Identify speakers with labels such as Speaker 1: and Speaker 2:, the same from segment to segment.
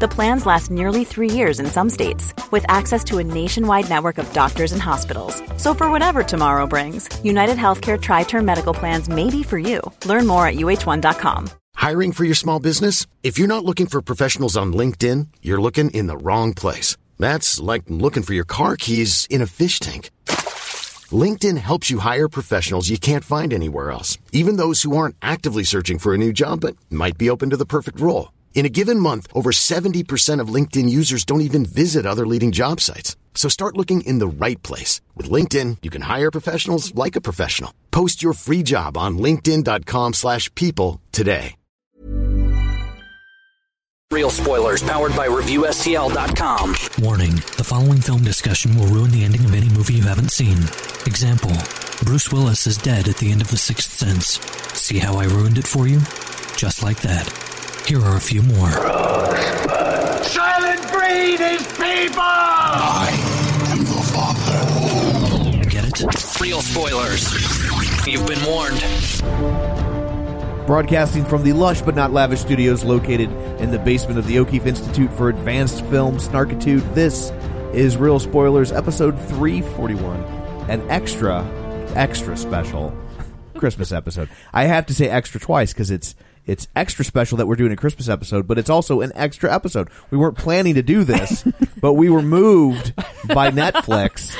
Speaker 1: The plans last nearly three years in some states, with access to a nationwide network of doctors and hospitals. So, for whatever tomorrow brings, United Healthcare Tri Term Medical Plans may be for you. Learn more at uh1.com.
Speaker 2: Hiring for your small business? If you're not looking for professionals on LinkedIn, you're looking in the wrong place. That's like looking for your car keys in a fish tank. LinkedIn helps you hire professionals you can't find anywhere else, even those who aren't actively searching for a new job but might be open to the perfect role. In a given month, over 70% of LinkedIn users don't even visit other leading job sites. So start looking in the right place. With LinkedIn, you can hire professionals like a professional. Post your free job on linkedin.com/people slash people today.
Speaker 3: Real spoilers powered by ReviewSTL.com.
Speaker 4: Warning the following film discussion will ruin the ending of any movie you haven't seen. Example Bruce Willis is dead at the end of The Sixth Sense. See how I ruined it for you? Just like that. Here are a few more.
Speaker 5: Silent breed is people! I am your father.
Speaker 4: Get it?
Speaker 3: Real spoilers. You've been warned.
Speaker 6: Broadcasting from the lush but not lavish studios located in the basement of the O'Keefe Institute for Advanced Film Snarkitude, this is Real Spoilers, episode 341, an extra, extra special Christmas episode. I have to say extra twice because it's it's extra special that we're doing a Christmas episode, but it's also an extra episode. We weren't planning to do this, but we were moved by Netflix.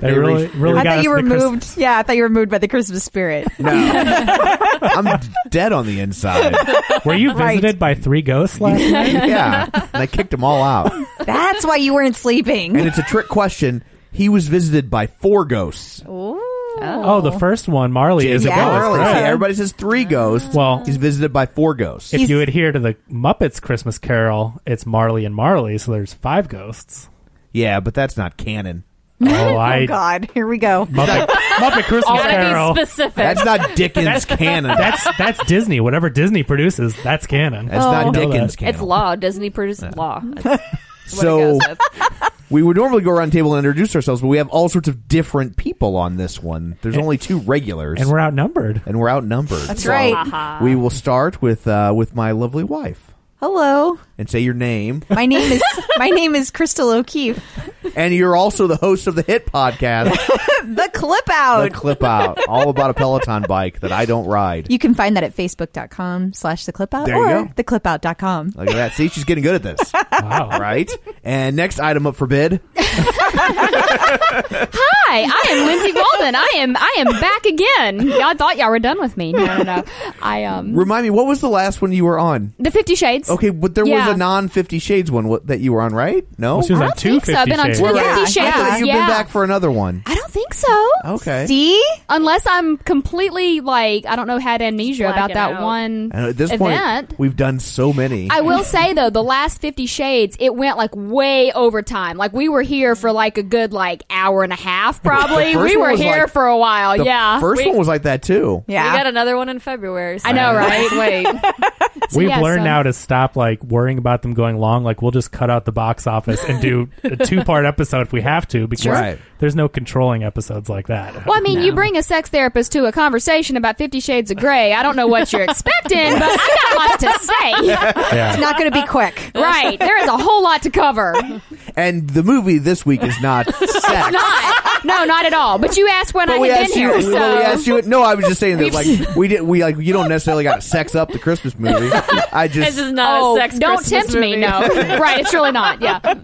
Speaker 7: They really, really
Speaker 8: I
Speaker 7: got
Speaker 8: thought
Speaker 7: us
Speaker 8: you were
Speaker 7: the Christ-
Speaker 8: moved. Yeah, I thought you were moved by the Christmas spirit.
Speaker 6: No, I'm dead on the inside.
Speaker 7: Were you
Speaker 8: Right.
Speaker 7: visited by three ghosts last night?
Speaker 6: yeah, and I kicked them all out.
Speaker 8: That's why you weren't
Speaker 6: And
Speaker 8: sleeping.
Speaker 6: it's a trick question. He was visited by four ghosts.
Speaker 7: Oh, the first one, Marley is
Speaker 6: Yeah,
Speaker 7: a ghost.
Speaker 6: Marley.
Speaker 7: right.
Speaker 6: See, everybody says three ghosts.
Speaker 7: Well-
Speaker 6: he's visited by four ghosts.
Speaker 7: If you adhere to the Muppets Christmas Carol, it's Marley and Marley, so there's five ghosts.
Speaker 6: yeah, but that's not canon.
Speaker 7: Oh,
Speaker 8: Oh
Speaker 7: I
Speaker 8: God, here we go.
Speaker 7: Muppet, Muppet Christmas Carol.
Speaker 9: specific.
Speaker 6: That's not Dickens canon.
Speaker 7: That's that's Disney. Whatever Disney produces, that's canon.
Speaker 6: That's
Speaker 9: Oh.
Speaker 6: not
Speaker 7: Know that.
Speaker 6: Dickens canon.
Speaker 9: it's law. Oh, Disney produces law. That's what
Speaker 6: so
Speaker 9: it goes with.
Speaker 6: we would normally go around the table and introduce ourselves, but we have all sorts of different people on this one. There's only two regulars,
Speaker 7: and we're outnumbered.
Speaker 6: and we're outnumbered.
Speaker 8: That's right.
Speaker 6: We will start with uh, with my lovely wife
Speaker 8: Hello,
Speaker 6: and say your name.
Speaker 8: my name is my name is Crystal O'Keefe.
Speaker 6: and you're also the host of the hit podcast,
Speaker 8: The Clip
Speaker 6: the
Speaker 8: Out.
Speaker 6: Clip Out, all about a Peloton bike that I don't ride.
Speaker 8: you can find that at facebook.com slash the clip out
Speaker 6: There you
Speaker 8: or
Speaker 6: go.
Speaker 8: theclipout.com.
Speaker 6: Look at that. See, she's getting good at this.
Speaker 7: Wow.
Speaker 6: right? And next item up for bid.
Speaker 9: Hi, I am Lindsay Walden. I am I am back again. Y'all thought y'all were done with me. No, no, no. I um
Speaker 6: Remind me, what was the last one you were on?
Speaker 9: the Fifty Shades.
Speaker 6: Okay, but there
Speaker 9: Yeah.
Speaker 6: was a non Fifty Shades one wha- that you were on, right? No,
Speaker 7: Well, she was
Speaker 9: I
Speaker 7: on
Speaker 9: don't
Speaker 7: two
Speaker 9: think so. I've been on
Speaker 7: Fifty
Speaker 9: two
Speaker 7: Shades.
Speaker 8: Yeah,
Speaker 9: Fifty Shades.
Speaker 6: I thought you've
Speaker 9: yeah.
Speaker 6: been back for another one.
Speaker 9: I don't think so.
Speaker 6: Okay,
Speaker 8: See?
Speaker 9: Unless I'm completely like I don't know had amnesia about Blacking that out. one
Speaker 6: And at this
Speaker 9: event.
Speaker 6: point, we've done so many.
Speaker 9: I will say though, the last Fifty Shades, it went like way over time. Like we were here for like a good like hour and a half, probably.
Speaker 6: The first
Speaker 9: we
Speaker 6: one
Speaker 9: were
Speaker 6: was,
Speaker 9: here
Speaker 6: like,
Speaker 9: for a while.
Speaker 6: the
Speaker 9: yeah,
Speaker 6: first
Speaker 9: We-
Speaker 6: one was like that too.
Speaker 8: Yeah.
Speaker 10: We got another one in February. so-
Speaker 9: I know, right? Wait,
Speaker 7: We've
Speaker 9: yeah,
Speaker 7: learned
Speaker 9: so-
Speaker 7: now to stop like worrying about them going long. Like we'll just cut out the box office and do a two part episode if we have to, because
Speaker 6: Right.
Speaker 7: there's no controlling episodes like that.
Speaker 9: well, I mean, you bring a sex therapist to a conversation about Fifty Shades of Grey. I don't know what you're expecting, but I got lots to say.
Speaker 7: Yeah.
Speaker 8: It's not going to be quick.
Speaker 9: Right, there is a whole lot to cover.
Speaker 6: And the movie this week is not sex.
Speaker 9: Not, no, not at all. But you asked when
Speaker 6: But
Speaker 9: I
Speaker 6: we
Speaker 9: had
Speaker 6: asked
Speaker 9: been
Speaker 6: you.
Speaker 9: here,
Speaker 6: we-
Speaker 9: so
Speaker 6: we asked you. No, I was just saying that like we did. We like you don't necessarily got to sex up the Christmas movie. I
Speaker 10: This
Speaker 6: just
Speaker 10: is not
Speaker 9: oh,
Speaker 10: a sex
Speaker 9: don't
Speaker 10: Christmas
Speaker 9: tempt me.
Speaker 10: movie.
Speaker 9: No, right? It's really not. Yeah.
Speaker 8: Well,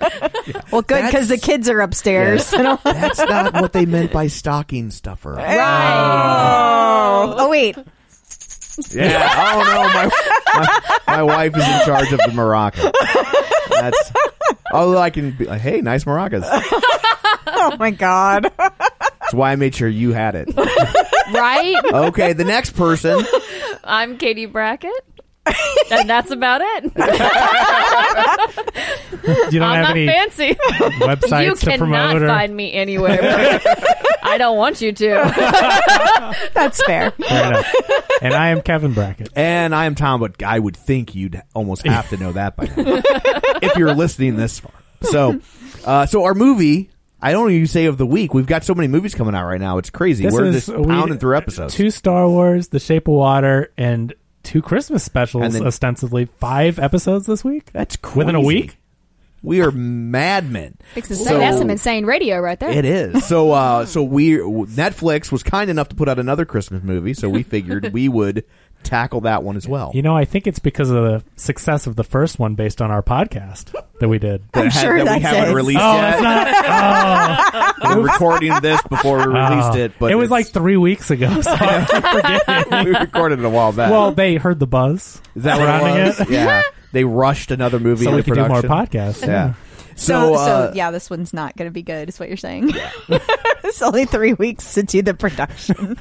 Speaker 8: good, because
Speaker 6: That's-
Speaker 8: the kids are upstairs.
Speaker 6: that's not what they meant by stocking stuffer.
Speaker 8: Oh. oh, wait.
Speaker 6: Yeah. oh no, my, my my wife is in charge of the maraca. That's although I can be like, hey, nice maracas. That's
Speaker 8: Oh, my God.
Speaker 6: why I made sure you had it.
Speaker 9: Right?
Speaker 6: Okay, the next person.
Speaker 10: I'm Katie Brackett. and that's about it.
Speaker 7: You don't
Speaker 10: I'm
Speaker 7: have
Speaker 10: not
Speaker 7: any
Speaker 10: fancy.
Speaker 7: websites
Speaker 10: you
Speaker 7: to promote
Speaker 10: cannot
Speaker 7: or
Speaker 10: find me anywhere. I don't want you to.
Speaker 8: That's fair.
Speaker 7: Fair enough. And I am Kevin Brackett.
Speaker 6: And I am Tom, but I would think you'd almost have to know that by now if you're listening this far. So, uh, so our movie. I don't even say of the week. We've got so many movies coming out right now. It's crazy. We're just
Speaker 7: we-
Speaker 6: pounding through episodes.
Speaker 7: Two Star Wars, The Shape of Water, and two Christmas specials.
Speaker 6: And then-
Speaker 7: ostensibly five episodes this week.
Speaker 6: That's crazy.
Speaker 7: within a week.
Speaker 6: We are madmen.
Speaker 9: It's insane. That's some insane radio right there.
Speaker 6: It is. So uh so we Netflix was kind enough to put out another Christmas movie, so we figured we would tackle that one as well.
Speaker 7: You know, I think it's because of the success of the first one, based on our podcast that we did.
Speaker 6: that
Speaker 8: I'm
Speaker 6: ha-
Speaker 8: sure
Speaker 6: that we
Speaker 8: that's
Speaker 6: haven't
Speaker 8: it.
Speaker 6: released
Speaker 7: Oh,
Speaker 6: yet.
Speaker 7: it's not. oh.
Speaker 6: We're recording this before we released it, but
Speaker 7: Ah. it was like
Speaker 6: it's-
Speaker 7: three weeks ago. So I keep forgetting.
Speaker 6: we recorded it a while back.
Speaker 7: Well, they heard the buzz.
Speaker 6: Is that what
Speaker 7: surrounding
Speaker 6: it was? Yeah, they rushed another movie.
Speaker 7: So we
Speaker 6: into
Speaker 7: could do more
Speaker 6: production.
Speaker 7: podcasts.
Speaker 6: Yeah.
Speaker 8: So,
Speaker 6: So, uh,
Speaker 8: so yeah, this one's not going to be good. Is what you're saying? it's only three weeks to do the production.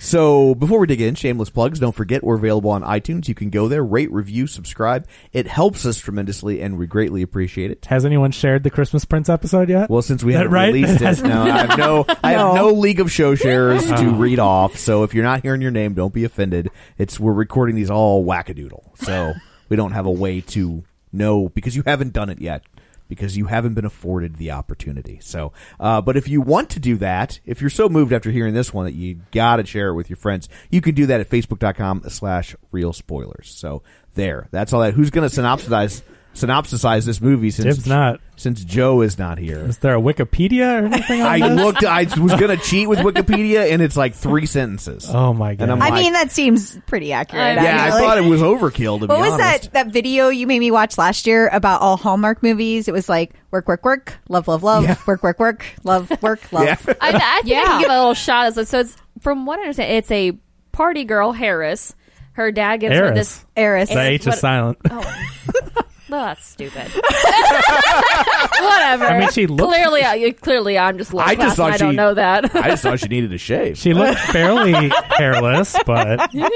Speaker 6: So before we dig in, shameless plugs. Don't forget we're available on iTunes. You can go there, rate, review, subscribe. It helps us tremendously, and we greatly appreciate it.
Speaker 7: Has anyone shared the Christmas Prince episode yet?
Speaker 6: Well, since we
Speaker 7: That
Speaker 6: haven't
Speaker 7: right?
Speaker 6: released it, no, I have no, I have no League of Show Sharers
Speaker 7: Oh.
Speaker 6: to read off. So if you're not hearing your name, don't be offended. It's we're recording these all wackadoodle, so we don't have a way to know because you haven't done it yet because you haven't been afforded the opportunity. So, uh, but if you want to do that, if you're so moved after hearing this one that you gotta share it with your friends, you can do that at facebook.com slash real spoilers. So there, that's all that. Who's gonna synopsize, synopsisize this movie since,
Speaker 7: Dib's not.
Speaker 6: since Joe is not here?
Speaker 7: Is there a Wikipedia or anything? On
Speaker 6: I
Speaker 7: this?
Speaker 6: looked. I was gonna cheat with Wikipedia, and it's like three sentences.
Speaker 7: Oh my god!
Speaker 6: And I'm
Speaker 8: I
Speaker 6: like-
Speaker 8: mean, that seems pretty accurate.
Speaker 10: I-
Speaker 6: yeah, I
Speaker 8: actually.
Speaker 6: thought it was overkill. To
Speaker 8: What
Speaker 6: be
Speaker 8: was that
Speaker 6: honest.
Speaker 8: that video you made me watch last year about all Hallmark movies? It was like work, work, work, love, love, love, work, work, work, love, work, love.
Speaker 6: Yeah.
Speaker 10: I, I think I
Speaker 9: Yeah.
Speaker 10: can give it a little shot. It's like- So it's from what I understand, it's a party girl Harris. Her dad gives her
Speaker 7: Eris.
Speaker 10: this.
Speaker 8: Eris.
Speaker 7: The H is
Speaker 10: what-
Speaker 7: silent.
Speaker 10: Oh, that's stupid. Whatever.
Speaker 7: I mean, she looked-
Speaker 10: clearly. I, clearly, I'm just. Low
Speaker 6: I
Speaker 10: class
Speaker 6: just thought
Speaker 10: and I don't
Speaker 6: she-
Speaker 10: know that.
Speaker 6: I just thought she needed a shave.
Speaker 7: She looked fairly hairless, but
Speaker 10: Clearly,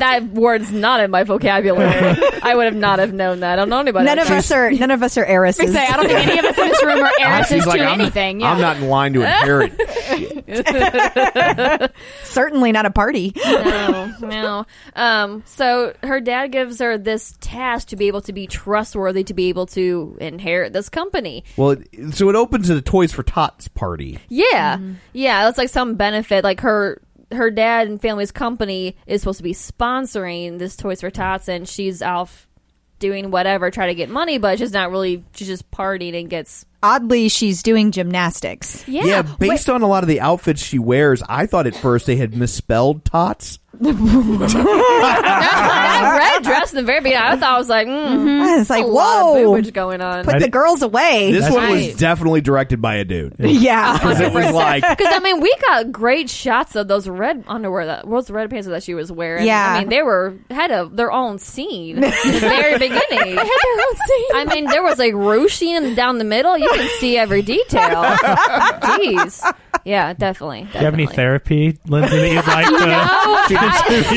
Speaker 10: that word's not in my vocabulary. I would have not have known that. I don't know anybody.
Speaker 8: None
Speaker 10: that
Speaker 8: of us are none of us are heiresses.
Speaker 10: Say, I don't think any of us in this room are heiresses
Speaker 6: She's
Speaker 10: to
Speaker 6: like, I'm,
Speaker 10: anything. yeah.
Speaker 6: I'm not in line to inherit.
Speaker 8: Certainly not a party.
Speaker 10: no, no. Um, so her dad gives her this task to be able to be trustworthy, to be able to inherit this company.
Speaker 6: well, it- so it opens at a Toys for Tots party.
Speaker 10: Yeah, yeah. That's like some benefit. Like her, her dad and family's company is supposed to be sponsoring this Toys for Tots, and she's off doing whatever, trying to get money, but she's not really. She's just partying and gets.
Speaker 8: Oddly, she's doing gymnastics.
Speaker 10: Yeah,
Speaker 6: based on a lot of the outfits she wears, I thought at first they had misspelled tots.
Speaker 10: that red dress in the very beginning. I thought I was like, mm,
Speaker 8: It's like,
Speaker 10: a lot of
Speaker 8: whoa,
Speaker 10: boobage going on.
Speaker 8: put the girls away.
Speaker 6: This one was
Speaker 10: right.
Speaker 6: definitely directed by a dude.
Speaker 8: yeah,
Speaker 6: It was like
Speaker 10: Because I mean, we got great shots of those red underwear that those red pants that she was wearing.
Speaker 8: Yeah.
Speaker 10: I mean, they were had a their own scene in the very beginning. had their own scene. I mean, there was like ruching down the middle. You can see every detail. Jeez, yeah, definitely.
Speaker 7: do you have any therapy, Lindsay, that you'd like to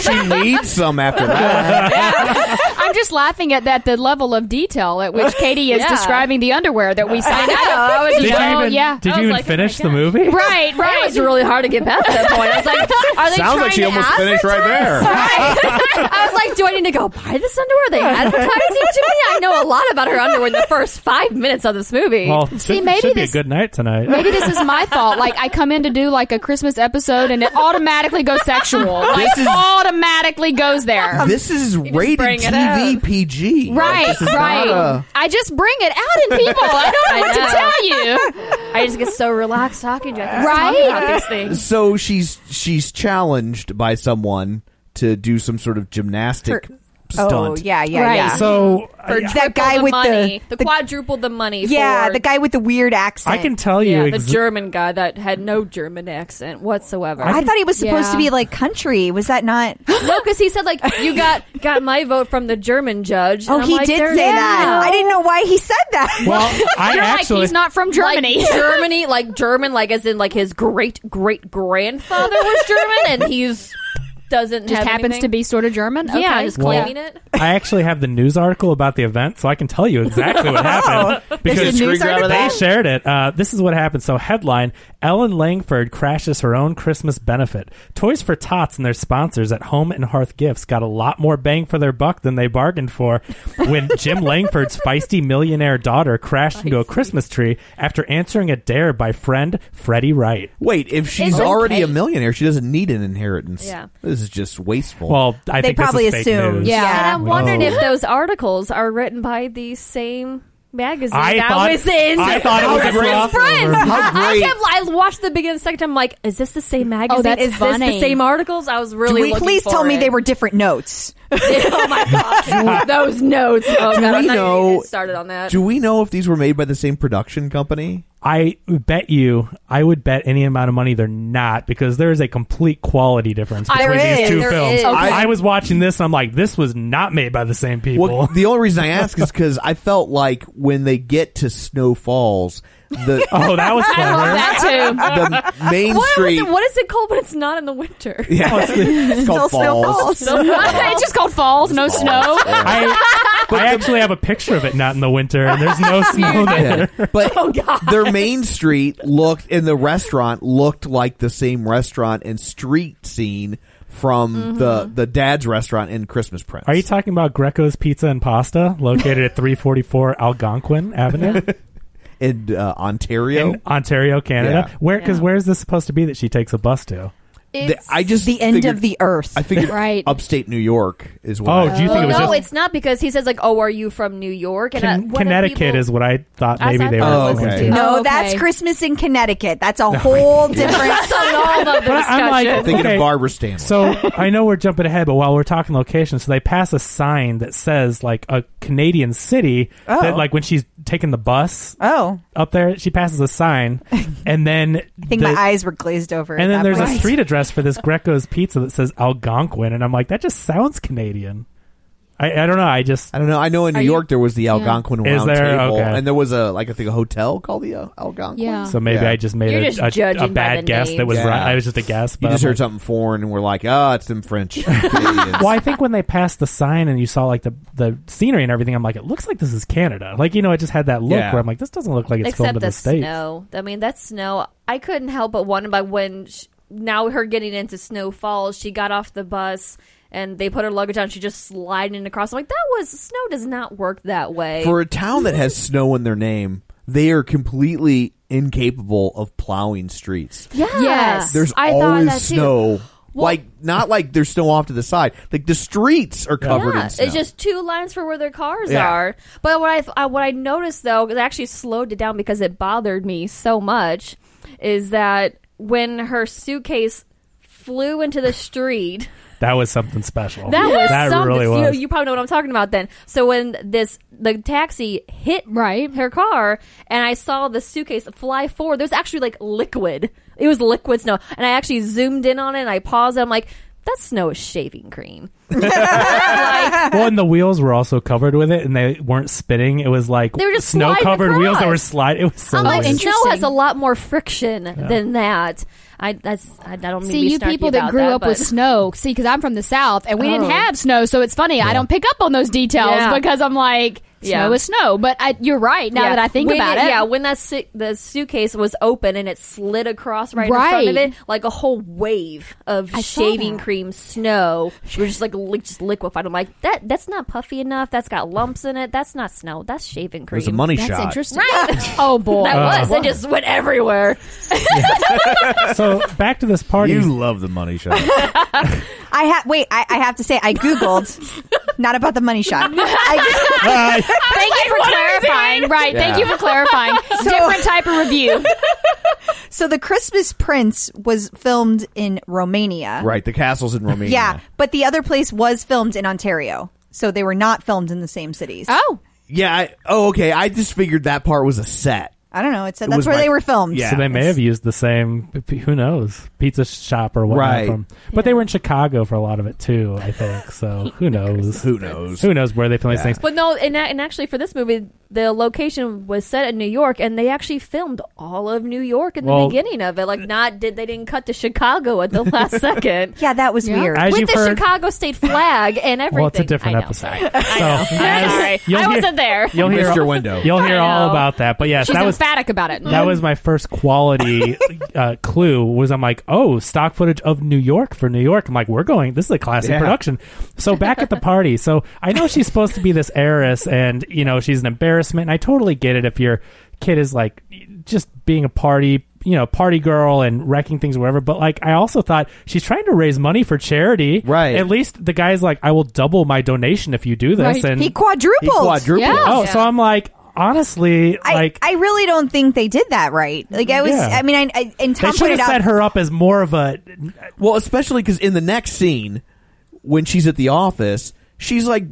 Speaker 6: she needs some after that.
Speaker 9: I'm just laughing at that the level of detail at which Katie is
Speaker 10: Yeah.
Speaker 9: describing the underwear that we signed up.
Speaker 7: Did you
Speaker 9: Oh,
Speaker 7: even,
Speaker 9: yeah.
Speaker 7: did
Speaker 10: I
Speaker 7: you
Speaker 10: was
Speaker 7: even
Speaker 10: like, oh my
Speaker 7: finish the
Speaker 10: gosh.
Speaker 7: movie?
Speaker 9: Right,
Speaker 10: Right, it
Speaker 9: right.
Speaker 10: was really hard to get past that point. I was like, "Are they
Speaker 6: Sounds like
Speaker 10: trying
Speaker 6: she
Speaker 10: to
Speaker 6: almost finished right there.
Speaker 10: I was like, do I need to go buy this underwear? They advertising to me. I know a lot about her underwear in the first five minutes of this movie.
Speaker 7: Well,
Speaker 9: See,
Speaker 7: should,
Speaker 9: maybe
Speaker 7: should be a
Speaker 9: this-
Speaker 7: good night tonight.
Speaker 9: Maybe this is my fault. Like I come in to do like a Christmas episode and it automatically goes sexual. Like
Speaker 6: This is-
Speaker 9: automatically goes there.
Speaker 6: This is rated
Speaker 10: Um, bring it
Speaker 6: TV
Speaker 10: up.
Speaker 6: PG. Like,
Speaker 9: Right,
Speaker 6: this is
Speaker 9: right.
Speaker 6: not a-
Speaker 9: I just bring it out in people. I don't know
Speaker 10: I
Speaker 9: what to tell you.
Speaker 10: I just get so relaxed talking to you. I can just
Speaker 9: Right?
Speaker 10: talk about these things.
Speaker 6: so she's she's challenged by someone to do some sort of gymnastic stunt.
Speaker 8: Oh, yeah, yeah,
Speaker 10: Right.
Speaker 8: yeah.
Speaker 7: So,
Speaker 10: For
Speaker 8: that
Speaker 10: triple
Speaker 8: guy
Speaker 10: the
Speaker 8: with
Speaker 10: money,
Speaker 8: the,
Speaker 10: the, quadruple the money.
Speaker 8: yeah,
Speaker 10: for-
Speaker 8: the guy with the weird accent.
Speaker 7: I can tell you
Speaker 10: yeah, the
Speaker 7: ex-
Speaker 10: German guy that had no German accent whatsoever.
Speaker 8: I thought he was supposed
Speaker 10: Yeah.
Speaker 8: to be like country. Was that not?
Speaker 9: Oh,
Speaker 10: no, because he said like you got got my vote from the German judge. and
Speaker 8: Oh,
Speaker 10: I'm
Speaker 8: he
Speaker 10: like,
Speaker 8: did
Speaker 10: "There's
Speaker 8: say that.
Speaker 10: no-
Speaker 8: I didn't know why he said that.
Speaker 7: Well, I
Speaker 9: You're
Speaker 7: actually
Speaker 9: like he's not from Germany.
Speaker 10: Like Germany, like German, like as in like his great great grandfather was German, and he's doesn't
Speaker 9: just
Speaker 10: have
Speaker 9: happens
Speaker 10: anything.
Speaker 9: to be sort of German.
Speaker 10: Yeah,
Speaker 9: okay.
Speaker 10: just
Speaker 7: Well-
Speaker 10: claiming it.
Speaker 7: I actually have the news article about the event, so I can tell you exactly what happened
Speaker 8: There's a news article?
Speaker 7: they shared it. Uh, this is what happened. So, headline: Ellen Langford crashes her own Christmas benefit. Toys for Tots and their sponsors at Home and Hearth Gifts got a lot more bang for their buck than they bargained for when Jim Langford's feisty millionaire daughter crashed into a Christmas tree after answering a dare by friend Freddie Wright.
Speaker 6: Wait, if she's
Speaker 10: It's
Speaker 6: already
Speaker 10: okay.
Speaker 6: a millionaire, she doesn't need an inheritance.
Speaker 10: Yeah.
Speaker 6: This is just wasteful.
Speaker 7: Well, I
Speaker 8: They
Speaker 7: think this is
Speaker 8: probably
Speaker 7: fake
Speaker 8: assumed.
Speaker 7: news.
Speaker 8: Yeah.
Speaker 10: And I'm wondering
Speaker 7: Whoa.
Speaker 10: if those articles are written by the same magazine
Speaker 7: I
Speaker 10: that
Speaker 7: thought-
Speaker 10: was in.
Speaker 7: I thought it was a
Speaker 10: Christmas
Speaker 7: crossover.
Speaker 10: Friends.
Speaker 6: How
Speaker 10: I,
Speaker 6: great.
Speaker 10: I, kept, I watched the beginning, second time. I'm like, is this the same magazine?
Speaker 9: Oh, that's
Speaker 10: is this
Speaker 9: funny.
Speaker 10: the same articles? I was really. looking
Speaker 8: Please
Speaker 10: for
Speaker 8: tell me
Speaker 10: it.
Speaker 8: they were different notes.
Speaker 10: oh my god, those notes. Oh, God, I'm
Speaker 6: we
Speaker 10: not
Speaker 6: know-
Speaker 10: even getting started on that.
Speaker 6: do we know if these were made by the same production company?
Speaker 7: I bet you, I would bet any amount of money they're not because there is a complete quality difference
Speaker 10: I-
Speaker 7: between
Speaker 10: Ah, there
Speaker 7: these
Speaker 10: is,
Speaker 7: two
Speaker 10: there
Speaker 7: films.
Speaker 10: is.
Speaker 7: I, I was watching this and I'm like, this was not made by the same people.
Speaker 6: Well, the only reason I ask is because I felt like when they get to Snow Falls, the
Speaker 7: oh, that was
Speaker 10: I love
Speaker 7: clever.
Speaker 10: that too.
Speaker 6: the main
Speaker 10: What, was
Speaker 6: street.
Speaker 10: it, what is it called when it's not in the winter?
Speaker 6: Yeah, it's
Speaker 8: Still
Speaker 6: called
Speaker 8: snow falls.
Speaker 9: it's just called falls, no snow.
Speaker 7: I, I actually have a picture of it not in the winter and there's no snow
Speaker 6: Yeah.
Speaker 7: there.
Speaker 6: But their main street looked and the restaurant looked like the same restaurant and street scene from the the dad's restaurant in Christmas Prince.
Speaker 7: Are you talking about Greco's Pizza and Pasta located at 344 Algonquin Avenue
Speaker 6: in uh, Ontario?
Speaker 7: in Ontario, Canada?
Speaker 6: Yeah.
Speaker 7: Where cuz
Speaker 10: Yeah.
Speaker 7: where is this supposed to be that she takes a bus to?
Speaker 6: The- I just
Speaker 8: The end
Speaker 6: figured-
Speaker 8: of the earth.
Speaker 6: I figured
Speaker 9: Right.
Speaker 6: upstate New York is what.
Speaker 7: Oh,
Speaker 6: I-
Speaker 7: do you think
Speaker 10: well,
Speaker 7: it was
Speaker 10: no,
Speaker 7: just
Speaker 10: it's not because he says like, "Oh, are you from New York?" And I-
Speaker 7: Con-
Speaker 10: one of the
Speaker 7: Connecticut
Speaker 10: people-
Speaker 7: is what I thought
Speaker 10: As
Speaker 7: maybe
Speaker 10: I
Speaker 7: they
Speaker 10: thought
Speaker 6: it
Speaker 7: were
Speaker 6: was
Speaker 7: going
Speaker 6: too.
Speaker 7: to.
Speaker 8: No,
Speaker 10: Oh,
Speaker 8: that's
Speaker 10: okay.
Speaker 8: Christmas in Connecticut. That's a whole different.
Speaker 10: All of the
Speaker 7: But I'm like,
Speaker 10: discussion.
Speaker 6: thinking
Speaker 7: okay,
Speaker 6: of Barbara Stanley.
Speaker 7: So I know we're jumping ahead, but while we're talking locations, so they pass a sign that says like a Canadian city that
Speaker 8: Oh.
Speaker 7: like when she's taking the bus
Speaker 8: Oh,
Speaker 7: up there, she passes a sign, and then
Speaker 8: I think
Speaker 7: the-
Speaker 8: my eyes were glazed over.
Speaker 7: and
Speaker 8: at
Speaker 7: then
Speaker 8: that
Speaker 7: there's a
Speaker 8: point.
Speaker 7: street address for this Greco's Pizza that says Algonquin, and I'm like, that just sounds Canadian. I, I don't know. I just
Speaker 6: I don't know. I know in New
Speaker 9: Are you-
Speaker 6: York there was the Algonquin
Speaker 7: Is
Speaker 6: Round
Speaker 7: there?
Speaker 6: Table,
Speaker 7: Okay.
Speaker 6: and there was a like I think a hotel called the uh, Algonquin.
Speaker 8: Oh.
Speaker 9: Yeah.
Speaker 7: so maybe
Speaker 6: Yeah.
Speaker 7: I just made
Speaker 10: You're
Speaker 7: a,
Speaker 10: just
Speaker 7: a- a
Speaker 10: judging by
Speaker 7: bad
Speaker 10: the
Speaker 7: guess that
Speaker 10: name.
Speaker 7: was
Speaker 6: Yeah.
Speaker 7: right. I was just a guess.
Speaker 6: You
Speaker 7: But
Speaker 6: just
Speaker 7: I'm
Speaker 6: heard
Speaker 7: like-
Speaker 6: something foreign, and we're like, "Ah, it's them French." Canadians."
Speaker 7: Well, I think when they passed the sign and you saw like the the scenery and everything, I'm like, it looks like this is Canada. Like you know, it just had that look
Speaker 6: Yeah.
Speaker 7: where I'm like, this doesn't look like it's
Speaker 10: Except
Speaker 7: filmed in the
Speaker 10: the
Speaker 7: states.
Speaker 10: snow. I mean, that snow. I couldn't help but wonder by when sh now her getting into Snow Falls, she got off the bus and they put her luggage on. She just sliding across. I'm like, that was snow does not work that way.
Speaker 6: for a town that has snow in their name, they are completely incapable of plowing streets.
Speaker 10: yeah.
Speaker 9: Yes.
Speaker 6: There's
Speaker 10: I thought
Speaker 6: always
Speaker 10: that too.
Speaker 6: snow. like not like there's snow off to the side. Like the streets are covered
Speaker 10: Yeah,
Speaker 6: in snow.
Speaker 10: it's just two lines for where their cars
Speaker 6: Yeah.
Speaker 10: are. But what I, th- I what I noticed though, 'cause I actually slowed it down because it bothered me so much, is that when her suitcase flew into the street.
Speaker 7: That was something special.
Speaker 10: That was
Speaker 7: that
Speaker 10: something.
Speaker 7: really
Speaker 10: You know,
Speaker 7: was.
Speaker 10: You, probably know what I'm talking about then. So when this the taxi hit
Speaker 9: Right.
Speaker 10: her car, and I saw the suitcase fly forward. There's actually like liquid. It was liquid snow, and I actually zoomed in on it. and I paused. And I'm like, that snow is shaving cream. Like,
Speaker 7: well, and the wheels were also covered with it, and they weren't spinning. It was like
Speaker 10: They were just
Speaker 7: snow covered
Speaker 10: sliding
Speaker 7: wheels that were
Speaker 10: across.
Speaker 7: sliding. It was so
Speaker 10: I'm like,
Speaker 7: weird.
Speaker 9: interesting.
Speaker 10: snow has a lot more friction than that. I that's I, I don't mean to
Speaker 9: See,
Speaker 10: be
Speaker 9: you
Speaker 10: snarky
Speaker 9: people that
Speaker 10: about
Speaker 9: grew up with
Speaker 10: but-
Speaker 9: snow. See, because I'm from the South and we didn't
Speaker 10: Oh.
Speaker 9: have snow, so it's funny. I don't pick up on those details
Speaker 10: Yeah.
Speaker 9: because I'm like, snow
Speaker 10: Yeah.
Speaker 9: is snow. But I, you're right. Now
Speaker 10: Yeah.
Speaker 9: that I think
Speaker 10: When
Speaker 9: about it,
Speaker 10: yeah, when that su- the suitcase was open and it slid across right, in front of
Speaker 9: Right.
Speaker 10: it, like a whole wave of
Speaker 9: I saw
Speaker 10: shaving
Speaker 9: that.
Speaker 10: cream snow was just like li- just liquefied. I'm like, that that's not puffy enough. That's got lumps in it. That's not snow. That's shaving cream.
Speaker 6: there's a Uh-huh. money
Speaker 9: that's
Speaker 6: shot.
Speaker 9: interesting. oh boy,
Speaker 10: That was. It just went everywhere.
Speaker 7: so back to this party.
Speaker 6: love the money shot.
Speaker 8: I have wait. I, I have to say, I googled not about the money shot. I,
Speaker 7: Uh,
Speaker 9: Thank you for clarifying. Right. Thank
Speaker 6: Yeah.
Speaker 9: you for clarifying. Different type of review.
Speaker 8: so the Christmas Prince was filmed in Romania.
Speaker 6: right, the castles in Romania.
Speaker 8: Yeah, but the other place was filmed in Ontario. so they were not filmed in the same cities.
Speaker 9: Oh,
Speaker 6: Yeah. I, oh, okay. I just figured that part was a set.
Speaker 8: I don't know. It said
Speaker 6: It
Speaker 8: that's
Speaker 6: was
Speaker 8: where
Speaker 6: my-
Speaker 8: they were filmed.
Speaker 6: Yeah.
Speaker 7: So they may have used the same, who knows, pizza shop or whatnot.
Speaker 6: Right.
Speaker 7: From, but they were in Chicago for a lot of it too, I think. So who knows?
Speaker 6: Who knows?
Speaker 7: Who knows where they filmed
Speaker 6: Yeah.
Speaker 7: these things?
Speaker 10: But no, and, a- and actually for this movie, the location was set in New York, and they actually filmed all of New York in
Speaker 7: Well-
Speaker 10: the beginning of it. Like, not did they didn't cut to Chicago at the last second
Speaker 8: Yeah, that was
Speaker 9: Yeah.
Speaker 8: weird.
Speaker 7: As
Speaker 10: with
Speaker 7: you've
Speaker 10: the
Speaker 7: heard-
Speaker 10: Chicago state flag and everything.
Speaker 7: Well, it's a different
Speaker 10: I know,
Speaker 7: episode.
Speaker 10: sorry.
Speaker 7: So
Speaker 10: I'm
Speaker 7: as-
Speaker 10: sorry,
Speaker 7: you'll
Speaker 10: I
Speaker 7: hear-
Speaker 10: wasn't there.
Speaker 7: You'll hear
Speaker 6: Missed your window.
Speaker 7: You'll
Speaker 10: I
Speaker 7: hear all
Speaker 10: know.
Speaker 7: about that. But yes,
Speaker 9: she's
Speaker 7: that was
Speaker 9: emphatic about it.
Speaker 10: Mm-hmm.
Speaker 7: that
Speaker 8: Mm.
Speaker 7: was my first quality uh, clue. Was I'm like, oh, stock footage of New York for New York. I'm like, we're going. This is a classic
Speaker 6: Yeah.
Speaker 7: production. So back at the party. So I know she's supposed to be this heiress, and you know she's an embarrassment. And I totally get it if your kid is like just being a party. You know, party girl and wrecking things or whatever. But like, I also thought she's trying to raise money for charity.
Speaker 6: Right.
Speaker 7: At least the guy's like, I will double my donation if you do this.
Speaker 9: Right.
Speaker 7: And
Speaker 8: he quadrupled.
Speaker 6: He quadrupled.
Speaker 9: Yeah.
Speaker 7: Oh, so I'm like, honestly,
Speaker 8: I,
Speaker 7: like
Speaker 8: I really don't think they did that right. Like I was,
Speaker 7: Yeah.
Speaker 8: I mean, I, I and
Speaker 7: they
Speaker 8: Tom
Speaker 7: should
Speaker 8: pointed
Speaker 7: have
Speaker 8: out
Speaker 7: set her up as more of a
Speaker 6: Well, especially because in the next scene, when she's at the office, she's like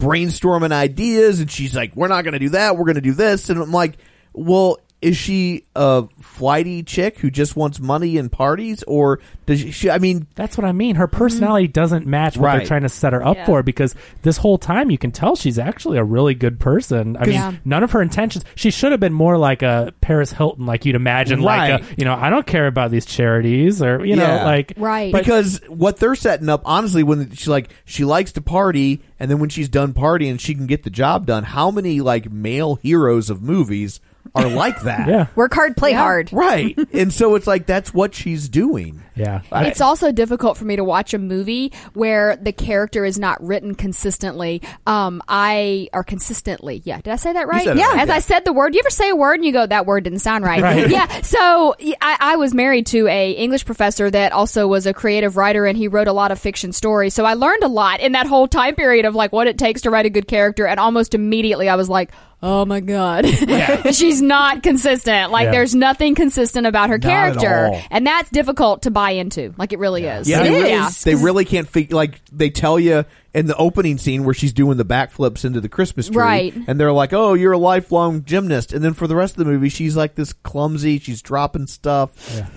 Speaker 6: brainstorming ideas, and she's like, "We're not going to do that. We're going to do this." And I'm like, "Well, is she a flighty chick who just wants money and parties, or does she? I mean,
Speaker 7: That's what I mean. Her personality doesn't match what they're
Speaker 6: Right.
Speaker 7: trying to set her up
Speaker 10: Yeah.
Speaker 7: for because this whole time you can tell she's actually a really good person. I mean,
Speaker 9: Yeah.
Speaker 7: none of her intentions. She should have been more like a Paris Hilton, like you'd imagine, like
Speaker 6: Right.
Speaker 7: a, you know, I don't care about these charities or you know,
Speaker 6: Yeah.
Speaker 7: like
Speaker 9: Right.
Speaker 7: But
Speaker 6: because what they're setting up, honestly, when she like she likes to party, and then when she's done partying, she can get the job done. How many like male heroes of movies are like that?
Speaker 7: yeah,
Speaker 8: work hard, play hard.
Speaker 6: Right. and so it's like that's what she's doing.
Speaker 7: yeah.
Speaker 9: It's also difficult for me to watch a movie where the character is not written consistently. Um, I or consistently, yeah. Did I say that right?
Speaker 6: said it right,
Speaker 9: As
Speaker 6: yeah.
Speaker 9: I said the word, you ever say a word and you go, "That word didn't sound right."
Speaker 7: Right.
Speaker 9: Yeah. So y- I, I was married to a English professor that also was a creative writer, and he wrote a lot of fiction stories. So I learned a lot in that whole time period of like what it takes to write a good character, and almost immediately I was like. Oh my god. She's not consistent. Like
Speaker 7: Yeah.
Speaker 9: there's nothing consistent about her
Speaker 6: Not at
Speaker 9: character.
Speaker 6: all.
Speaker 9: And that's difficult to buy into. Like it really is.
Speaker 6: Yeah,
Speaker 9: it is.
Speaker 6: they, really, they really can't figure. Like they tell you in the opening scene where she's doing the backflips into the Christmas tree,
Speaker 9: Right.
Speaker 6: And they're like, "Oh, you're a lifelong gymnast." And then for the rest of the movie, she's like this clumsy. She's dropping stuff.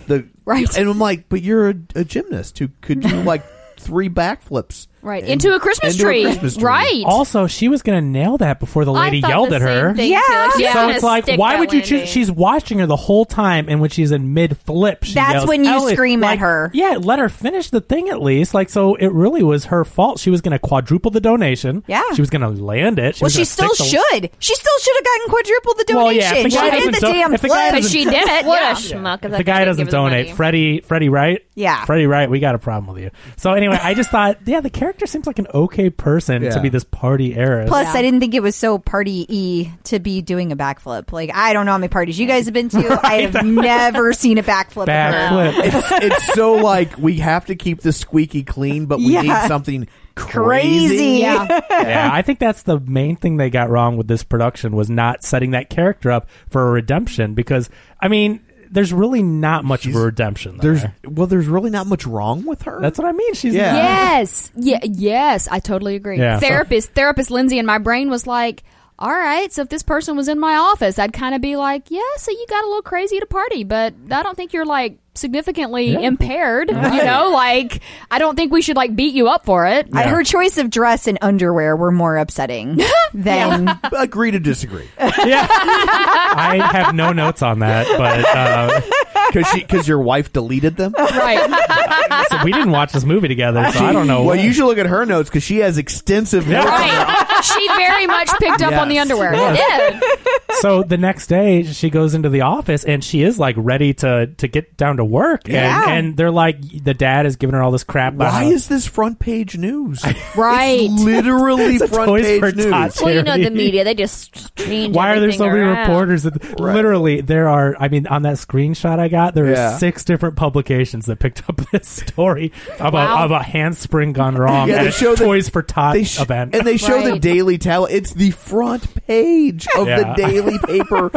Speaker 6: The
Speaker 9: Right.
Speaker 6: and I'm like, "But you're a, a gymnast who could do like three backflips
Speaker 9: Right.
Speaker 6: and-
Speaker 9: into a Christmas,
Speaker 6: into a
Speaker 9: tree.
Speaker 6: Christmas tree.
Speaker 9: Right.
Speaker 7: also she was gonna nail that before the lady
Speaker 10: I thought
Speaker 7: yelled
Speaker 10: the
Speaker 7: at
Speaker 10: same
Speaker 7: her.
Speaker 10: thing,
Speaker 8: Yeah.
Speaker 10: too. Like, she's
Speaker 8: Yeah.
Speaker 10: gonna
Speaker 7: So it's like,
Speaker 10: stick
Speaker 7: why
Speaker 10: that
Speaker 7: would you
Speaker 10: landing.
Speaker 7: choose? She's watching her the whole time, and when she's in mid flip, she
Speaker 8: That's
Speaker 7: yells,
Speaker 8: when you
Speaker 7: "Ellie,"
Speaker 8: scream at
Speaker 7: like,
Speaker 8: her.
Speaker 7: Yeah, let her finish the thing at least. Like, so it really was her fault. She was going to quadruple the donation.
Speaker 8: Yeah.
Speaker 7: she was going to land it.
Speaker 8: well,
Speaker 7: was
Speaker 8: she
Speaker 7: gonna
Speaker 8: still
Speaker 7: stick the-
Speaker 8: should. She still should have gotten quadruple the
Speaker 7: Well, yeah,
Speaker 8: donation.
Speaker 7: if the
Speaker 8: she
Speaker 7: guy
Speaker 8: did the
Speaker 7: doesn't do-
Speaker 8: damn
Speaker 7: if the guy
Speaker 8: flip.
Speaker 10: Because she did it. What a schmuck!
Speaker 7: If the guy doesn't donate, Freddie, Freddie Wright,
Speaker 8: Yeah.
Speaker 7: Freddie Wright, we got a problem with you. So anyway, I just thought, yeah, the character seems like an okay person
Speaker 6: Yeah.
Speaker 7: to be this party heiress.
Speaker 8: Plus, I didn't think it was so party y to be doing a backflip. Like I don't know how many parties you guys have been to. I have never seen a backflip.
Speaker 7: back
Speaker 8: occur.
Speaker 7: flip.
Speaker 6: it's, it's so like we have to keep this squeaky clean, but we
Speaker 8: Yeah.
Speaker 6: need something crazy.
Speaker 8: Crazy.
Speaker 9: yeah.
Speaker 7: yeah, I think that's the main thing they got wrong with this production was not setting that character up for a redemption because I mean, there's really not much of a redemption. There.
Speaker 6: There's well, there's really not much wrong with her.
Speaker 7: that's what I mean. She's
Speaker 6: Yeah.
Speaker 9: Yes. Yeah. Yes. I totally agree.
Speaker 7: Yeah.
Speaker 9: Therapist, therapist Lindsay in my brain was like, all right, so if this person was in my office, I'd kind of be like, yeah, so you got a little crazy to party, but I don't think you're like significantly
Speaker 7: Yeah.
Speaker 9: impaired. You know, like, I don't think we should like beat you up for it.
Speaker 8: I- Her choice of dress and underwear were more upsetting than
Speaker 6: Agree to disagree
Speaker 7: yeah. I have no notes on that, but
Speaker 6: because because your wife deleted them.
Speaker 9: right.
Speaker 7: uh, so we didn't watch this movie together, so I don't know.
Speaker 6: Well,
Speaker 7: what-
Speaker 6: you should look at her notes because she has extensive notes.
Speaker 9: right. She very much picked up on the
Speaker 6: Yes.
Speaker 9: underwear.
Speaker 7: so the next day she goes into the office and she is like ready to to get down to work
Speaker 6: Yeah.
Speaker 7: and, and they're like the dad is giving her all this crap about
Speaker 6: Why
Speaker 7: how-
Speaker 6: is this front page news?
Speaker 9: Right.
Speaker 6: It's literally
Speaker 7: It's a
Speaker 6: front
Speaker 7: Toys for
Speaker 6: page news.
Speaker 7: Tots.
Speaker 10: Well, you know the
Speaker 7: Charity.
Speaker 10: media. They just change.
Speaker 7: Why are there
Speaker 10: everything
Speaker 7: so many
Speaker 10: around.
Speaker 7: reporters? That, Literally, there are. I mean, on that screenshot I got, there
Speaker 6: Yeah.
Speaker 7: are six different publications that picked up this story about
Speaker 9: Wow.
Speaker 7: of a handspring gone wrong
Speaker 6: Yeah,
Speaker 7: at
Speaker 6: they
Speaker 7: a
Speaker 6: show the-
Speaker 7: Toys for Tots
Speaker 6: They sh-
Speaker 7: event.
Speaker 6: and they show the
Speaker 9: Right.
Speaker 6: Daily Tally. It's the front page of
Speaker 7: Yeah.
Speaker 6: the daily paper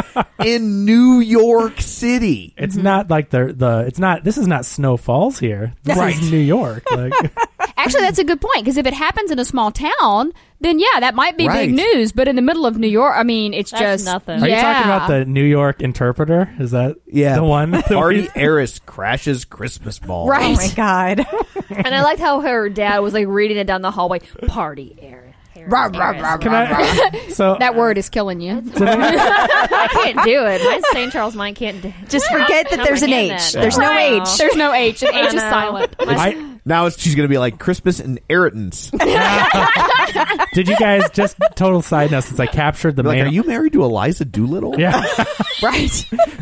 Speaker 6: in New York City.
Speaker 7: It's not like the the. It's not. This is not Snow Falls here. This
Speaker 6: Right.
Speaker 7: is New York. Like,
Speaker 9: Actually, that's a good point because if it happens in a small town, then yeah, that might be
Speaker 7: Right.
Speaker 9: big news. But in the middle of New York, I mean, it's
Speaker 10: That's
Speaker 9: just
Speaker 10: nothing.
Speaker 7: are
Speaker 9: Yeah.
Speaker 7: you talking about the New York interpreter? Is that yeah the one?
Speaker 6: Party heiress crashes Christmas ball.
Speaker 10: Right.
Speaker 8: Oh my god.
Speaker 10: and I liked how her dad was like reading it down the hallway. Party, Aaron.
Speaker 8: Rah, rah, rah,
Speaker 7: Can
Speaker 8: rah, rah.
Speaker 7: I? So
Speaker 9: that word is killing you.
Speaker 10: I can't do it. My St. Charles mind can't. do
Speaker 8: Just forget that
Speaker 10: I'm
Speaker 8: there's an
Speaker 10: forgetting
Speaker 8: H.
Speaker 10: that.
Speaker 8: There's no
Speaker 10: Wow.
Speaker 8: H.
Speaker 9: There's no H. The
Speaker 10: I
Speaker 9: H is
Speaker 10: know.
Speaker 9: silent.
Speaker 7: I,
Speaker 6: Now it's, she's going to be like Christmas and inheritance. Like,
Speaker 7: did you guys just total side note since I captured the main
Speaker 6: are you married to Eliza Doolittle?
Speaker 7: Yeah.
Speaker 8: Right.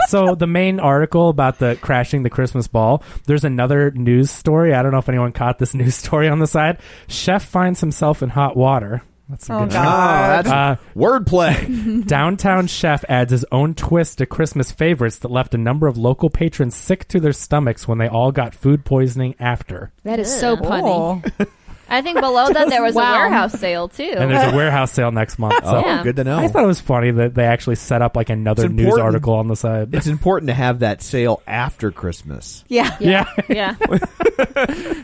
Speaker 7: so the main article about the crashing the Christmas ball, there's another news story. I don't know if anyone caught this news story on the side. Chef finds himself in hot water. That's a
Speaker 8: Oh
Speaker 7: good
Speaker 6: Oh,
Speaker 8: god.
Speaker 6: that's
Speaker 7: Uh,
Speaker 6: wordplay.
Speaker 7: Downtown chef adds his own twist to Christmas favorites that left a number of local patrons sick to their stomachs when they all got food poisoning after.
Speaker 9: That is so punny.
Speaker 10: I think below that there was
Speaker 9: Wow.
Speaker 10: a warehouse sale too.
Speaker 7: And there's a warehouse sale next month. So
Speaker 6: Oh,
Speaker 10: Yeah.
Speaker 6: good to know.
Speaker 7: I just thought it was funny that they actually set up like another
Speaker 6: It's
Speaker 7: news
Speaker 6: important.
Speaker 7: article on the side.
Speaker 6: it's important to have that sale after Christmas.
Speaker 8: Yeah.
Speaker 7: Yeah.
Speaker 10: yeah,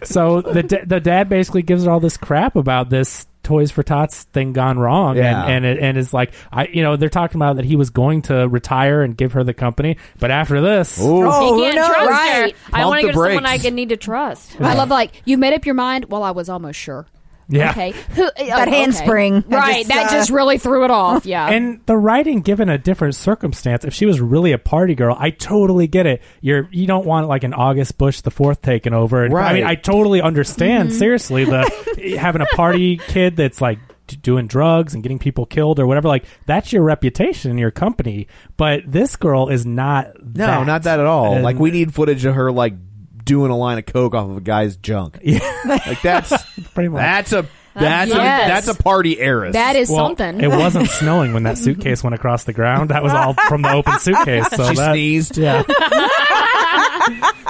Speaker 7: so the da- the dad basically gives her all this crap about this Toys for Tots thing gone wrong,
Speaker 6: Yeah.
Speaker 7: and and it, and is like I you know they're talking about that he was going to retire and give her the company, but after this,
Speaker 8: Oh,
Speaker 10: you
Speaker 8: who
Speaker 10: can't
Speaker 8: knows?
Speaker 10: trust
Speaker 8: Right.
Speaker 10: her. I
Speaker 6: Pump
Speaker 10: want
Speaker 6: the
Speaker 10: to go to someone
Speaker 6: brakes.
Speaker 10: I can need to trust.
Speaker 9: I love like you made up your mind. Well, I was almost sure.
Speaker 7: yeah.
Speaker 9: Okay, who oh,
Speaker 8: That handspring.
Speaker 9: Okay.
Speaker 8: That
Speaker 9: Right,
Speaker 8: just,
Speaker 9: that
Speaker 8: uh,
Speaker 9: just really threw it off. Yeah,
Speaker 7: And the writing, given a different circumstance, if she was really a party girl, I totally get it. You're you don't want like an August Bush the Fourth taken over. And, I
Speaker 6: Right.
Speaker 7: mean,
Speaker 6: Mm-hmm.
Speaker 7: I totally understand. Seriously, the having a party kid that's like d- doing drugs and getting people killed or whatever. Like that's your reputation in your company. But this girl is not.
Speaker 6: No, not that at all.
Speaker 7: And-
Speaker 6: like we need footage of her like doing a line of coke off of a guy's junk. Yeah, like that's
Speaker 7: pretty much.
Speaker 6: that's a that's a,
Speaker 10: Yes.
Speaker 6: that's a party heiress.
Speaker 9: that is
Speaker 7: Well,
Speaker 9: something.
Speaker 7: It wasn't snowing when that suitcase went across the ground. That was all from the open suitcase. So
Speaker 6: she
Speaker 7: that,
Speaker 6: sneezed.
Speaker 7: Yeah.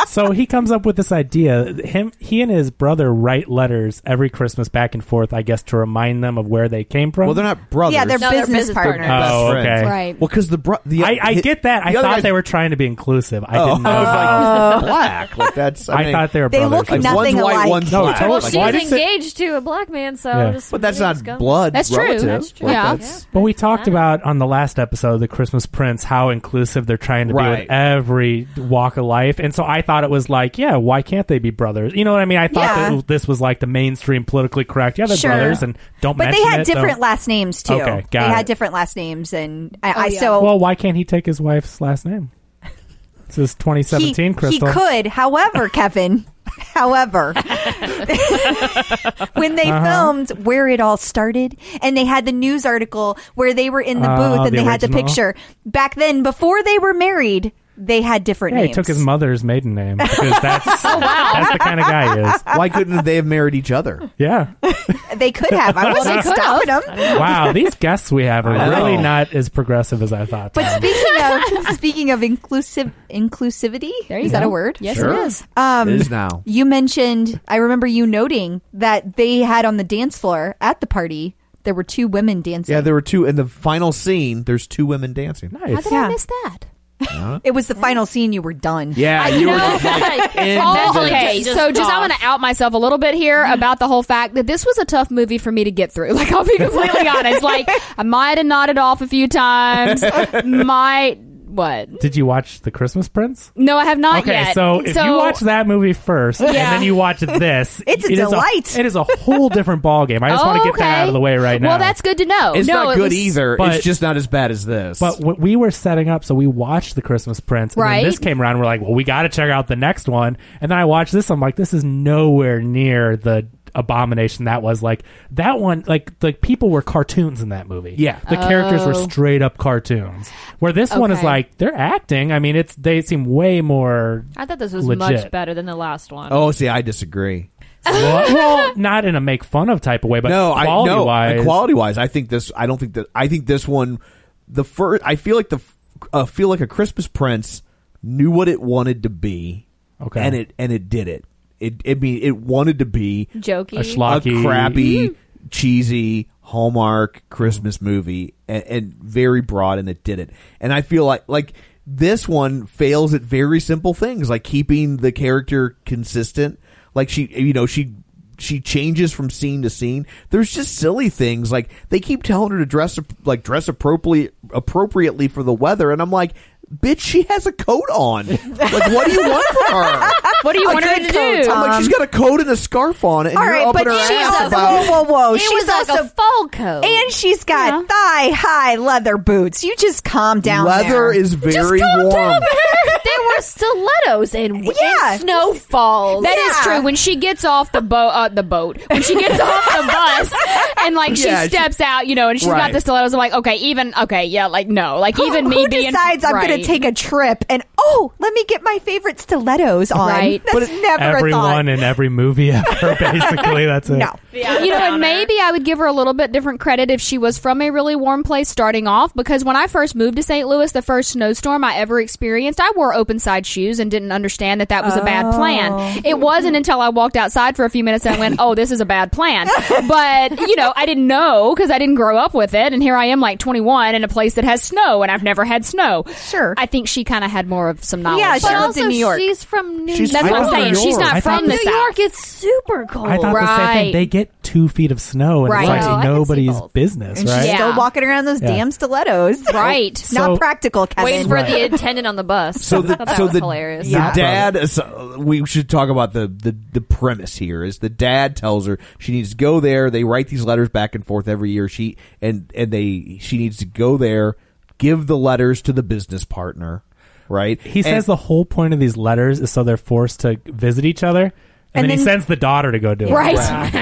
Speaker 7: so he comes up with this idea. Him, he and his brother write letters every Christmas back and forth. I guess to remind them of where they came from.
Speaker 6: Well, Oh, they're not brothers.
Speaker 8: Yeah, they're
Speaker 10: No, they're
Speaker 8: business
Speaker 10: business
Speaker 8: partners.
Speaker 10: partners.
Speaker 6: best
Speaker 7: Oh,
Speaker 6: friends.
Speaker 7: okay.
Speaker 9: Right.
Speaker 6: Well, because the bro, the
Speaker 7: I, I
Speaker 6: hi-
Speaker 7: get that. I
Speaker 6: the other
Speaker 7: thought
Speaker 6: guys-
Speaker 7: they were trying to be inclusive. I
Speaker 6: Oh,
Speaker 7: didn't know.
Speaker 6: I was
Speaker 7: that.
Speaker 6: like, he's black. Like that's. I,
Speaker 7: I,
Speaker 6: mean,
Speaker 7: thought they were
Speaker 8: They
Speaker 7: brothers.
Speaker 8: look
Speaker 7: I was
Speaker 6: like
Speaker 7: like,
Speaker 8: Nothing
Speaker 6: one's white,
Speaker 8: alike.
Speaker 6: one's
Speaker 7: No,
Speaker 6: black.
Speaker 7: totally.
Speaker 10: well,
Speaker 7: Like,
Speaker 10: she's
Speaker 7: why does it-
Speaker 10: engaged to a black man, so
Speaker 7: Yeah.
Speaker 10: just
Speaker 6: But that's
Speaker 10: let
Speaker 6: not
Speaker 10: it go.
Speaker 6: blood.
Speaker 9: That's true.
Speaker 6: relative.
Speaker 9: That's true.
Speaker 6: Like,
Speaker 9: Yeah.
Speaker 6: that's-
Speaker 7: but we talked about on the last episode the Christmas Prince how inclusive they're trying to be
Speaker 6: Right.
Speaker 7: with every walk of life, and so I thought it was like, yeah, why can't they be brothers? You know what I mean? I thought
Speaker 8: Yeah.
Speaker 7: that this was like the mainstream politically correct. Yeah, they're
Speaker 8: Sure.
Speaker 7: brothers, and don't.
Speaker 8: But they
Speaker 7: mention
Speaker 8: had
Speaker 7: it, though.
Speaker 8: different last names too.
Speaker 7: Okay, got
Speaker 8: they
Speaker 7: it.
Speaker 8: had different last names, and I, I
Speaker 9: yeah.
Speaker 8: so
Speaker 7: Well, why can't he take his wife's last name? This is
Speaker 8: he,
Speaker 7: 2017,
Speaker 8: he
Speaker 7: Crystal.
Speaker 8: could. However, Kevin, however, when they
Speaker 7: Uh-huh.
Speaker 8: filmed where it all started, and they had the news article where they were in the
Speaker 7: Ah,
Speaker 8: booth and
Speaker 7: the
Speaker 8: they had the
Speaker 7: original.
Speaker 8: picture back then before they were married. They had different
Speaker 7: Yeah, he
Speaker 8: names. Oh,
Speaker 7: took his mother's maiden name because that's that's the kind of guy he is.
Speaker 6: Why couldn't they have married each other?
Speaker 7: Yeah.
Speaker 8: they could have. I wasn't
Speaker 9: could
Speaker 8: stopping them.
Speaker 7: Wow, these guests we have
Speaker 6: I
Speaker 7: are
Speaker 6: know.
Speaker 7: really not as progressive as I thought.
Speaker 8: But speaking of speaking of inclusive inclusivity,
Speaker 9: There you
Speaker 8: is that
Speaker 9: go.
Speaker 8: a word?
Speaker 9: Yes,
Speaker 6: Sure.
Speaker 9: it is.
Speaker 8: Um,
Speaker 6: It is now.
Speaker 8: You mentioned, I remember you noting that they had on the dance floor at the party, there were two women dancing.
Speaker 6: Yeah, there were two in the final scene. There's two women dancing.
Speaker 9: How
Speaker 7: nice.
Speaker 9: did
Speaker 8: Yeah.
Speaker 9: I miss that?
Speaker 8: it was the final scene you were done.
Speaker 6: Yeah, you were just like in
Speaker 9: Oh,
Speaker 6: the-
Speaker 9: okay,
Speaker 10: Just
Speaker 9: so just Mm-hmm. I
Speaker 10: off.
Speaker 9: want to out myself a little bit here about the whole fact that this was a tough movie for me to get through. Like I'll be completely honest. Like I might have nodded off a few times. might what?
Speaker 7: Did you watch The Christmas Prince?
Speaker 9: No, I have not
Speaker 7: Okay,
Speaker 9: yet.
Speaker 7: so if you watch that movie first and then you watch this,
Speaker 8: It's a
Speaker 7: it is
Speaker 8: delight.
Speaker 7: it is a whole different ballgame. I just want to get that
Speaker 9: okay.
Speaker 7: out of the way right now.
Speaker 9: Well, that's good to know.
Speaker 6: It's
Speaker 9: no,
Speaker 6: not
Speaker 9: it
Speaker 6: good
Speaker 9: was-
Speaker 6: either.
Speaker 7: but-
Speaker 6: it's just not as bad as this.
Speaker 7: But what we were setting up, so we watched the Christmas Prince, and
Speaker 9: Right.
Speaker 7: then this came around. We're like, well, we got to check out the next one. And then I watched this. I'm like, this is nowhere near the abomination that was. Like that one, like the people were cartoons in that movie.
Speaker 6: Yeah.
Speaker 7: the characters were
Speaker 9: Oh.
Speaker 7: straight up cartoons. Where this one is
Speaker 9: Okay.
Speaker 7: like they're acting. I mean, it's they seem way more.
Speaker 10: I thought this was
Speaker 7: Legit.
Speaker 10: much better than the last one.
Speaker 6: oh, see, I disagree.
Speaker 7: well, well, not in a make fun of type of way, but
Speaker 6: no, I
Speaker 7: quality
Speaker 6: no
Speaker 7: wise,
Speaker 6: quality wise, I think this. I don't think that. I think this one. The first, I feel like the uh, feel like a Christmas Prince knew what it wanted to be.
Speaker 7: Okay.
Speaker 6: and it and it did it. It I mean, it wanted to be
Speaker 10: Jokey.
Speaker 7: a schlocky,
Speaker 6: a crappy, cheesy Hallmark Christmas movie and, and very broad, and it did it. And I feel like like this one fails at very simple things like keeping the character consistent. Like she, you know, she she changes from scene to scene. There's just silly things like they keep telling her to dress like dress appropriately appropriately for the weather, and I'm like, bitch, she has a coat on. like, what do you want from her?
Speaker 9: What do you
Speaker 6: A
Speaker 9: want her
Speaker 6: good
Speaker 9: to
Speaker 6: coat,
Speaker 9: do?
Speaker 6: Tom. I'm like, she's got a coat and a scarf on, and
Speaker 8: All
Speaker 6: you're
Speaker 8: right,
Speaker 6: up
Speaker 8: but
Speaker 6: in her
Speaker 8: she's
Speaker 6: ass
Speaker 8: also-
Speaker 6: about.
Speaker 8: whoa, whoa,
Speaker 9: Oh,
Speaker 8: whoa.
Speaker 10: It
Speaker 8: she's
Speaker 10: was like
Speaker 8: also
Speaker 10: a fall coat.
Speaker 8: and she's got thigh high leather boots. You just calm down.
Speaker 6: Leather
Speaker 8: is
Speaker 6: is very
Speaker 10: Come
Speaker 6: warm.
Speaker 10: down here. they were stilettos and,
Speaker 8: Yeah.
Speaker 10: and snowfalls.
Speaker 8: That
Speaker 9: That is
Speaker 8: Yeah.
Speaker 9: true. When she gets off the boat, uh, the boat. When she gets off the bus, and like she
Speaker 6: Yeah, she-
Speaker 9: steps out, you know, and she's
Speaker 6: Right.
Speaker 9: got the stilettos. I'm like, okay, even okay, yeah, like no, like even
Speaker 8: who
Speaker 9: me being
Speaker 8: decides I'm going
Speaker 9: right.
Speaker 8: to take a trip and oh, let me get my favorite stilettos on.
Speaker 9: Right.
Speaker 8: That's never a thought.
Speaker 7: Everyone in every movie ever, basically. That's it.
Speaker 8: no.
Speaker 9: you know, and maybe I would give her a little bit different credit if she was from a really warm place starting off. Because when I first moved to St. Louis, the first snowstorm I ever experienced, I wore open side shoes and didn't understand that that was a bad plan. It wasn't until I walked outside for a few minutes and I went, "Oh, this is a bad plan." But you know, I didn't know because I didn't grow up with it, and here I am, like 21, in a place that has snow, and I've never had snow.
Speaker 8: Sure.
Speaker 9: I think she kind of had more of some knowledge.
Speaker 8: Yeah, she
Speaker 10: But
Speaker 9: there.
Speaker 8: lived in
Speaker 10: also
Speaker 8: New York.
Speaker 10: She's from New
Speaker 6: She's
Speaker 10: York.
Speaker 9: That's what I'm
Speaker 6: from
Speaker 9: saying.
Speaker 6: New
Speaker 9: She's
Speaker 6: York.
Speaker 9: not
Speaker 7: I thought
Speaker 9: from the
Speaker 7: this-
Speaker 10: New
Speaker 9: South.
Speaker 10: York, it's super cold.
Speaker 7: I thought the same
Speaker 9: Right.
Speaker 7: thing. They get two feet of snow, and
Speaker 9: Right.
Speaker 7: it's
Speaker 9: Well, I
Speaker 7: like
Speaker 9: can see
Speaker 7: nobody's
Speaker 10: both.
Speaker 7: business,
Speaker 8: And she's
Speaker 7: right?
Speaker 9: Yeah.
Speaker 8: still walking around those
Speaker 7: Yeah.
Speaker 8: damn stilettos.
Speaker 9: Right.
Speaker 8: Not
Speaker 7: So-
Speaker 8: practical, Kevin.
Speaker 10: Waiting for the attendant on the bus.
Speaker 6: So
Speaker 10: I
Speaker 6: the
Speaker 10: thought that
Speaker 6: so
Speaker 10: was
Speaker 6: the,
Speaker 10: hilarious.
Speaker 6: the
Speaker 7: Yeah.
Speaker 6: dad. Is, uh, we should talk about the, the the premise here. Is the dad tells her she needs to go there. They write these letters back and forth every year. She and and they she needs to go there, give the letters to the business partner, right?
Speaker 7: He
Speaker 6: And-
Speaker 7: says the whole point of these letters is so they're forced to visit each other. And,
Speaker 8: And
Speaker 7: then, he
Speaker 8: then-
Speaker 7: sends the daughter to go do it.
Speaker 9: Right.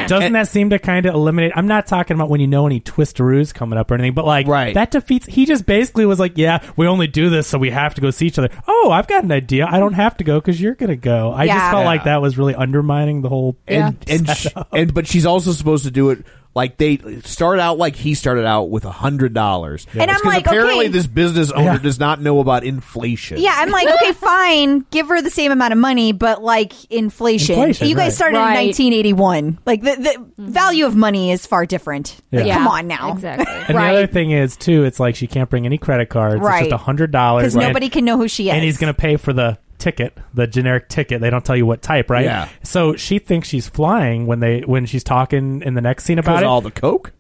Speaker 7: Doesn't
Speaker 6: And-
Speaker 7: that seem to kind of eliminate? I'm not talking about when you know any twisteroos coming up or anything, but like
Speaker 6: Right.
Speaker 7: that defeats. He just basically was like, "Yeah, we only do this so we have to go see each other." Oh, I've got an idea. I don't have to go because you're gonna go. I just
Speaker 8: Yeah.
Speaker 7: felt like
Speaker 6: Yeah.
Speaker 7: that was really undermining the whole.
Speaker 6: and and, sh- and but she's also supposed to do it like they start out like he started out with a hundred dollars
Speaker 8: And I'm like,
Speaker 6: apparently
Speaker 8: okay.
Speaker 6: this business owner
Speaker 7: Yeah.
Speaker 6: does not know about inflation
Speaker 8: Yeah, I'm like, okay, fine, give her the same amount of money, but like inflation.
Speaker 7: Inflation,
Speaker 8: you
Speaker 7: right.
Speaker 8: guys started
Speaker 9: Right.
Speaker 8: in 1981. Like the, the value of money is far different. Like,
Speaker 7: Yeah.
Speaker 8: come on now.
Speaker 9: Exactly.
Speaker 7: And
Speaker 9: right.
Speaker 7: the other thing is too, it's like she can't bring any credit cards. It's
Speaker 8: Right.
Speaker 7: just hundred dollars
Speaker 8: Because nobody can know who she is.
Speaker 7: and he's going to pay for the ticket, the generic ticket. They don't tell you what type, right?
Speaker 6: Yeah.
Speaker 7: So she thinks she's flying when they when she's talking in the next scene about
Speaker 6: because
Speaker 7: it.
Speaker 6: all the coke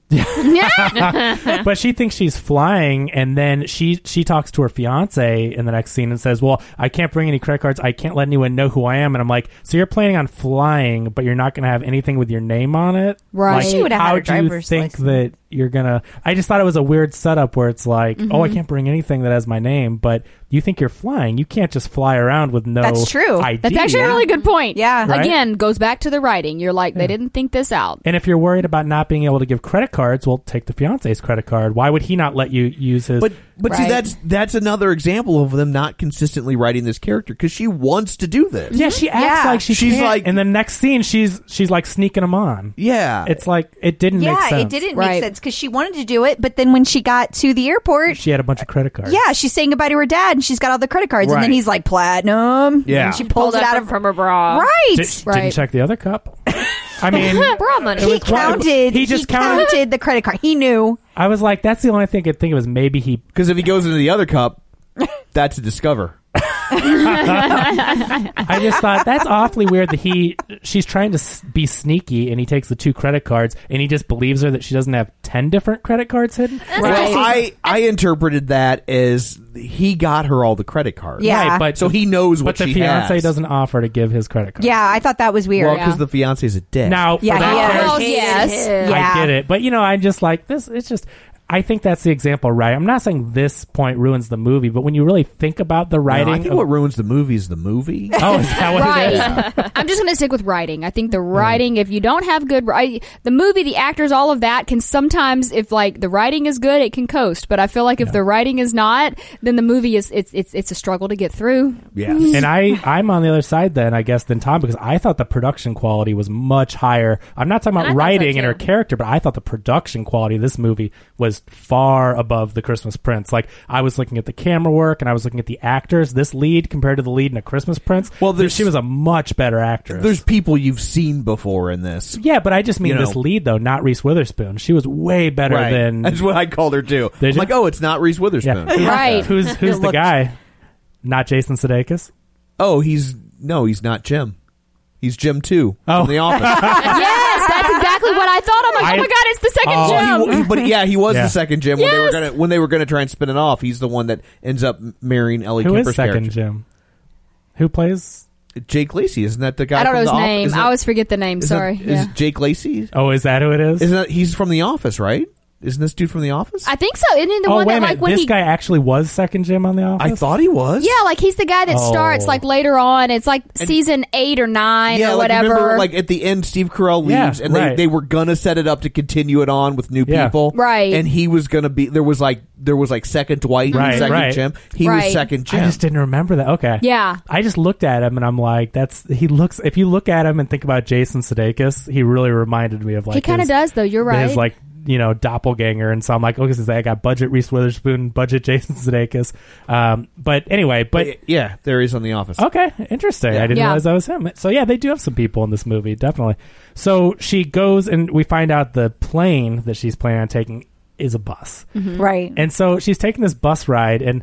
Speaker 7: but she thinks she's flying, and then she she talks to her fiance in the next scene and says, "Well, I can't bring any credit cards. I can't let anyone know who I am." And I'm like, "So you're planning on flying, but you're not going to have anything with your name on it?"
Speaker 9: Right.
Speaker 7: Like,
Speaker 9: She
Speaker 8: would've had
Speaker 7: how
Speaker 8: her
Speaker 7: do you
Speaker 8: driver's
Speaker 7: think
Speaker 8: license.
Speaker 7: that you're gonna? I just thought it was a weird setup where it's like, "Oh,
Speaker 9: Mm-hmm.
Speaker 7: I can't bring anything that has my name," but you think you're flying. You can't just fly around with no.
Speaker 8: That's true.
Speaker 7: ID.
Speaker 9: That's actually a really good point.
Speaker 8: Yeah. Right?
Speaker 9: Again, goes back to the writing. You're like, they didn't think this out.
Speaker 7: And if you're worried about not being able to give credit cards, well, take the fiance's credit card. Why would he not let you use his?
Speaker 6: But but see
Speaker 9: Right.
Speaker 6: that's that's another example of them not consistently writing this character because she wants to do this.
Speaker 7: Yeah, she acts
Speaker 8: Mm-hmm. Yeah.
Speaker 7: like she
Speaker 6: She's
Speaker 7: she's
Speaker 6: like-
Speaker 7: like, and the next scene she's she's like sneaking them on.
Speaker 6: Yeah.
Speaker 7: It's like it didn't make
Speaker 8: yeah,
Speaker 7: sense.
Speaker 8: it didn't
Speaker 9: Right.
Speaker 8: make sense because she wanted to do it, but then when she got to the airport,
Speaker 7: She had a bunch of credit cards.
Speaker 8: yeah, she's saying goodbye to her dad, and she's got all the credit cards, and
Speaker 6: Right.
Speaker 8: then he's like platinum.
Speaker 6: Yeah.
Speaker 8: and she
Speaker 6: She
Speaker 8: pulls
Speaker 10: Pulled
Speaker 8: it out
Speaker 10: from-
Speaker 8: of
Speaker 10: from her bra.
Speaker 8: right.
Speaker 7: Di-
Speaker 9: Right.
Speaker 7: Didn't check the other cup. I mean,
Speaker 10: Bra money.
Speaker 7: It
Speaker 8: he
Speaker 7: was one-
Speaker 8: counted.
Speaker 7: he just counted-
Speaker 8: counted the credit card. He knew.
Speaker 7: I was like, that's the only thing I could think of is maybe he.
Speaker 6: Because if he goes into the other cup, that's a discover.
Speaker 7: I just thought that's awfully weird that he. She's trying to s- be sneaky, and he takes the two credit cards, and he just believes her that she doesn't have ten different credit cards hidden.
Speaker 6: Well, I I interpreted that as he got her all the credit cards.
Speaker 8: Yeah.
Speaker 7: Right, but
Speaker 6: So he knows what
Speaker 7: but the
Speaker 6: she
Speaker 7: fiance
Speaker 6: has.
Speaker 7: doesn't offer to give his credit card.
Speaker 8: Yeah, I thought that was weird.
Speaker 6: Well, because the fiance's a dick.
Speaker 7: Now, for
Speaker 8: yeah,
Speaker 7: that
Speaker 8: he is.
Speaker 9: Oh,
Speaker 8: yes,
Speaker 9: yes.
Speaker 8: yeah.
Speaker 7: I get it. But you know, I'm just like this. It's just. I think that's the example, right? I'm not saying this point ruins the movie, but when you really think about the
Speaker 6: No,
Speaker 7: writing,
Speaker 6: I think
Speaker 7: of-
Speaker 6: what ruins the movie is the movie.
Speaker 7: oh, is that what it is?
Speaker 9: Right. I'm just going to stick with writing. I think the
Speaker 10: Mm.
Speaker 9: writing, if you don't have good, I, the movie, the actors, all of that can sometimes, if like the writing is good, it can coast. But I feel like if the writing is not, then the movie is, it's, it's, it's a struggle to get through.
Speaker 6: yes.
Speaker 7: And I, I'm on the other side then, I guess, than Tom because I thought the production quality was much higher. I'm not talking
Speaker 10: I
Speaker 7: about
Speaker 10: thought so,
Speaker 7: writing and her
Speaker 10: too.
Speaker 7: character, but I thought the production quality of this movie was just far above the Christmas Prince. Like I was looking at the camera work and I was looking at the actors. This lead compared to the lead in a Christmas Prince.
Speaker 6: Well, there's-
Speaker 7: she was a much better actress.
Speaker 6: There's people you've seen before in this.
Speaker 7: yeah, but I just mean
Speaker 6: You know.
Speaker 7: this lead though, not Reese Witherspoon. She was way better
Speaker 6: Right.
Speaker 7: than
Speaker 6: That's what I called her too. I'm
Speaker 7: you?
Speaker 6: like, oh, it's not Reese Witherspoon.
Speaker 7: Yeah.
Speaker 9: Right.
Speaker 7: Who's who's the guy? Not Jason Sudeikis.
Speaker 6: Oh, he's no, he's not Jim. He's Jim too
Speaker 7: Oh.
Speaker 6: from The Office.
Speaker 9: yes, that's exactly what I thought. I'm like,
Speaker 7: I-
Speaker 9: oh my god, it's the second
Speaker 6: Well,
Speaker 7: Oh,
Speaker 6: he
Speaker 9: Jim.
Speaker 6: w- he- but yeah, he was
Speaker 7: Yeah.
Speaker 6: the second Jim when they were
Speaker 9: Yes!
Speaker 6: gonna when they were gonna try and spin it off. He's the one that ends up marrying Ellie
Speaker 7: Who
Speaker 6: Kemper's
Speaker 7: is second
Speaker 6: character.
Speaker 7: Jim? Who plays?
Speaker 6: Jake Lacey, isn't that the guy?
Speaker 9: I don't
Speaker 6: from
Speaker 9: know his
Speaker 6: the Office?
Speaker 9: name.
Speaker 6: Isn't
Speaker 9: I
Speaker 6: that-
Speaker 9: always forget the name.
Speaker 6: isn't-
Speaker 9: Sorry.
Speaker 6: is
Speaker 9: Yeah.
Speaker 6: Jake Lacey?
Speaker 7: Oh, is that who it is?
Speaker 6: Isn't that, he's from The Office, right? Isn't this dude from The Office?
Speaker 9: I think so. Isn't he the
Speaker 7: oh,
Speaker 9: one
Speaker 7: wait
Speaker 9: that
Speaker 7: a minute.
Speaker 9: like when
Speaker 7: this
Speaker 9: he?
Speaker 7: guy actually was second Jim on the
Speaker 6: I
Speaker 7: office.
Speaker 6: thought he was.
Speaker 9: yeah, like he's the guy that
Speaker 7: Oh.
Speaker 9: starts like later on. It's like season eight or nine
Speaker 6: Yeah,
Speaker 9: or
Speaker 6: like,
Speaker 9: whatever.
Speaker 6: remember, like at the end, Steve Carell
Speaker 7: Yeah,
Speaker 6: leaves, and
Speaker 7: right.
Speaker 6: they, they were gonna set it up to continue it on with new
Speaker 7: Yeah.
Speaker 6: people,
Speaker 9: Right.
Speaker 6: And he was gonna be there was like there was like second Dwight,
Speaker 7: Right,
Speaker 6: and second
Speaker 7: right.
Speaker 6: Jim. He
Speaker 9: Right.
Speaker 6: was second
Speaker 7: I
Speaker 6: Jim.
Speaker 7: just didn't remember that. Okay.
Speaker 9: Yeah.
Speaker 7: I just looked at him and I'm like, that's he looks. If you look at him and think about Jason Sudeikis, he really reminded me of like
Speaker 9: he kind of does
Speaker 7: his-
Speaker 9: though. You're right.
Speaker 7: His like you know doppelganger, and so I'm like, okay, so I got budget Reese Witherspoon, budget Jason Sudeikis. Um, but anyway, but
Speaker 6: yeah, there is on The Office.
Speaker 7: Okay, interesting. I didn't
Speaker 9: Yeah.
Speaker 7: realize that was him. So yeah, they do have some people in this movie, definitely. So she goes and we find out the plane that she's planning on taking is a bus.
Speaker 8: Mm-hmm. Right.
Speaker 7: And so she's taking this bus ride and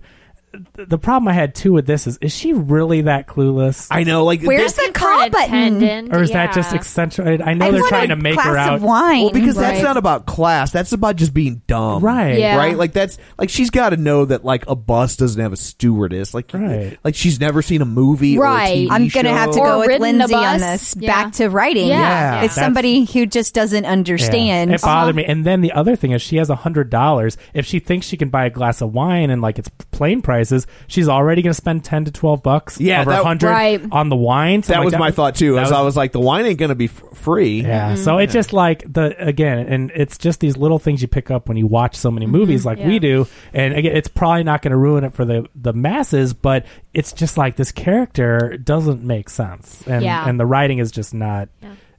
Speaker 7: th- the problem I had too with this is is she really that clueless?
Speaker 6: I know, like
Speaker 8: Where's
Speaker 6: that-
Speaker 8: the call button?
Speaker 10: attendant.
Speaker 7: or is
Speaker 10: yeah.
Speaker 7: that just accentuated? I know
Speaker 8: I
Speaker 7: they're
Speaker 8: want
Speaker 7: trying
Speaker 8: a
Speaker 7: to make
Speaker 8: glass
Speaker 7: her out
Speaker 8: of wine.
Speaker 6: well, because that's
Speaker 9: Right.
Speaker 6: not about class. That's about just being dumb,
Speaker 7: Right.
Speaker 9: Yeah.
Speaker 6: Right, like that's like she's got to know that like a bus doesn't have a stewardess, like
Speaker 7: Right.
Speaker 6: like she's never seen a movie.
Speaker 9: Right.
Speaker 6: or a TV
Speaker 8: I'm gonna have to
Speaker 6: show.
Speaker 9: Or
Speaker 8: go with
Speaker 9: ridden a
Speaker 8: Lindsay on
Speaker 9: bus.
Speaker 8: this.
Speaker 9: Yeah.
Speaker 8: Back to writing.
Speaker 9: Yeah.
Speaker 7: Yeah.
Speaker 8: It's
Speaker 7: That's-
Speaker 8: somebody who just doesn't
Speaker 7: Yeah.
Speaker 8: understand. Uh-huh.
Speaker 7: It bothered me. And then the other thing is, she has a hundred dollars. If she thinks she can buy a glass of wine and like it's plain prices, she's already going to spend ten to twelve bucks
Speaker 6: Yeah,
Speaker 7: of her
Speaker 6: that-
Speaker 7: hundred
Speaker 9: Right.
Speaker 7: on the wine. So
Speaker 6: That
Speaker 7: I'm like,
Speaker 6: was my thought too.
Speaker 7: that
Speaker 6: As I was like, the wine ain't gonna be f- free.
Speaker 7: yeah. So it's just like the again, and it's just these little things you pick up when you watch so many movies like we
Speaker 10: yeah.
Speaker 7: do. And again, it's probably not going to ruin it for the the masses, but it's just like this character doesn't make sense, and
Speaker 9: Yeah.
Speaker 7: and the writing is just not.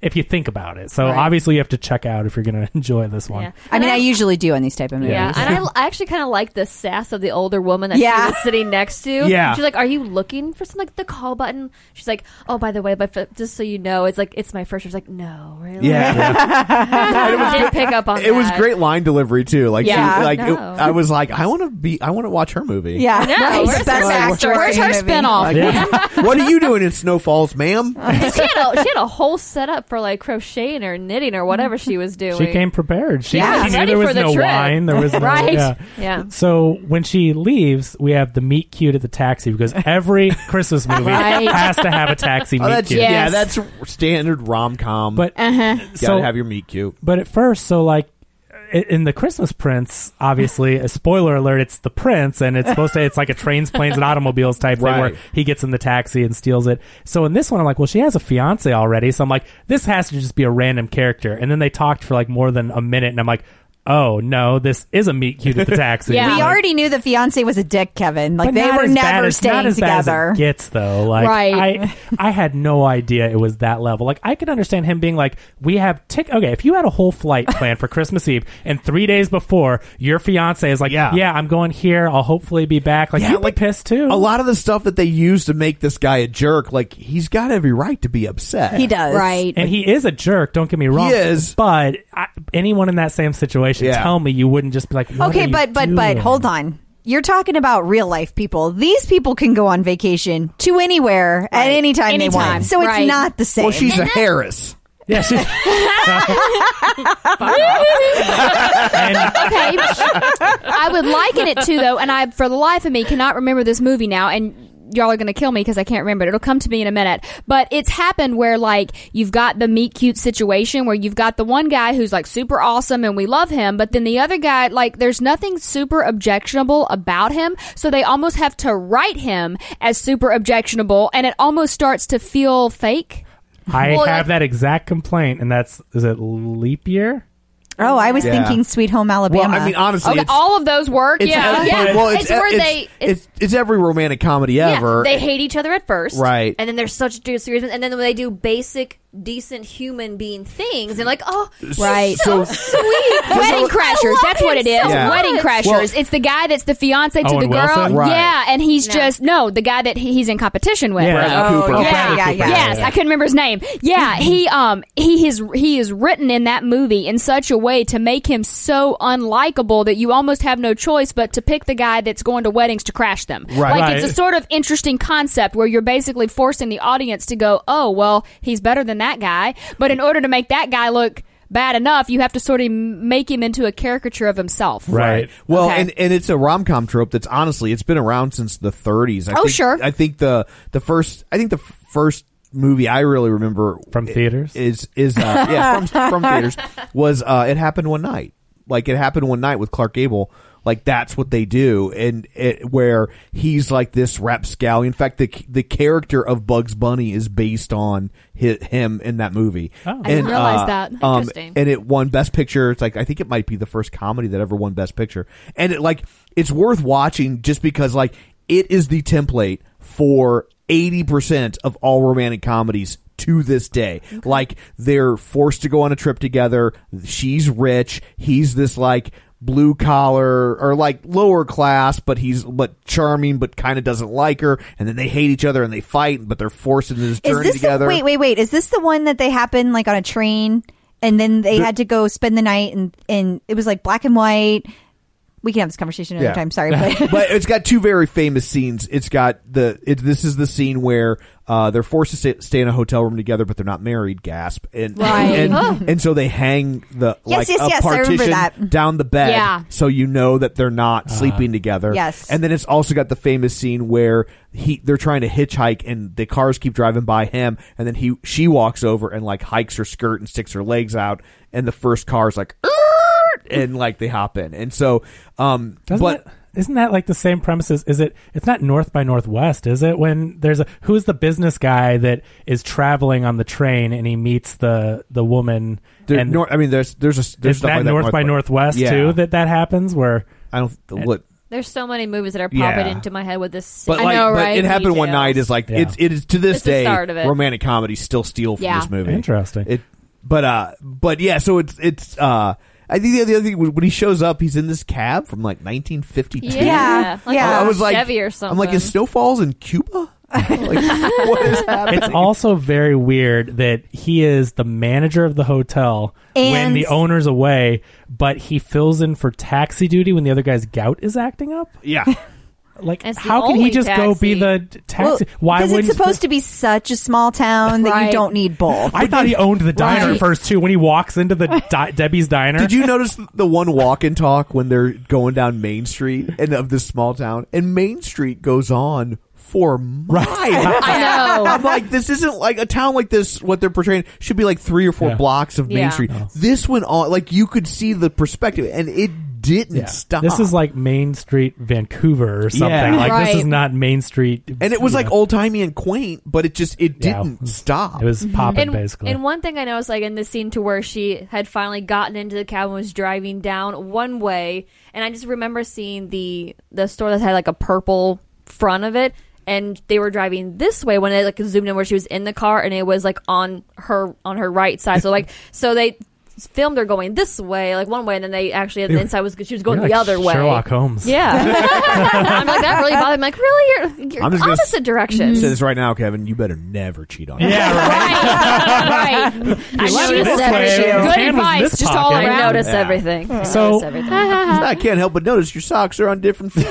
Speaker 7: If you think about it, so obviously you have to check out if you're going to enjoy this one.
Speaker 10: Yeah.
Speaker 8: Uh-huh. I mean, I usually do on these type of movies.
Speaker 10: Yeah, and I l- I, actually kind of like the sass of the older woman that
Speaker 8: Yeah.
Speaker 10: she was sitting next to.
Speaker 6: Yeah.
Speaker 10: she's like, "Are you looking for something like the call button?" She's like, "Oh, by the way, but f- just so you know, it's like it's my first." She's like, "No, really?" I didn't pick up on
Speaker 6: It was
Speaker 10: that.
Speaker 6: great line delivery too. Like,
Speaker 8: Yeah.
Speaker 6: she, like it-
Speaker 10: No.
Speaker 6: I was like, I want to be, I want to watch her movie.
Speaker 8: Yeah.
Speaker 10: No,
Speaker 8: Right.
Speaker 10: Oh, where's
Speaker 8: Best
Speaker 10: her-
Speaker 8: actress
Speaker 9: Where's
Speaker 8: in a
Speaker 9: her
Speaker 8: movie.
Speaker 9: spinoff?
Speaker 6: what are you doing in Snow Falls, ma'am?
Speaker 10: she, had a, she had a whole setup for like crocheting or knitting or whatever she was doing.
Speaker 7: She came prepared. She,
Speaker 10: Yeah.
Speaker 7: she knew
Speaker 10: Ready
Speaker 7: there
Speaker 10: for
Speaker 7: was
Speaker 10: the
Speaker 7: no
Speaker 10: trip.
Speaker 7: wine. There was no,
Speaker 10: Right.
Speaker 7: Yeah.
Speaker 10: Yeah.
Speaker 7: So when she leaves, we have the meet cute at the taxi because every Christmas movie
Speaker 9: Right.
Speaker 7: has to have a taxi
Speaker 6: Oh,
Speaker 7: meet
Speaker 6: that's, Uh-huh.
Speaker 7: cute.
Speaker 9: Yes.
Speaker 6: Yeah, that's standard rom com.
Speaker 7: But
Speaker 6: you gotta
Speaker 7: so,
Speaker 6: have your meet cute.
Speaker 7: but at first, so like i- in the Christmas Prince, obviously, a spoiler alert, it's the Prince, and it's supposed to it's like a trains, planes, and automobiles type thing where
Speaker 6: Right.
Speaker 7: he gets in the taxi and steals it. So in this one, I'm like, well, she has a fiance already, so I'm like, this has to just be a random character. And then they talked for like more than a minute, and I'm like. Oh no! This is a meet cute at the taxi.
Speaker 9: Yeah.
Speaker 8: We
Speaker 7: Like,
Speaker 8: already knew the fiance was a dick, Kevin. Like
Speaker 7: But
Speaker 8: they
Speaker 7: not
Speaker 8: were
Speaker 7: as bad
Speaker 8: never
Speaker 7: as-
Speaker 8: staying
Speaker 7: not as bad as it
Speaker 8: together.
Speaker 7: gets though, like
Speaker 9: Right.
Speaker 7: I, I had no idea it was that level. Like I could understand him being like, "We have tick." Okay, if you had a whole flight planned for Christmas Eve, and three days before your fiance is like, "Yeah,
Speaker 6: Yeah.
Speaker 7: I'm going here. I'll hopefully be back." Like
Speaker 6: Yeah,
Speaker 7: you'd be
Speaker 6: like,
Speaker 7: pissed too.
Speaker 6: A lot of the stuff that they use to make this guy a jerk, like he's got every right to be upset.
Speaker 8: He does.
Speaker 9: Right.
Speaker 7: and he is a jerk. Don't get me wrong.
Speaker 6: is.
Speaker 7: but I, anyone in that same situation,
Speaker 6: Yeah.
Speaker 7: tell me you wouldn't just be like, what are
Speaker 8: Okay,
Speaker 7: you
Speaker 8: but but but
Speaker 7: doing?
Speaker 8: hold on. You're talking about real life people. These people can go on vacation to anywhere at any time they
Speaker 9: Anytime.
Speaker 8: want. So it's
Speaker 9: Right.
Speaker 8: not the same.
Speaker 6: Well, she's a Harris.
Speaker 7: Yeah, she- And-
Speaker 9: okay. I would liken it to though, and I for the life of me cannot remember this movie now, and y'all are gonna kill me because I can't remember it. It'll come to me in a minute. But it's happened where like you've got the meet cute situation where you've got the one guy who's like super awesome and we love him, but then the other guy like there's nothing super objectionable about him, so they almost have to write him as super objectionable, and it almost starts to feel fake.
Speaker 7: I
Speaker 9: Well, like-
Speaker 7: have that exact complaint, and that's is it leap year?
Speaker 8: oh, I was
Speaker 6: Yeah.
Speaker 8: thinking Sweet Home
Speaker 6: Well,
Speaker 8: Alabama.
Speaker 6: I mean, honestly,
Speaker 9: Okay,
Speaker 6: it's,
Speaker 9: all of those work.
Speaker 6: it's
Speaker 9: yeah,
Speaker 6: every-
Speaker 9: yeah.
Speaker 6: Well,
Speaker 9: it's,
Speaker 6: it's, e-
Speaker 9: where
Speaker 6: it's,
Speaker 9: they. It's,
Speaker 6: it's it's every romantic comedy ever.
Speaker 10: Yeah, they hate each other at first,
Speaker 6: Right.
Speaker 10: And then there's such a serious, and then when they do basic, decent human being things, and like, oh,
Speaker 9: Right.
Speaker 10: so sweet,
Speaker 9: Wedding
Speaker 10: I
Speaker 9: crashers.
Speaker 10: love
Speaker 9: That's what it is.
Speaker 10: so
Speaker 6: Yeah.
Speaker 9: Wedding
Speaker 10: much.
Speaker 9: crashers.
Speaker 6: Well-
Speaker 9: it's the guy that's the fiance to the
Speaker 7: Owen
Speaker 9: girl.
Speaker 7: Wilson?
Speaker 6: Right.
Speaker 9: Yeah, and he's
Speaker 10: No.
Speaker 9: just no, the guy that he- he's in competition with.
Speaker 7: Yeah.
Speaker 6: Bradley Cooper.
Speaker 7: Oh,
Speaker 9: yeah,
Speaker 7: Bradley
Speaker 8: yeah,
Speaker 7: Cooper.
Speaker 8: yeah.
Speaker 9: Yes, I couldn't remember his name.
Speaker 6: Mm-hmm.
Speaker 9: Yeah, he um he is he is written in that movie in such a way to make him so unlikable that you almost have no choice but to pick the guy that's going to weddings to crash them.
Speaker 6: Right.
Speaker 9: Like
Speaker 7: Right.
Speaker 9: it's a sort of interesting concept where you're basically forcing the audience to go, "Oh, well, he's better than that guy." But in order to make that guy look bad enough, you have to sort of m- make him into a caricature of himself.
Speaker 7: Right.
Speaker 6: Well,
Speaker 9: Okay.
Speaker 6: and, and it's a rom com trope that's honestly it's been around since the 30s. I
Speaker 9: Oh,
Speaker 6: think,
Speaker 9: sure.
Speaker 6: I think the the first I think the f- first movie I really remember
Speaker 7: From
Speaker 6: i-
Speaker 7: theaters?
Speaker 6: is is uh, yeah from, from theaters was uh, it happened one night like it happened one night with Clark Gable. Like that's what they do, and it, where he's like this rapscallion. In fact, the the character of Bugs Bunny is based on hi him in that movie.
Speaker 7: Oh.
Speaker 9: I didn't
Speaker 6: And,
Speaker 9: realize that.
Speaker 6: um,
Speaker 10: Interesting.
Speaker 6: and it won Best Picture. It's like I think it might be the first comedy that ever won Best Picture. And it like it's worth watching just because like it is the template for eighty percent of all romantic comedies to this day. Like they're forced to go on a trip together. She's rich. He's this like blue collar or like lower class but he's but charming but kind of doesn't like her and then they hate each other and they fight but they're forced into this
Speaker 8: Is
Speaker 6: journey
Speaker 8: this
Speaker 6: together
Speaker 8: The, wait, wait, wait. Is this the one that they happened like on a train and then they had to go spend the night and and it was like black and white. We can have this conversation another
Speaker 6: Yeah.
Speaker 8: time. Sorry, but
Speaker 6: but it's got two very famous scenes. It's got the it, this is the scene where uh, they're forced to stay, stay in a hotel room together, but they're not married. Gasp! And
Speaker 9: Right.
Speaker 6: and, and so they hang the like
Speaker 8: Oh. yes,
Speaker 6: a
Speaker 8: yes, I remember
Speaker 6: partition
Speaker 8: that.
Speaker 6: down the bed,
Speaker 9: Yeah.
Speaker 6: so you know that they're not
Speaker 7: Uh-huh.
Speaker 6: sleeping together.
Speaker 8: Yes.
Speaker 6: and then it's also got the famous scene where he they're trying to hitchhike and the cars keep driving by him, and then he she walks over and like hikes her skirt and sticks her legs out, and the first car's like. "Err!" And like they hop in, and so, um,
Speaker 7: Doesn't
Speaker 6: but
Speaker 7: it- isn't that like the same premises? Is it? It's not North by Northwest, is it? When there's a who's the business guy that is traveling on the train and he meets the the woman
Speaker 6: There,
Speaker 7: and
Speaker 6: nor- I mean, there's there's a there's
Speaker 7: is
Speaker 6: stuff like
Speaker 7: that North by Northwest
Speaker 6: Yeah.
Speaker 7: too that that happens where
Speaker 6: I don't what,
Speaker 10: There's so many movies that are popping
Speaker 6: Yeah.
Speaker 10: into my head with this.
Speaker 6: but
Speaker 9: I
Speaker 6: like,
Speaker 9: know,
Speaker 6: but
Speaker 9: right?
Speaker 6: it happened one
Speaker 10: Details.
Speaker 6: night is like
Speaker 7: Yeah.
Speaker 6: it's it is to this
Speaker 10: It's the
Speaker 6: day
Speaker 10: start of it.
Speaker 6: romantic comedies still steal from
Speaker 9: Yeah.
Speaker 6: this movie.
Speaker 7: Interesting.
Speaker 6: It, but uh, but yeah, so it's it's uh, I think the other, the other thing was when he shows up, he's in this cab from like 1952.
Speaker 10: yeah,
Speaker 8: Yeah.
Speaker 10: Like
Speaker 8: Yeah.
Speaker 10: a
Speaker 6: I was like,
Speaker 10: Chevy or something.
Speaker 6: I'm like, is Snowfalls in Cuba? like, what is happening?
Speaker 7: it's also very weird that he is the manager of the hotel when
Speaker 8: And-
Speaker 7: the owner's away, but he fills in for taxi duty when the other guy's gout is acting up.
Speaker 6: yeah.
Speaker 7: Like,
Speaker 10: It's the
Speaker 7: how can he
Speaker 10: only
Speaker 7: just go be
Speaker 10: taxi.
Speaker 7: the t-
Speaker 8: well,
Speaker 7: taxi? Why
Speaker 8: because
Speaker 7: wouldn't
Speaker 8: it's supposed to be such a small town that
Speaker 9: Right.
Speaker 8: you don't need both.
Speaker 7: I thought he owned the diner
Speaker 9: Right.
Speaker 7: first too. When he walks into the di- Debbie's diner,
Speaker 6: Did you notice the one walk and talk when they're going down Main Street and of this small town? And Main Street goes on for miles.
Speaker 9: I know.
Speaker 6: I'm like, this isn't like a town like this. What they're portraying should be like three or four
Speaker 7: Yeah. Oh.
Speaker 6: blocks of Main
Speaker 10: Yeah.
Speaker 6: Street. This went on like you could see the perspective, and it didn't
Speaker 7: Yeah.
Speaker 6: stop.
Speaker 7: This is like Main Street Vancouver or something.
Speaker 6: Yeah.
Speaker 7: Like this
Speaker 9: Right.
Speaker 7: is not Main Street.
Speaker 6: and it was
Speaker 7: yeah.
Speaker 6: like old timey and quaint, but it just it
Speaker 7: Yeah. Mm.
Speaker 6: didn't stop.
Speaker 7: It was popping
Speaker 10: and,
Speaker 7: basically.
Speaker 10: and one thing I noticed, like in the scene to where she had finally gotten into the cab and was driving down one way, and I just remember seeing the the store that had like a purple front of it, and they were driving this way when it like zoomed in where she was in the car, and it was like on her on her right side. So like so they filmed her going this way, like one way, and then they actually at the inside was she was going
Speaker 7: You're
Speaker 10: the
Speaker 7: like
Speaker 10: other way.
Speaker 7: Sherlock Holmes.
Speaker 10: Yeah, I'm like that really bothered. me. like, really, you're, you're
Speaker 6: I'm just gonna
Speaker 10: opposite
Speaker 6: s-
Speaker 10: direction.
Speaker 6: Say this right now, Kevin. You better never cheat on. her.
Speaker 7: Yeah,
Speaker 9: right.
Speaker 7: right.
Speaker 9: I
Speaker 8: left
Speaker 9: noticed
Speaker 8: this way,
Speaker 9: everything.
Speaker 8: his
Speaker 9: Good
Speaker 7: hand was in
Speaker 9: advice,
Speaker 7: this
Speaker 9: just all
Speaker 7: pocket.
Speaker 9: around.
Speaker 10: I notice
Speaker 6: Yeah.
Speaker 10: everything.
Speaker 9: Hmm.
Speaker 10: I
Speaker 7: So-
Speaker 10: notice everything.
Speaker 6: I can't help but notice your socks are on different feet.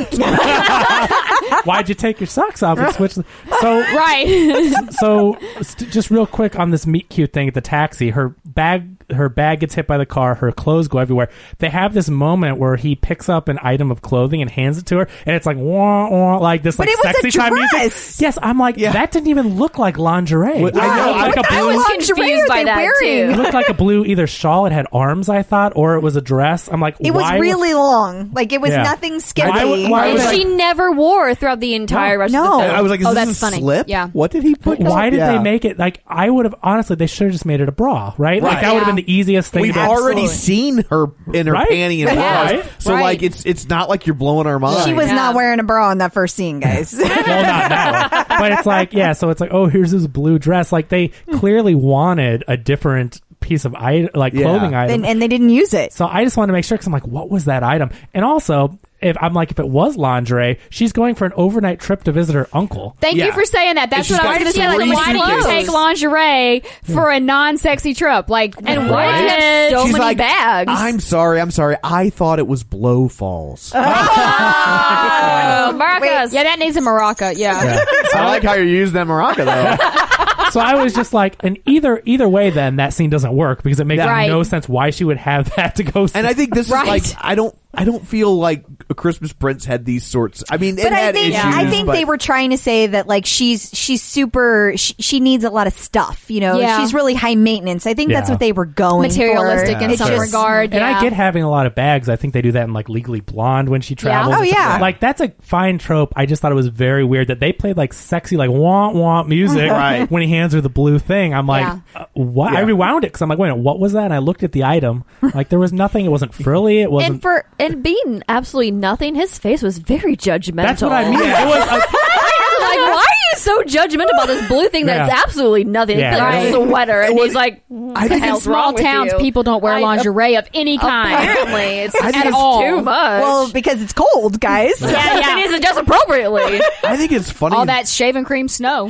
Speaker 7: Why'd you take your socks off and switch? the- So
Speaker 9: Right.
Speaker 7: so st- just real quick on this meet cute thing at the taxi her bag her bag gets hit by the car her clothes go everywhere they have this moment where he picks up an item of clothing and hands it to her and it's like wah, wah, like this
Speaker 8: But
Speaker 7: like
Speaker 8: it was a
Speaker 7: sexy time music
Speaker 8: dress!
Speaker 7: yes i'm like
Speaker 6: Yeah.
Speaker 7: that didn't even look like lingerie
Speaker 6: What- I know,
Speaker 7: It looked
Speaker 6: I-
Speaker 7: like a
Speaker 8: I
Speaker 7: blue,
Speaker 8: was
Speaker 9: was
Speaker 8: confused
Speaker 9: confused by that,
Speaker 8: wearing.
Speaker 7: it looked like a blue either shawl it had arms i thought or it was a dress i'm like
Speaker 8: It was
Speaker 7: why
Speaker 8: really long. Like it was
Speaker 7: Yeah.
Speaker 8: nothing skimpy.
Speaker 7: Why would- why would
Speaker 10: Which she never wore throughout the entire rest
Speaker 8: No.
Speaker 10: of the
Speaker 6: And
Speaker 10: film.
Speaker 6: I was like, is
Speaker 9: Oh,
Speaker 6: this
Speaker 9: that's
Speaker 6: a
Speaker 9: funny.
Speaker 6: slip?
Speaker 9: Yeah.
Speaker 6: What did he put?
Speaker 7: why did
Speaker 6: Yeah.
Speaker 7: they make it like I would have honestly they should have just made it a bra, right? Like
Speaker 6: Right.
Speaker 7: that would have
Speaker 9: Yeah.
Speaker 7: been the easiest thing.
Speaker 6: We've
Speaker 7: to
Speaker 6: already seen her in her
Speaker 7: Right?
Speaker 6: panty and
Speaker 7: Yeah.
Speaker 6: bras.
Speaker 7: Right?
Speaker 6: So
Speaker 7: Right.
Speaker 6: like it's it's not like you're blowing our mind.
Speaker 8: She was not wearing a bra in that first scene, guys.
Speaker 7: but it's like yeah so it's like oh here's this blue dress like they clearly wanted a different piece of item like
Speaker 8: Yeah.
Speaker 7: clothing item
Speaker 8: And- and they didn't use it
Speaker 7: so i just wanted to make sure because i'm like what was that item and also if i'm like if it was lingerie she's going for an overnight trip to visit her uncle
Speaker 9: Thank you for saying that. That's
Speaker 7: she's
Speaker 9: what I was
Speaker 7: got
Speaker 9: going to say.
Speaker 7: some
Speaker 9: Like, why
Speaker 7: greasy
Speaker 9: do you
Speaker 7: clothes.
Speaker 9: take lingerie for a non-sexy trip? Like, and why do you have so
Speaker 6: She's
Speaker 9: many
Speaker 6: like,
Speaker 9: bags?
Speaker 6: I'm sorry, I'm sorry. I thought it was blow falls.
Speaker 9: Oh, maracas. yeah, that needs a maraca. Yeah.
Speaker 6: I like how you're using that maraca though.
Speaker 7: so i was just like and either either way then that scene doesn't work because it makes
Speaker 6: Yeah. Right.
Speaker 7: no sense why she would have that to go
Speaker 6: And I think this
Speaker 7: Right.
Speaker 6: is like I don't I don't feel like a Christmas Prince had these sorts. I mean, it
Speaker 8: but I
Speaker 6: had
Speaker 8: think
Speaker 6: issues.
Speaker 8: I think
Speaker 6: but-
Speaker 8: they were trying to say that like she's she's super she, she needs a lot of stuff you know
Speaker 9: Yeah.
Speaker 8: she's really high maintenance I think that's
Speaker 7: Yeah.
Speaker 8: what they were going
Speaker 9: Materialistic
Speaker 8: for.
Speaker 9: in
Speaker 8: It's
Speaker 9: some
Speaker 8: just-
Speaker 9: regard.
Speaker 7: And
Speaker 9: yeah.
Speaker 7: I get having a lot of bags. I think they do that in like Legally Blonde when she travels.
Speaker 8: Oh,
Speaker 7: and stuff
Speaker 8: yeah.
Speaker 7: like that. Like that's a fine trope. I just thought it was very weird that they played like sexy, like want want music
Speaker 6: Right.
Speaker 7: when he hands her the blue thing. I'm like,
Speaker 9: Yeah.
Speaker 7: uh, what? I
Speaker 6: Yeah.
Speaker 7: rewound it because I'm like, wait, a minute, what was that? And I looked at the item. Like there was nothing. It wasn't frilly. It wasn't.
Speaker 10: and for and being absolutely nothing, his face was very judgmental.
Speaker 7: that's what I mean. It was. uh, Like,
Speaker 10: like, why are you so judgmental about this blue thing that's
Speaker 7: Yeah.
Speaker 10: absolutely nothing?
Speaker 7: Yeah.
Speaker 10: It's like
Speaker 7: Right.
Speaker 10: a sweater, and he's like,
Speaker 6: I
Speaker 10: "What the
Speaker 6: think
Speaker 9: in
Speaker 10: hell's
Speaker 9: small
Speaker 10: wrong with
Speaker 9: towns,
Speaker 10: you?"
Speaker 9: people don't wear
Speaker 10: I-
Speaker 9: lingerie of any kind.
Speaker 10: Apparently, it's
Speaker 9: I
Speaker 10: just
Speaker 9: think it's too
Speaker 10: too much.
Speaker 9: uh,
Speaker 8: well because it's cold guys
Speaker 10: yeah, yeah. it is just appropriately.
Speaker 6: I think it's funny.
Speaker 9: All that shaving cream snow.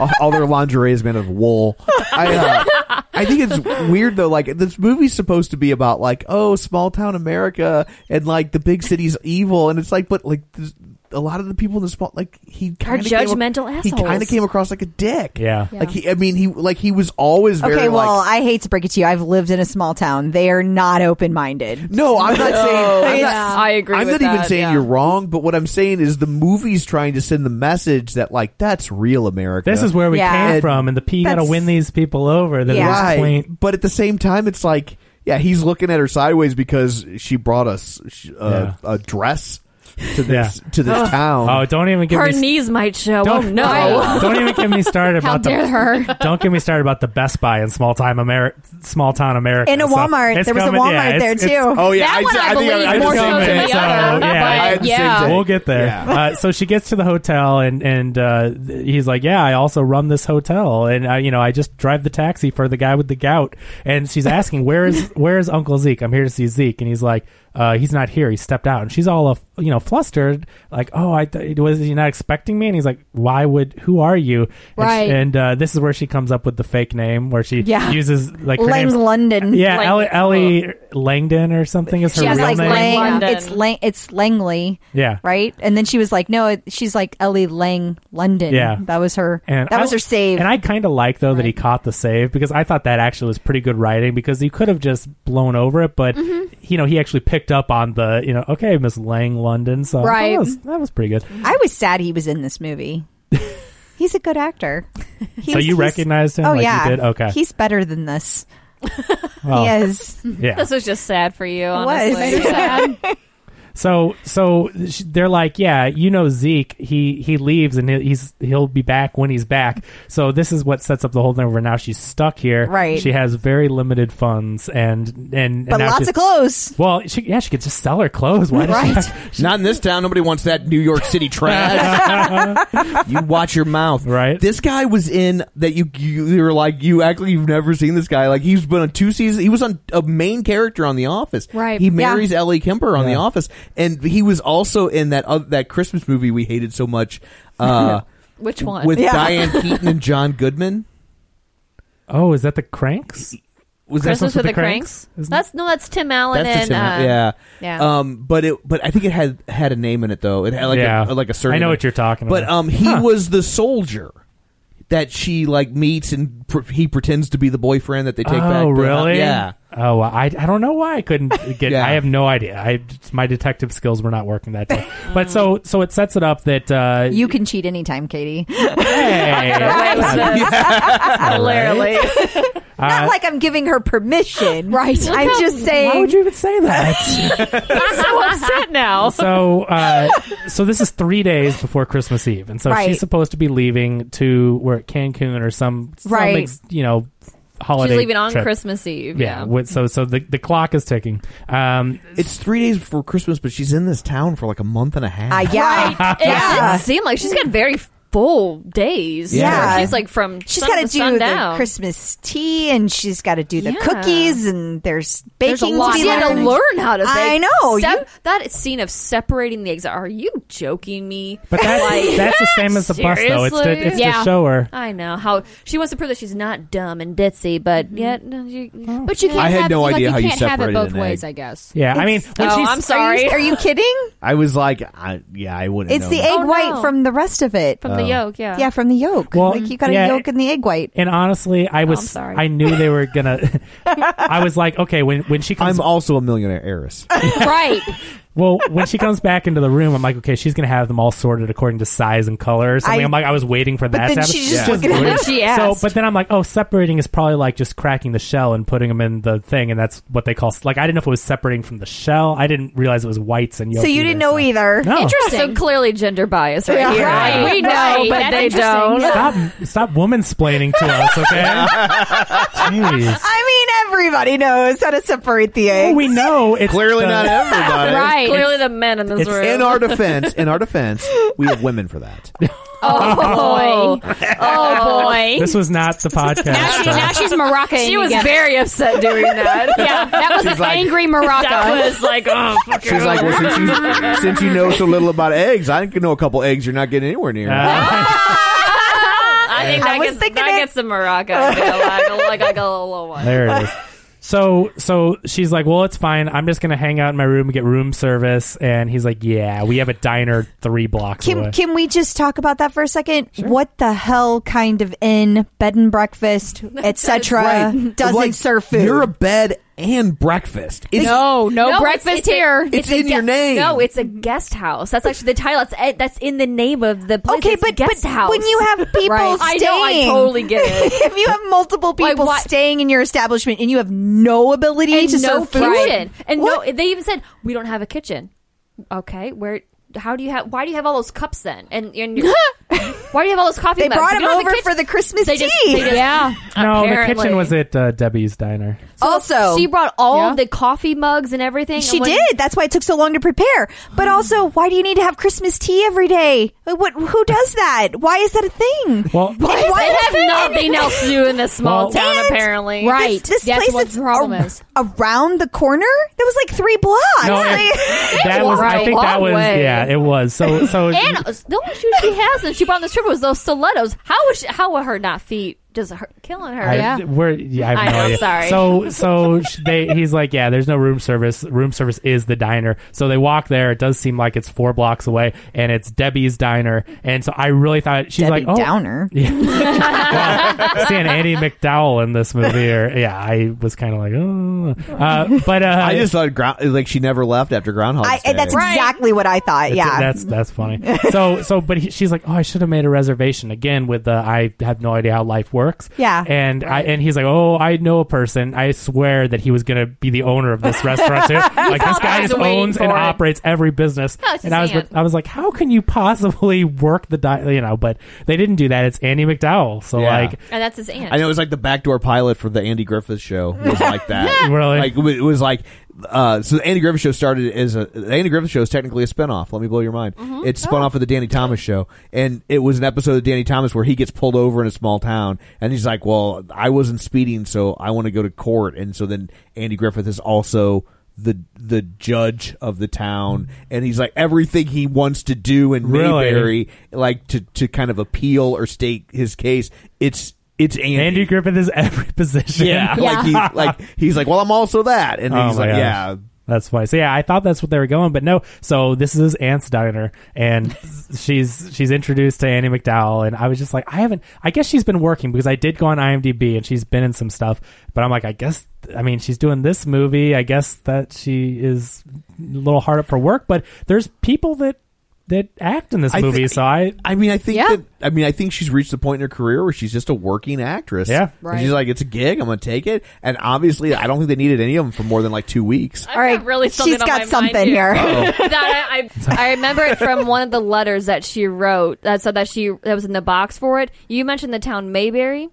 Speaker 6: all- all their lingerie is made of wool. I, uh, I think it's weird though. Like this movie's supposed to be about like oh small town America and like the big city's evil, and it's like but like this, a lot of the people in the small like he kind of
Speaker 10: judgmental
Speaker 6: He kind
Speaker 10: assholes.
Speaker 6: of came across like a dick.
Speaker 7: Yeah.
Speaker 6: Like he, I mean, he like he was always very
Speaker 8: okay well
Speaker 6: like.
Speaker 8: I hate to break it to you I've lived in a small town they are not open minded
Speaker 6: No, I'm not saying. I'm not,
Speaker 10: Yeah, I agree
Speaker 6: I'm
Speaker 10: with
Speaker 6: not even
Speaker 10: that,
Speaker 6: saying
Speaker 10: yeah.
Speaker 6: you're wrong, but what I'm saying is the movie's trying to send the message that like that's real America.
Speaker 7: this is where we
Speaker 8: Yeah.
Speaker 7: came from, and the P got to
Speaker 8: That's-
Speaker 7: win these people over. That
Speaker 8: Yeah.
Speaker 7: are just
Speaker 6: right.
Speaker 7: quaint.
Speaker 6: But at the same time, it's like, yeah, he's looking at her sideways because she brought us sh- uh, a dress to this to this town.
Speaker 7: Oh, don't even give
Speaker 10: Her
Speaker 7: me. s-
Speaker 10: knees might show. Oh
Speaker 7: don't
Speaker 10: no!
Speaker 7: Don't even get me started
Speaker 9: How
Speaker 7: about
Speaker 9: dare
Speaker 7: the
Speaker 9: her.
Speaker 7: Don't get me started about the Best Buy in small time Ameri- small town America.
Speaker 8: in a
Speaker 7: So
Speaker 8: Walmart
Speaker 7: it's
Speaker 8: there was a
Speaker 7: coming- yeah,
Speaker 8: Walmart
Speaker 7: it's-
Speaker 8: there
Speaker 7: it's-
Speaker 8: too
Speaker 6: Oh, yeah,
Speaker 9: That
Speaker 6: I'd
Speaker 9: one
Speaker 6: say-
Speaker 9: I
Speaker 6: think
Speaker 9: believe
Speaker 6: I'd
Speaker 9: more
Speaker 6: say
Speaker 9: so
Speaker 6: the
Speaker 9: than
Speaker 6: same
Speaker 9: the
Speaker 6: thing.
Speaker 9: other,
Speaker 7: So, yeah,
Speaker 9: but
Speaker 7: I
Speaker 6: had the same
Speaker 9: yeah.
Speaker 6: thing.
Speaker 7: We'll get there.
Speaker 6: Yeah.
Speaker 7: Uh, so she gets to the hotel, and and uh, th- he's like, "Yeah, I also run this hotel, and I, you know, I just drive the taxi for the guy with the gout." And she's asking, "Where is where is Uncle Zeke? I'm here to see Zeke." And he's like, uh, "He's not here. He stepped out." And she's all uh, you know flustered, like, "Oh, I th- was he not expecting me?" And he's like, "Why would? Who are you?" And she-
Speaker 9: Right.
Speaker 7: And, uh, this is where she comes up with the fake name, where she
Speaker 8: Yeah.
Speaker 7: uses like her
Speaker 8: Lang
Speaker 7: name's-
Speaker 8: London
Speaker 7: Yeah,
Speaker 10: Lang-
Speaker 7: Ellie, Ellie Langdon or something is her
Speaker 8: she was
Speaker 7: real
Speaker 8: like
Speaker 7: name.
Speaker 8: Lang
Speaker 10: London.
Speaker 8: it's Lang it's Langley
Speaker 7: Yeah.
Speaker 8: right and then she was like no it, she's like Ellie Lang London
Speaker 7: Yeah.
Speaker 8: that was her
Speaker 7: And
Speaker 8: that
Speaker 7: I-
Speaker 8: was her save
Speaker 7: And I kind of like though that he caught the save because I thought that actually was pretty good writing because he could have just blown over it, but
Speaker 8: Mm-hmm.
Speaker 7: you know he actually picked up on the you know okay Miss Lang London, so I thought
Speaker 9: Right.
Speaker 7: that was, that was pretty good.
Speaker 8: I was sad he was in this movie. He's a good actor. He's,
Speaker 7: so you
Speaker 8: he's-
Speaker 7: recognized him?
Speaker 8: Oh
Speaker 7: like
Speaker 8: yeah,
Speaker 7: you did. Okay, Oh.
Speaker 8: He's better than this.
Speaker 7: Well,
Speaker 8: He is.
Speaker 7: yeah.
Speaker 10: This was just sad for you.
Speaker 8: was.
Speaker 10: Honestly,
Speaker 7: So so sh- they're like, yeah, you know Zeke, he he leaves and he- he's he'll be back when he's back. So this is what sets up the whole thing where now she's stuck here.
Speaker 8: Right.
Speaker 7: She has very limited funds and and, and
Speaker 8: But
Speaker 7: now
Speaker 8: lots
Speaker 7: she's-
Speaker 8: of clothes.
Speaker 7: Well, she, yeah, she could just sell her clothes. Why does she
Speaker 8: Right.
Speaker 11: Not in this town. Nobody wants that New York City trash. you watch your mouth.
Speaker 7: Right.
Speaker 6: This guy was in that you you you were like you actually you've never seen this guy like he's been on two seasons he was on a main character on The Office
Speaker 9: Right.
Speaker 6: he
Speaker 9: Yeah.
Speaker 6: marries Ellie Kemper on The Office and he was also in that oth- that Christmas movie we hated so much uh,
Speaker 10: which one?
Speaker 6: with
Speaker 8: Yeah.
Speaker 6: Diane Keaton and John Goodman
Speaker 7: oh, is that the cranks?
Speaker 6: was that
Speaker 10: Christmas
Speaker 7: with
Speaker 10: with the
Speaker 7: the
Speaker 10: Cranks.
Speaker 7: Isn't-
Speaker 10: That's no, that's Tim Allen
Speaker 6: That's the
Speaker 10: and
Speaker 6: Tim-
Speaker 10: uh,
Speaker 6: yeah,
Speaker 10: yeah.
Speaker 6: Um, but it, but I think it had had a name in it though. It had like
Speaker 7: yeah,
Speaker 6: a, uh, like a certain.
Speaker 7: I know what you're talking
Speaker 6: But
Speaker 7: about.
Speaker 6: um, he was the soldier that she like meets, and pr- he pretends to be the boyfriend that they take back.
Speaker 7: oh
Speaker 6: to-
Speaker 7: really?
Speaker 6: Yeah.
Speaker 7: Oh, well, I I don't know why I couldn't get.
Speaker 6: Yeah.
Speaker 7: I have no idea. I my detective skills were not working that day. but so so it sets it up that uh,
Speaker 8: You can cheat anytime, Katie.
Speaker 7: Hey,
Speaker 10: Clearly,
Speaker 7: Uh,
Speaker 8: Not like I'm giving her permission,
Speaker 9: Right.
Speaker 8: I'm just saying.
Speaker 7: why would you even say that?
Speaker 10: I'm so upset now.
Speaker 7: so uh, so this is three days before Christmas Eve, and so
Speaker 8: Right.
Speaker 7: she's supposed to be leaving to where Cancun or some some
Speaker 8: Right.
Speaker 7: ex- you know holiday.
Speaker 10: She's leaving on
Speaker 7: trip.
Speaker 10: Christmas Eve, yeah.
Speaker 7: with- so so the the clock is ticking. Um,
Speaker 6: it's three days before Christmas, but she's in this town for like a month and a half.
Speaker 8: Uh, yeah.
Speaker 10: It does seem like she's got very full days.
Speaker 6: Yeah.
Speaker 10: She's like from
Speaker 8: She's
Speaker 10: got to
Speaker 8: do the
Speaker 10: sundown.
Speaker 8: Christmas tea, and she's got to do the
Speaker 10: Yeah.
Speaker 8: cookies, and there's baking.
Speaker 10: There's a lot.
Speaker 8: to be
Speaker 10: She had to
Speaker 8: learned.
Speaker 10: learn how to bake.
Speaker 8: I know. you-
Speaker 10: Sep- that scene of separating the eggs. Are you joking me?
Speaker 7: But that's-
Speaker 10: Like,
Speaker 7: that's the same as the bus, though. It's to-
Speaker 10: seriously?
Speaker 7: it's to show her.
Speaker 10: I know how she wants to prove that she's not dumb and ditzy,
Speaker 7: Mm-hmm.
Speaker 10: but yet. No, you,
Speaker 7: Oh.
Speaker 9: But you can't
Speaker 6: I had
Speaker 9: have,
Speaker 6: no
Speaker 9: like,
Speaker 6: idea
Speaker 9: you
Speaker 6: how you
Speaker 9: can't have it
Speaker 6: separated
Speaker 9: both
Speaker 6: an egg.
Speaker 9: ways, I guess.
Speaker 6: Yeah, I mean, when
Speaker 10: oh,
Speaker 6: she's-
Speaker 10: I'm sorry.
Speaker 8: Are you kidding?
Speaker 6: I was like, I, yeah, I wouldn't.
Speaker 8: It's
Speaker 6: know.
Speaker 8: the egg
Speaker 10: Oh,
Speaker 8: white
Speaker 10: no.
Speaker 8: from the rest of it.
Speaker 10: From the Oh. yolk, yeah.
Speaker 8: Yeah, from the yolk.
Speaker 7: Well,
Speaker 8: like you got
Speaker 7: yeah.
Speaker 8: a yolk and the egg white.
Speaker 7: and honestly, I was
Speaker 8: Oh, sorry.
Speaker 7: I knew they were gonna. I was like, okay, when when she comes,
Speaker 6: I'm also a millionaire heiress.
Speaker 9: right.
Speaker 7: Well, when she comes back into the room, I'm like, okay, she's gonna have them all sorted according to size and color or something.
Speaker 8: I-
Speaker 7: I, am like, I was waiting for that.
Speaker 8: then
Speaker 7: to happen.
Speaker 8: she's just Yeah. looking at
Speaker 7: weird.
Speaker 8: it. She
Speaker 7: So,
Speaker 8: asked.
Speaker 7: but then I'm like, oh, separating is probably like just cracking the shell and putting them in the thing, and that's what they call. Like, I didn't know if it was separating from the shell. I didn't realize it was whites and yolk.
Speaker 8: So you
Speaker 7: either,
Speaker 8: didn't know
Speaker 7: so-
Speaker 8: either.
Speaker 6: Oh.
Speaker 7: No.
Speaker 10: So clearly, gender bias right
Speaker 8: Yeah.
Speaker 10: here.
Speaker 8: Right.
Speaker 10: Like, we know,
Speaker 8: Right.
Speaker 10: but
Speaker 8: That's
Speaker 10: they
Speaker 8: interesting.
Speaker 10: don't.
Speaker 7: Stop, stop womansplaining to us, okay? Jeez.
Speaker 8: I mean, everybody knows how to separate the eggs.
Speaker 7: we know it's
Speaker 6: Clearly not everybody.
Speaker 10: Right. Clearly, the men in this
Speaker 6: It's
Speaker 10: room.
Speaker 6: in our defense. In our defense, we have women for that.
Speaker 10: Oh boy. Oh boy.
Speaker 7: This was not the podcast.
Speaker 9: Now, she,
Speaker 7: so-
Speaker 9: now she's Moroccan.
Speaker 10: She was very upset doing that.
Speaker 9: yeah, that was
Speaker 10: She's
Speaker 9: an
Speaker 10: like-
Speaker 9: angry Morocco.
Speaker 10: That was like, oh, fuck
Speaker 6: She's like, well, since you, since you know so little about eggs, I can know a couple eggs you're not getting anywhere near.
Speaker 7: Uh,
Speaker 10: I think
Speaker 8: I
Speaker 10: that,
Speaker 8: was
Speaker 10: gets,
Speaker 8: thinking
Speaker 10: that
Speaker 8: it.
Speaker 10: gets the Morocco. I feel like, I like, I got a little one.
Speaker 7: There it is. So so she's like, "Well, it's fine. I'm just gonna hang out in my room and get room service." And he's like, "Yeah, we have a diner three blocks away."
Speaker 8: Can, can we just talk about that for a second? What the hell kind of inn, bed and breakfast, etc.
Speaker 6: Right.
Speaker 8: doesn't
Speaker 6: Like,
Speaker 8: serve food?
Speaker 6: You're a bed and breakfast. It's,
Speaker 9: no, no,
Speaker 10: it's-
Speaker 9: breakfast
Speaker 10: a-
Speaker 9: here.
Speaker 6: It's in
Speaker 10: a
Speaker 6: your name.
Speaker 10: No, it's a guest house. That's actually the title. That's it- that's in the name of the place.
Speaker 8: okay,
Speaker 10: It's
Speaker 8: but,
Speaker 10: guest
Speaker 8: but
Speaker 10: house.
Speaker 8: when you have people
Speaker 9: Right.
Speaker 10: I
Speaker 8: staying,
Speaker 10: know, I totally get it.
Speaker 8: if you have multiple
Speaker 10: Like,
Speaker 8: people
Speaker 10: why-
Speaker 8: staying in your establishment and you have no ability
Speaker 10: and
Speaker 8: to
Speaker 10: no
Speaker 8: serve food,
Speaker 10: kitchen, and
Speaker 8: what?
Speaker 10: no, they even said we don't have a kitchen. Okay, where? How do you have? Why do you have all those cups then? And, and you're- why do you have all those coffee?
Speaker 8: they
Speaker 10: mugs?
Speaker 8: brought
Speaker 10: If
Speaker 8: him
Speaker 10: you don't have a
Speaker 8: over
Speaker 10: kitchen-
Speaker 8: for the Christmas
Speaker 10: They
Speaker 8: tea.
Speaker 10: just- they just-
Speaker 9: yeah.
Speaker 7: no, the
Speaker 10: Apparently.
Speaker 7: kitchen was at uh, Debbie's diner.
Speaker 8: also,
Speaker 10: she brought all
Speaker 9: Yeah.
Speaker 10: of the coffee mugs and everything.
Speaker 8: She
Speaker 10: and when-
Speaker 8: did. That's why it took so long to prepare. But also, why do you need to have Christmas tea every day? Like, What? Who does that? Why is that a thing?
Speaker 7: Well,
Speaker 8: And
Speaker 10: They
Speaker 8: is
Speaker 10: have
Speaker 8: it-
Speaker 10: nothing else to do in this small
Speaker 7: Well-
Speaker 10: town,
Speaker 8: And-
Speaker 10: apparently.
Speaker 9: Right.
Speaker 8: This, this
Speaker 9: That's
Speaker 8: place oh,
Speaker 9: what
Speaker 8: that's
Speaker 9: the problem
Speaker 8: ar-
Speaker 9: is.
Speaker 8: around the corner. That was like three blocks.
Speaker 7: no,
Speaker 8: Like-
Speaker 7: it- that was. I
Speaker 10: Right.
Speaker 7: think that
Speaker 10: Long
Speaker 7: was.
Speaker 10: way.
Speaker 7: Yeah, it was. So so
Speaker 10: And the only shoes she has that she bought on this trip was those stilettos. How was she, how were her not feet just her, killing her?
Speaker 7: I,
Speaker 9: Yeah.
Speaker 7: We're, yeah, I have
Speaker 10: I
Speaker 7: no
Speaker 10: know,
Speaker 7: idea.
Speaker 10: sorry.
Speaker 7: So, so sh- they, he's like, yeah, there's no room service. Room service is the diner. So they walk there. It does seem like it's four blocks away, and it's Debbie's diner. And so I really thought she's
Speaker 8: Debbie
Speaker 7: like, oh,
Speaker 8: Downer.
Speaker 7: well, seeing Andy McDowell in this movie, or yeah, I was kind of like, oh. Uh, but uh,
Speaker 6: I just thought ground, like she never left after Groundhog
Speaker 8: I,
Speaker 6: Day.
Speaker 8: and that's exactly what I thought.
Speaker 7: it's-
Speaker 8: Yeah.
Speaker 7: that's that's funny. So so, but he, she's like, oh, I should have made a reservation again. With the I have no idea how life works.
Speaker 8: Yeah.
Speaker 7: and I and he's like, oh, I know a person. I swear that he was gonna be the owner of this restaurant too. like this guy just
Speaker 10: waiting
Speaker 7: owns and
Speaker 10: for it.
Speaker 7: operates every business.
Speaker 10: No, it's
Speaker 7: and I was
Speaker 10: Suzanne.
Speaker 7: with- I was like, how can you possibly work the di-? you know? But they didn't do that. It's Andy McDowell. So
Speaker 6: Yeah.
Speaker 7: like,
Speaker 10: and that's his aunt.
Speaker 6: I know it was like the backdoor pilot for the Andy Griffith Show was like that.
Speaker 7: Really?
Speaker 6: Like it was like uh, so. The Andy Griffith Show started as a the Andy Griffith Show is technically a spinoff. Let me blow your mind.
Speaker 7: Mm-hmm.
Speaker 6: It
Speaker 7: Oh.
Speaker 6: spun off of the Danny Thomas Show, and it was an episode of Danny Thomas where he gets pulled over in a small town, and he's like, "Well, I wasn't speeding, so I want to go to court." And so then Andy Griffith is also. The, the judge of the town and he's like everything he wants to do in
Speaker 7: Really?
Speaker 6: Mayberry like to, to kind of appeal or state his case it's it's
Speaker 7: Andy Griffith is every position.
Speaker 6: yeah, like he like he's like, well, I'm also that, and
Speaker 7: Oh
Speaker 6: he's
Speaker 7: my
Speaker 6: like,
Speaker 7: gosh.
Speaker 6: yeah,
Speaker 7: That's funny. So yeah, I thought that's what they were going, but no. So this is Aunt's diner, and she's she's introduced to Annie McDowell, and I was just like, I haven't. I guess she's been working because I did go on IMDb and she's been in some stuff, but I'm like, I guess. I mean, she's doing this movie. I guess that she is a little hard up for work, but there's people that that act in this
Speaker 6: I
Speaker 7: movie,
Speaker 6: think-
Speaker 7: so I.
Speaker 6: I mean, I think
Speaker 9: Yeah.
Speaker 6: that I mean, I think she's reached the point in her career where she's just a working actress.
Speaker 7: Yeah.
Speaker 6: And she's like, it's a gig, I'm gonna take it, and obviously, I don't think they needed any of them for more than like two weeks.
Speaker 10: I've got really something
Speaker 8: she's
Speaker 10: on
Speaker 8: got
Speaker 10: my
Speaker 8: something
Speaker 10: mind
Speaker 8: here.
Speaker 10: that I, I, I remember it from one of the letters that she wrote that so that she that was in the box for it. You mentioned the town Mayberry.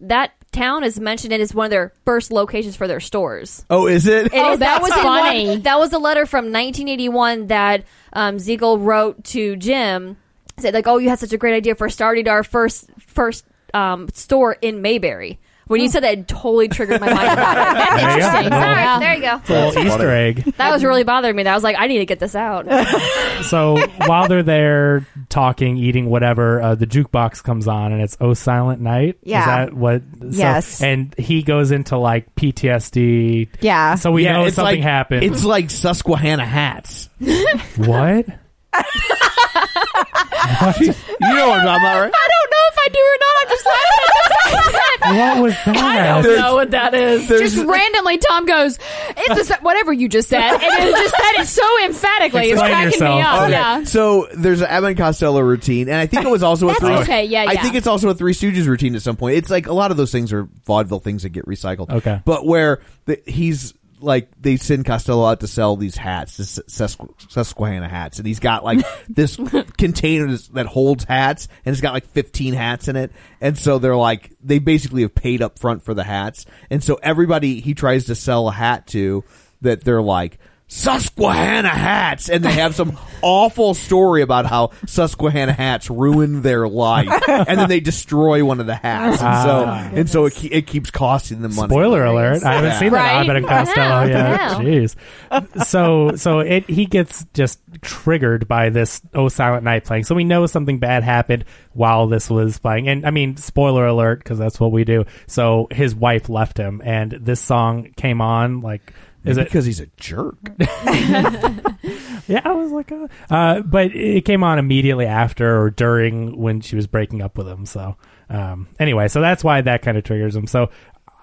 Speaker 10: That town is mentioned it as one of their first locations for their stores.
Speaker 6: Oh, is it?
Speaker 10: It
Speaker 9: Oh,
Speaker 10: is- that
Speaker 9: that's
Speaker 10: was in one-
Speaker 9: funny.
Speaker 10: that was a letter from 1981 that um, Siegel wrote to Jim. Said like, "Oh, you had such a great idea for starting our first first um, store in Mayberry." When you said that, it totally triggered my mind. About it. That's
Speaker 7: There
Speaker 10: interesting. All right, there
Speaker 7: you go.
Speaker 10: you go.
Speaker 7: It's a little Easter egg.
Speaker 10: That was really bothering me. That I was like, I need to get this out.
Speaker 7: So while they're there talking, eating, whatever, uh, the jukebox comes on and it's Oh Silent Night.
Speaker 8: Yeah.
Speaker 7: Is that what? so-
Speaker 8: Yes.
Speaker 7: And he goes into like PTSD.
Speaker 8: Yeah.
Speaker 7: So we know something
Speaker 6: like,
Speaker 7: happened.
Speaker 6: It's like Susquehanna hats.
Speaker 7: what? what?
Speaker 6: You know what I'm talking about, right?
Speaker 9: I don't know if I do or not. I'm just laughing at this.
Speaker 7: What was
Speaker 9: I don't
Speaker 7: that?
Speaker 9: know what that is. Just randomly, Tom goes, "It's the, whatever you just said," and it just said it so emphatically. It's
Speaker 7: Explain
Speaker 9: cracking
Speaker 7: yourself.
Speaker 9: me up. Oh,
Speaker 7: Okay.
Speaker 9: Yeah.
Speaker 6: So there's an Abbott and Costello routine, and I think it was also a
Speaker 9: That's
Speaker 6: three.
Speaker 9: okay, yeah,
Speaker 6: I
Speaker 9: yeah.
Speaker 6: think it's also a Three Stooges routine at some point. It's like a lot of those things are vaudeville things that get recycled.
Speaker 7: Okay.
Speaker 6: but where the, he's like they send Costello out to sell these hats, this Susqu- Susquehanna hats, and he's got like this container that's- that holds hats, and it's got like 15 hats in it, and so they're like they basically have paid up front for the hats, and so everybody he tries to sell a hat to that they're like. Susquehanna hats, and they have some awful story about how Susquehanna hats ruin their life, and then they destroy one of the hats, and so and so it, ke- it keeps costing them money.
Speaker 7: Spoiler alert! I haven't
Speaker 6: Yeah.
Speaker 7: seen that
Speaker 9: Right?
Speaker 7: Abbott and Costello
Speaker 10: Yeah,
Speaker 7: yet.
Speaker 10: yeah.
Speaker 7: Jeez. So so it he gets just triggered by this Oh Silent Night playing. So we know something bad happened while this was playing. And I mean, spoiler alert because that's what we do. So his wife left him, and this song came on like. Is it?
Speaker 6: because he's a jerk.
Speaker 7: Yeah, I was like, uh, uh, but it came on immediately after or during when she was breaking up with him. So, um, anyway, so that's why that kind of triggers him. So, I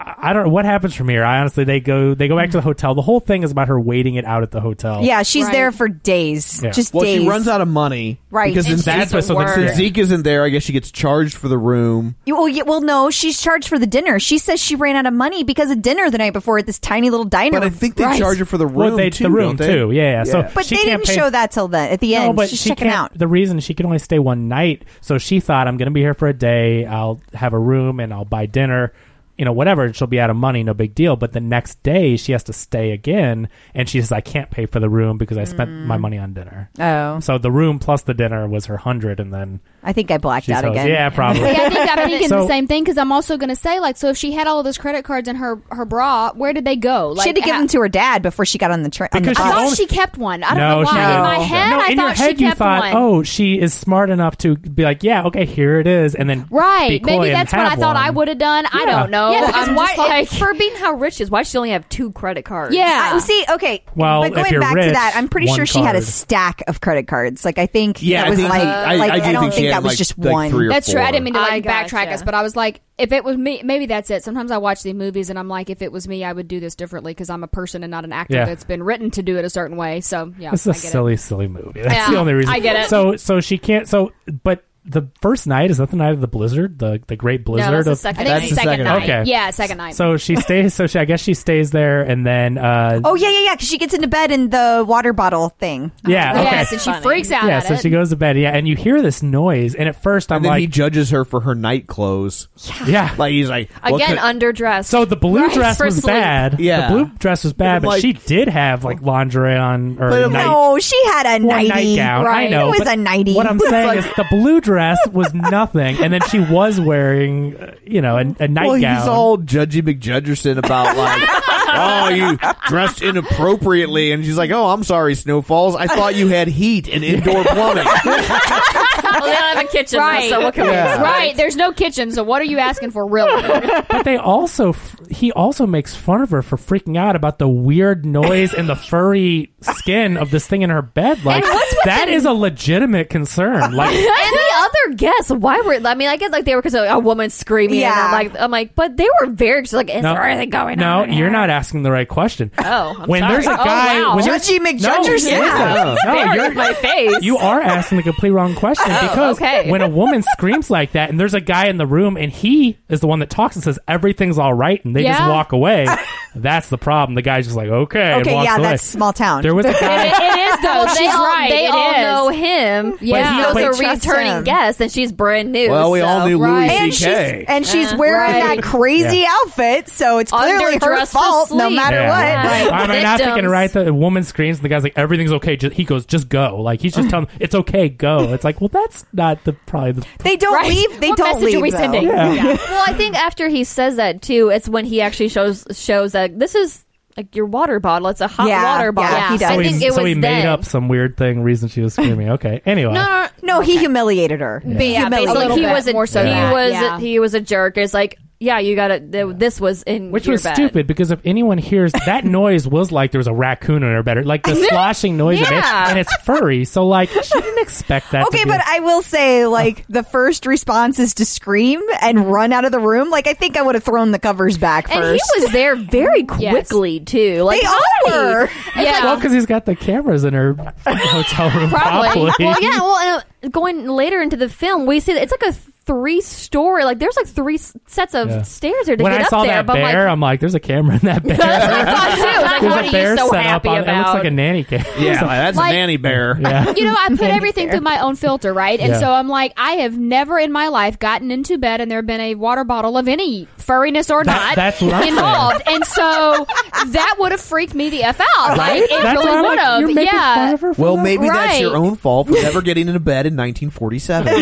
Speaker 7: I don't know what happens from here. I honestly, they go, they go back to the hotel. The whole thing is about her waiting it out at the hotel.
Speaker 8: Yeah, she's
Speaker 9: Right.
Speaker 8: there for days.
Speaker 7: Yeah.
Speaker 8: Just
Speaker 6: Oh. Well,
Speaker 8: days.
Speaker 6: she runs out of money,
Speaker 8: Right.
Speaker 6: Because
Speaker 8: And
Speaker 6: then
Speaker 8: she's
Speaker 6: that's
Speaker 9: the
Speaker 6: what. So then
Speaker 9: worst.
Speaker 6: Zeke isn't there. I guess she gets charged for the room.
Speaker 8: You- Well, yeah, well, no, she's charged for the dinner. She says she ran out of money because of dinner the night before at this tiny little diner.
Speaker 6: But I think they
Speaker 8: Right.
Speaker 6: charge her for the room
Speaker 7: Well, they,
Speaker 6: too.
Speaker 7: the room
Speaker 6: don't they?
Speaker 7: too. Yeah, yeah. So,
Speaker 8: But
Speaker 7: she
Speaker 8: they
Speaker 7: can't
Speaker 8: didn't
Speaker 7: pay-
Speaker 8: show that till then. At the end, she's checking
Speaker 7: can't-
Speaker 8: out.
Speaker 7: The reason she can only stay one night, so she thought, "I'm going to be here for a day. I'll have a room and I'll buy dinner, you know, whatever. She'll be out of money, no big deal." But the next day, she has to stay again, and she says, "I can't pay for the room because I spent
Speaker 9: Mm.
Speaker 7: my money on dinner."
Speaker 8: Oh,
Speaker 7: So the room plus the dinner was her hundred, and then
Speaker 8: I think I blacked
Speaker 7: she's
Speaker 8: out
Speaker 7: hosed.
Speaker 8: again.
Speaker 7: yeah, probably.
Speaker 9: See, I think I'm thinking
Speaker 7: So-
Speaker 9: the same thing because I'm also going to say like, so if she had all of those credit cards in her her bra, where did they go? Like,
Speaker 8: she had to give
Speaker 9: ha-
Speaker 10: uh,
Speaker 8: them to her dad before she got on the train. Oh On the
Speaker 7: Because
Speaker 9: I
Speaker 7: she
Speaker 8: bus.
Speaker 9: thought
Speaker 7: only-
Speaker 9: she kept one. I don't know
Speaker 7: no,
Speaker 9: why.
Speaker 7: she didn't.
Speaker 9: In my head,
Speaker 7: no,
Speaker 9: I
Speaker 7: in
Speaker 9: thought
Speaker 7: your head,
Speaker 9: she
Speaker 7: you
Speaker 9: kept
Speaker 7: thought,
Speaker 9: one.
Speaker 7: "Oh, she is smart enough to be like, yeah, okay, here it is," and then be
Speaker 9: Right,
Speaker 7: coy
Speaker 9: maybe
Speaker 7: and
Speaker 9: that's what I
Speaker 7: have
Speaker 9: thought I
Speaker 7: one.
Speaker 9: would have done. I
Speaker 7: Yeah.
Speaker 9: don't know.
Speaker 10: Yeah, because
Speaker 9: I'm
Speaker 10: why,
Speaker 9: just like,
Speaker 10: for being how rich she is, why does she only have two credit cards?
Speaker 9: yeah.
Speaker 8: Uh, see, okay.
Speaker 7: Well,
Speaker 8: but
Speaker 7: if
Speaker 8: going
Speaker 7: you're
Speaker 8: back to
Speaker 7: rich,
Speaker 8: that, I'm pretty
Speaker 7: one
Speaker 8: sure she had a
Speaker 7: card.
Speaker 8: stack of credit cards. Like I think
Speaker 6: Yeah,
Speaker 8: that
Speaker 6: I
Speaker 8: was
Speaker 6: think-
Speaker 8: like,
Speaker 6: I-
Speaker 8: like
Speaker 6: I do
Speaker 8: don't
Speaker 6: think she had,
Speaker 8: that was
Speaker 6: like-
Speaker 8: just
Speaker 6: like
Speaker 8: one.
Speaker 6: three or
Speaker 9: That's true. I didn't mean to
Speaker 10: I
Speaker 9: like backtrack
Speaker 10: gotcha.
Speaker 9: us, but I was like, if it was me, maybe that's it. Sometimes I watch these movies and I'm like, if it was me, I would do this differently because I'm a person and not an actor
Speaker 7: Yeah.
Speaker 9: that's been written to do it a certain way. So yeah,
Speaker 7: This
Speaker 9: I
Speaker 7: is a
Speaker 9: get it.
Speaker 7: silly, silly movie. That's
Speaker 9: Yeah,
Speaker 7: the only reason.
Speaker 9: I get it.
Speaker 7: So, so she can't. So, but the first night is that the night of the blizzard, the the great
Speaker 10: no,
Speaker 7: blizzard
Speaker 10: that's the
Speaker 7: of.
Speaker 10: second.
Speaker 9: I think
Speaker 6: That's
Speaker 9: it's
Speaker 6: the
Speaker 9: second,
Speaker 6: second
Speaker 9: night.
Speaker 7: Okay.
Speaker 9: Yeah, second night.
Speaker 7: So she stays. So she, I guess she stays there, and then. Uh,
Speaker 8: Oh yeah, yeah, yeah. Because she gets into bed in the water bottle thing.
Speaker 7: yeah. Okay.
Speaker 9: Oh, yes, and she freaks out.
Speaker 7: yeah.
Speaker 9: at
Speaker 7: So
Speaker 9: it.
Speaker 7: she goes to bed. Yeah, and you hear this noise, and at first I'm
Speaker 6: And then he
Speaker 7: like,
Speaker 6: judges her for her night clothes.
Speaker 7: yeah.
Speaker 6: Like he's like what
Speaker 10: Again,
Speaker 6: could-
Speaker 10: underdressed.
Speaker 7: so the blue
Speaker 10: Right,
Speaker 7: dress
Speaker 10: for
Speaker 7: was
Speaker 10: sleep.
Speaker 7: bad.
Speaker 6: Yeah.
Speaker 7: The blue dress was bad, but
Speaker 6: Like-
Speaker 7: she did have like lingerie on or
Speaker 6: But, like,
Speaker 7: night,
Speaker 8: No, she had a
Speaker 7: Or
Speaker 8: nighty.
Speaker 7: nightgown. I
Speaker 9: Right.
Speaker 7: know
Speaker 8: It was
Speaker 7: but
Speaker 8: a nighty.
Speaker 7: What I'm
Speaker 8: It's
Speaker 7: saying
Speaker 8: like-
Speaker 7: is the blue dress was nothing, and then she was wearing, uh, you know, a, a nightgown.
Speaker 6: well, he's all judgy McJudgerson about like, oh, you dressed inappropriately, and she's like, oh, I'm sorry, Snowfalls. I thought you had heat and indoor plumbing.
Speaker 10: well, they don't have a kitchen,
Speaker 9: Right.
Speaker 10: so what can we
Speaker 6: Yeah.
Speaker 10: expect?
Speaker 9: right, there's no kitchen, so what are you asking for, really?
Speaker 7: But they also, f- he also makes fun of her for freaking out about the weird noise and the furry skin of this thing in her bed. Like that is a legitimate concern. Like
Speaker 10: And the other guests, why were? I mean, I get like they were because a woman screaming. Yeah.
Speaker 8: Yeah.
Speaker 10: And I'm like, I'm like, but they were very just like, is
Speaker 7: no,
Speaker 10: there anything going
Speaker 7: no,
Speaker 10: on? in
Speaker 7: you're
Speaker 10: here?
Speaker 7: not asking the right question.
Speaker 10: Oh, I'm
Speaker 7: when
Speaker 10: sorry.
Speaker 7: there's a
Speaker 10: Oh,
Speaker 7: guy,
Speaker 10: wow.
Speaker 7: when
Speaker 8: Judgy
Speaker 7: there's-
Speaker 8: McJudgerson.
Speaker 7: No,
Speaker 8: Yeah.
Speaker 7: listen, no,
Speaker 10: Very
Speaker 7: you're
Speaker 10: in my face.
Speaker 7: You are asking the completely wrong question because
Speaker 10: Oh, okay.
Speaker 7: when a woman screams like that and there's a guy in the room and he is the one that talks and says everything's all right and they just
Speaker 9: Yeah.
Speaker 7: walk away, that's the problem. The guy's just like, okay, and
Speaker 8: okay,
Speaker 7: walks
Speaker 8: yeah,
Speaker 7: away.
Speaker 8: that's small town.
Speaker 7: There was a
Speaker 9: It-
Speaker 7: guy.
Speaker 9: it is though.
Speaker 10: Well, they
Speaker 9: She's
Speaker 10: all,
Speaker 9: right.
Speaker 10: They
Speaker 9: It
Speaker 10: all
Speaker 9: is.
Speaker 10: know him.
Speaker 9: he-
Speaker 10: Yeah,
Speaker 9: but
Speaker 10: those are
Speaker 9: trust
Speaker 10: returning
Speaker 9: him.
Speaker 10: guests, and she's brand new.
Speaker 6: Well, we all
Speaker 10: so-
Speaker 6: knew Louis
Speaker 8: and she's,
Speaker 6: C.K.
Speaker 8: and she's
Speaker 10: Uh,
Speaker 8: wearing
Speaker 10: right.
Speaker 8: that crazy
Speaker 7: Yeah.
Speaker 8: outfit, so it's clearly her
Speaker 10: Underdressed for
Speaker 8: fault, no
Speaker 10: sleep.
Speaker 8: matter
Speaker 7: Yeah.
Speaker 8: what.
Speaker 7: Am I not thinking right? The woman screams, and the guy's like, "Everything's okay." Just, he goes, "Just go." Like he's just telling, "It's okay, go." It's like, well, that's not the probably the.
Speaker 8: They don't
Speaker 10: Right.
Speaker 8: leave. They
Speaker 10: What
Speaker 8: don't
Speaker 10: message
Speaker 8: leave.
Speaker 10: are we
Speaker 8: though.
Speaker 10: sending?
Speaker 7: Yeah.
Speaker 10: well, I think after he says that too, it's when he actually shows shows that this is like your water bottle. It's a hot
Speaker 8: Yeah,
Speaker 10: water bottle.
Speaker 8: yeah, he does.
Speaker 10: I
Speaker 7: so
Speaker 10: think
Speaker 7: he,
Speaker 10: it
Speaker 7: so
Speaker 10: was
Speaker 7: he made
Speaker 10: then.
Speaker 7: up some weird thing reason she was screaming. Okay, anyway,
Speaker 10: No,
Speaker 8: No, he humiliated her.
Speaker 10: But yeah,
Speaker 8: Humiliated
Speaker 10: basically,
Speaker 8: her.
Speaker 10: he was a,
Speaker 9: more so
Speaker 10: he
Speaker 9: than that,
Speaker 10: was
Speaker 9: yeah.
Speaker 10: he was a jerk. It's like, yeah, you got it. Th- this was in
Speaker 7: which
Speaker 10: your
Speaker 7: was
Speaker 10: bed.
Speaker 7: stupid because if anyone hears that noise, was like there was a raccoon in her bed, or, like the sloshing noise of it,
Speaker 10: Yeah.
Speaker 7: and it's furry. So like she didn't expect that.
Speaker 8: Okay,
Speaker 7: to be
Speaker 8: but
Speaker 7: a-
Speaker 8: I will say, like, the first response is to scream and run out of the room. Like, I think I would have thrown the covers back first.
Speaker 10: And he was there very
Speaker 9: Yes.
Speaker 10: quickly too. Like
Speaker 8: They all
Speaker 10: how many-
Speaker 8: were.
Speaker 10: Yeah.
Speaker 7: well, because he's got the cameras in her hotel room.
Speaker 10: Probably.
Speaker 7: Probably.
Speaker 10: well, yeah. Well, and, uh, going later into the film, we see that it's like a three story. Like there's like three s- sets of
Speaker 7: Yeah.
Speaker 10: stairs there to
Speaker 7: When
Speaker 10: get
Speaker 7: I
Speaker 10: up
Speaker 7: saw
Speaker 10: there.
Speaker 7: that
Speaker 10: but
Speaker 7: bear,
Speaker 10: like,
Speaker 7: I'm like, there's a camera in that bear.
Speaker 10: that's what I thought too. It was like,
Speaker 7: There's
Speaker 10: what
Speaker 7: a
Speaker 10: are
Speaker 7: bear
Speaker 10: you so
Speaker 7: set
Speaker 10: happy
Speaker 7: up on it.
Speaker 10: about?
Speaker 7: looks like a nanny cam.
Speaker 11: Yeah, that's
Speaker 9: Like-
Speaker 11: a nanny bear.
Speaker 7: yeah.
Speaker 9: you know, I put everything through my own filter, right? And
Speaker 7: Yeah.
Speaker 9: so I'm like, I have never in my life gotten into bed and there been a water bottle of any furriness or
Speaker 7: That-
Speaker 9: not
Speaker 7: that's what I'm
Speaker 9: involved. And so that would have freaked me the F out. Like, it
Speaker 7: That's why
Speaker 9: really
Speaker 7: I'm
Speaker 9: would
Speaker 7: like,
Speaker 9: have.
Speaker 7: you're making
Speaker 9: yeah.
Speaker 7: fun of her for
Speaker 6: Well,
Speaker 7: that?
Speaker 6: maybe that's
Speaker 9: Right.
Speaker 6: your own fault for never getting into bed in 1947.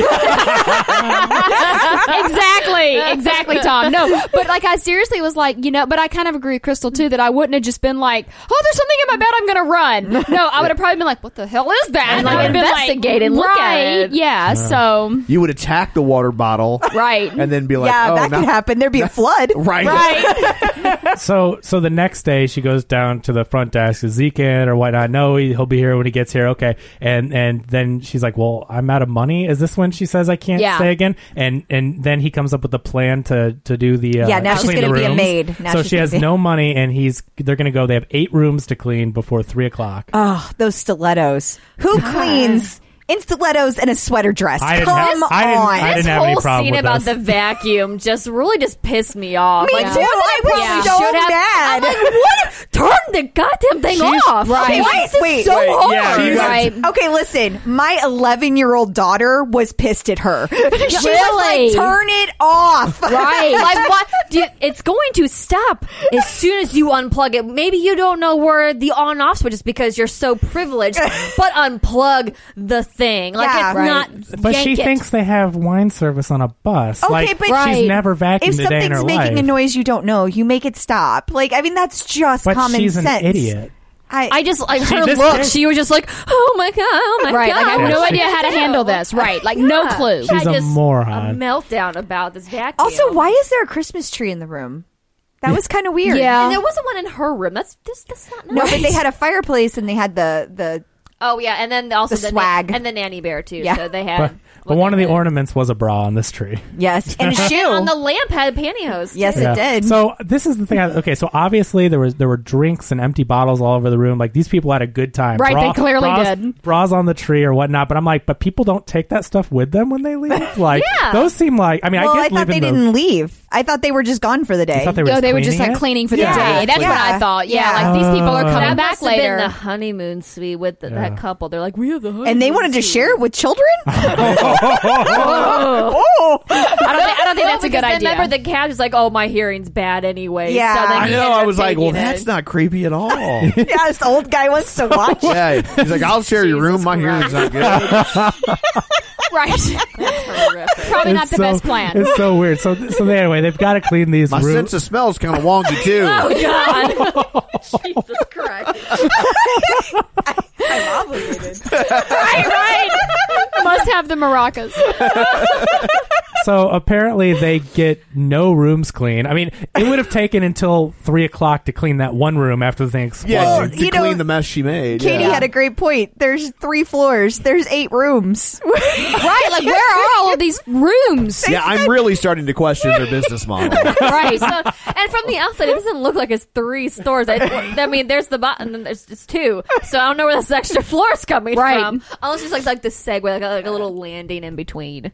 Speaker 9: exactly, exactly, Tom. No, but like I seriously was like, you know, but I kind of agree with Crystal too that I wouldn't have just been like, oh, there's something in my bed, I'm gonna run. No, I would have probably been like, what the hell is that?
Speaker 10: And,
Speaker 9: like
Speaker 10: like,
Speaker 9: I've been
Speaker 10: investigate and look at
Speaker 9: right,
Speaker 10: it.
Speaker 9: Yeah, so
Speaker 6: you would attack the water bottle
Speaker 9: right.
Speaker 6: and then be like,
Speaker 8: yeah,
Speaker 6: oh,
Speaker 8: that
Speaker 6: no.
Speaker 8: could happen. There'd be a flood.
Speaker 6: Right.
Speaker 7: So, so the next day she goes down to the front desk. Is Zeke in or whatnot? No, he, he'll be here when he gets here. Okay, and and then she's like, "Well, I'm out of money." Is this when she says I can't
Speaker 9: Yeah.
Speaker 7: stay again? And and then he comes up with a plan to to do the uh,
Speaker 8: Yeah, now she's
Speaker 7: clean the
Speaker 8: gonna be a
Speaker 7: rooms.
Speaker 8: maid. Now
Speaker 7: so
Speaker 8: she's
Speaker 7: she
Speaker 8: gonna
Speaker 7: has
Speaker 8: be-
Speaker 7: no money, and he's they're gonna go. They have eight rooms to clean before three o'clock.
Speaker 8: Oh, those stilettos. Who cleans in stilettos and a sweater dress?
Speaker 7: I didn't
Speaker 8: Come
Speaker 7: have- I didn't-
Speaker 8: on.
Speaker 7: I
Speaker 10: this
Speaker 7: didn't have
Speaker 10: whole
Speaker 7: any problem
Speaker 10: scene
Speaker 7: with
Speaker 10: about the
Speaker 7: this.
Speaker 10: vacuum just really just pissed me off.
Speaker 8: Me
Speaker 10: Like,
Speaker 8: too.
Speaker 10: wasn't
Speaker 8: I
Speaker 10: it
Speaker 8: was
Speaker 10: probably
Speaker 8: so
Speaker 10: should have-
Speaker 8: mad.
Speaker 10: I'm like, what? Turn the goddamn thing off.
Speaker 8: Right.
Speaker 10: Like, why is this
Speaker 8: Wait,
Speaker 10: so
Speaker 8: wait,
Speaker 10: hard?
Speaker 11: yeah, you got-
Speaker 9: Right.
Speaker 8: Okay, listen. My 11 year old daughter was pissed at her. she
Speaker 10: Really?
Speaker 8: was like, "Turn it off."
Speaker 10: Right. like what? Do you, it's going to stop as soon as you unplug it. Maybe you don't know where the on off switch is because you're so privileged, but unplug the thing. Like
Speaker 8: Yeah.
Speaker 10: it's
Speaker 8: Right.
Speaker 10: not
Speaker 7: But
Speaker 10: yank
Speaker 7: she
Speaker 10: it.
Speaker 7: thinks they have wine service on a bus.
Speaker 8: Okay,
Speaker 7: like,
Speaker 8: but
Speaker 7: she's
Speaker 9: Right.
Speaker 7: never vacuumed
Speaker 8: if
Speaker 7: a day in
Speaker 8: something's
Speaker 7: her
Speaker 8: making
Speaker 7: life.
Speaker 8: a noise you don't know, you make it stop. Like, I mean, that's just
Speaker 7: but
Speaker 8: common
Speaker 7: she's
Speaker 8: sense.
Speaker 7: an idiot.
Speaker 8: I,
Speaker 10: I just like
Speaker 7: She
Speaker 10: her
Speaker 7: just
Speaker 10: look.
Speaker 7: can't-
Speaker 10: She was just like, "Oh my god, oh my
Speaker 9: Right,
Speaker 10: god!"
Speaker 9: like I have
Speaker 7: Yeah,
Speaker 9: no
Speaker 7: she-
Speaker 9: idea how to handle this. Right, like no clue.
Speaker 7: She's a
Speaker 10: I just- A
Speaker 7: moron.
Speaker 10: meltdown about this vacuum.
Speaker 8: also, why is there a Christmas tree in the room? That was kind of weird.
Speaker 9: Yeah.
Speaker 10: And there wasn't one in her room. That's this. That's not nice.
Speaker 8: No, but they had a fireplace and they had the the
Speaker 10: Oh yeah, and then also
Speaker 8: The
Speaker 10: the, na-
Speaker 8: swag.
Speaker 10: and the nanny bear too.
Speaker 8: Yeah.
Speaker 10: So they
Speaker 7: but
Speaker 10: had.
Speaker 7: but one of the ornaments was a bra on this tree.
Speaker 8: yes and a shoe.
Speaker 10: on the lamp had pantyhose.
Speaker 8: yes,
Speaker 7: Yeah.
Speaker 8: it did.
Speaker 7: So this is the thing. I- okay, so obviously there was there were drinks and empty bottles all over the room. Like these people had a good time.
Speaker 9: Right, they clearly
Speaker 7: bras,
Speaker 9: did.
Speaker 7: Bras on the tree or whatnot. But I'm like, but people don't take that stuff with them when they leave. Like
Speaker 10: Yeah.
Speaker 7: those seem like. I mean,
Speaker 8: well,
Speaker 7: I
Speaker 8: I
Speaker 7: guess
Speaker 8: thought they
Speaker 7: leaving the-
Speaker 8: didn't leave. I thought they were just gone for the
Speaker 7: I
Speaker 8: day.
Speaker 7: thought they were
Speaker 9: Oh,
Speaker 7: just
Speaker 9: they were just
Speaker 7: cleaning
Speaker 9: like
Speaker 7: it?
Speaker 9: cleaning for
Speaker 8: Yeah.
Speaker 9: the day. That's what
Speaker 8: Yeah.
Speaker 9: I thought. Yeah,
Speaker 8: Yeah.
Speaker 9: like these people are
Speaker 7: Oh.
Speaker 9: coming
Speaker 10: That
Speaker 9: back
Speaker 10: must
Speaker 9: later.
Speaker 10: have been the honeymoon suite with the, that couple. They're like, we have the honeymoon
Speaker 8: and they wanted to
Speaker 10: suite."
Speaker 8: share it with children.
Speaker 10: Oh.
Speaker 8: oh,
Speaker 9: I don't, think, I don't think
Speaker 10: Well,
Speaker 9: that's a
Speaker 10: because
Speaker 9: good
Speaker 10: then
Speaker 9: idea.
Speaker 10: Remember, the cat was like, "Oh, my hearing's bad anyway."
Speaker 8: Yeah.
Speaker 10: so
Speaker 8: I
Speaker 10: they
Speaker 6: I
Speaker 10: ended
Speaker 6: know. I
Speaker 10: up
Speaker 6: was like,
Speaker 10: taking
Speaker 6: well,
Speaker 10: it.
Speaker 6: that's not creepy at all.
Speaker 8: yeah, this old guy wants to watch. it.
Speaker 6: yeah. He's like, I'll share your room. My hearing's not good.
Speaker 9: right? Probably not the
Speaker 7: so,
Speaker 9: best plan.
Speaker 7: It's so weird. So so anyway, they've got to clean these
Speaker 6: My sense
Speaker 7: rooms.
Speaker 6: of smell's kind of wonky, too.
Speaker 10: Oh, God. Jesus Christ.
Speaker 9: right, right. Must have the maracas.
Speaker 7: so apparently they get no rooms clean. I mean, it would have taken until three o'clock to clean that one room after the thing exploded.
Speaker 6: Yeah,
Speaker 8: Well,
Speaker 6: to,
Speaker 8: you
Speaker 6: to
Speaker 8: know,
Speaker 6: clean the mess she made.
Speaker 8: Katie
Speaker 6: yeah.
Speaker 8: had a great point. There's three floors. There's eight rooms.
Speaker 9: Right, like where are all of these rooms?
Speaker 6: Yeah, I'm really starting to question their business model.
Speaker 10: Right. So, and from the outside, it doesn't look like it's three stores. I, I mean, there's the bottom, and then there's just two. So I don't know where this extra floor is coming
Speaker 9: Right.
Speaker 10: from. Unless it's like, like the segue, like, a- like a little landing in between.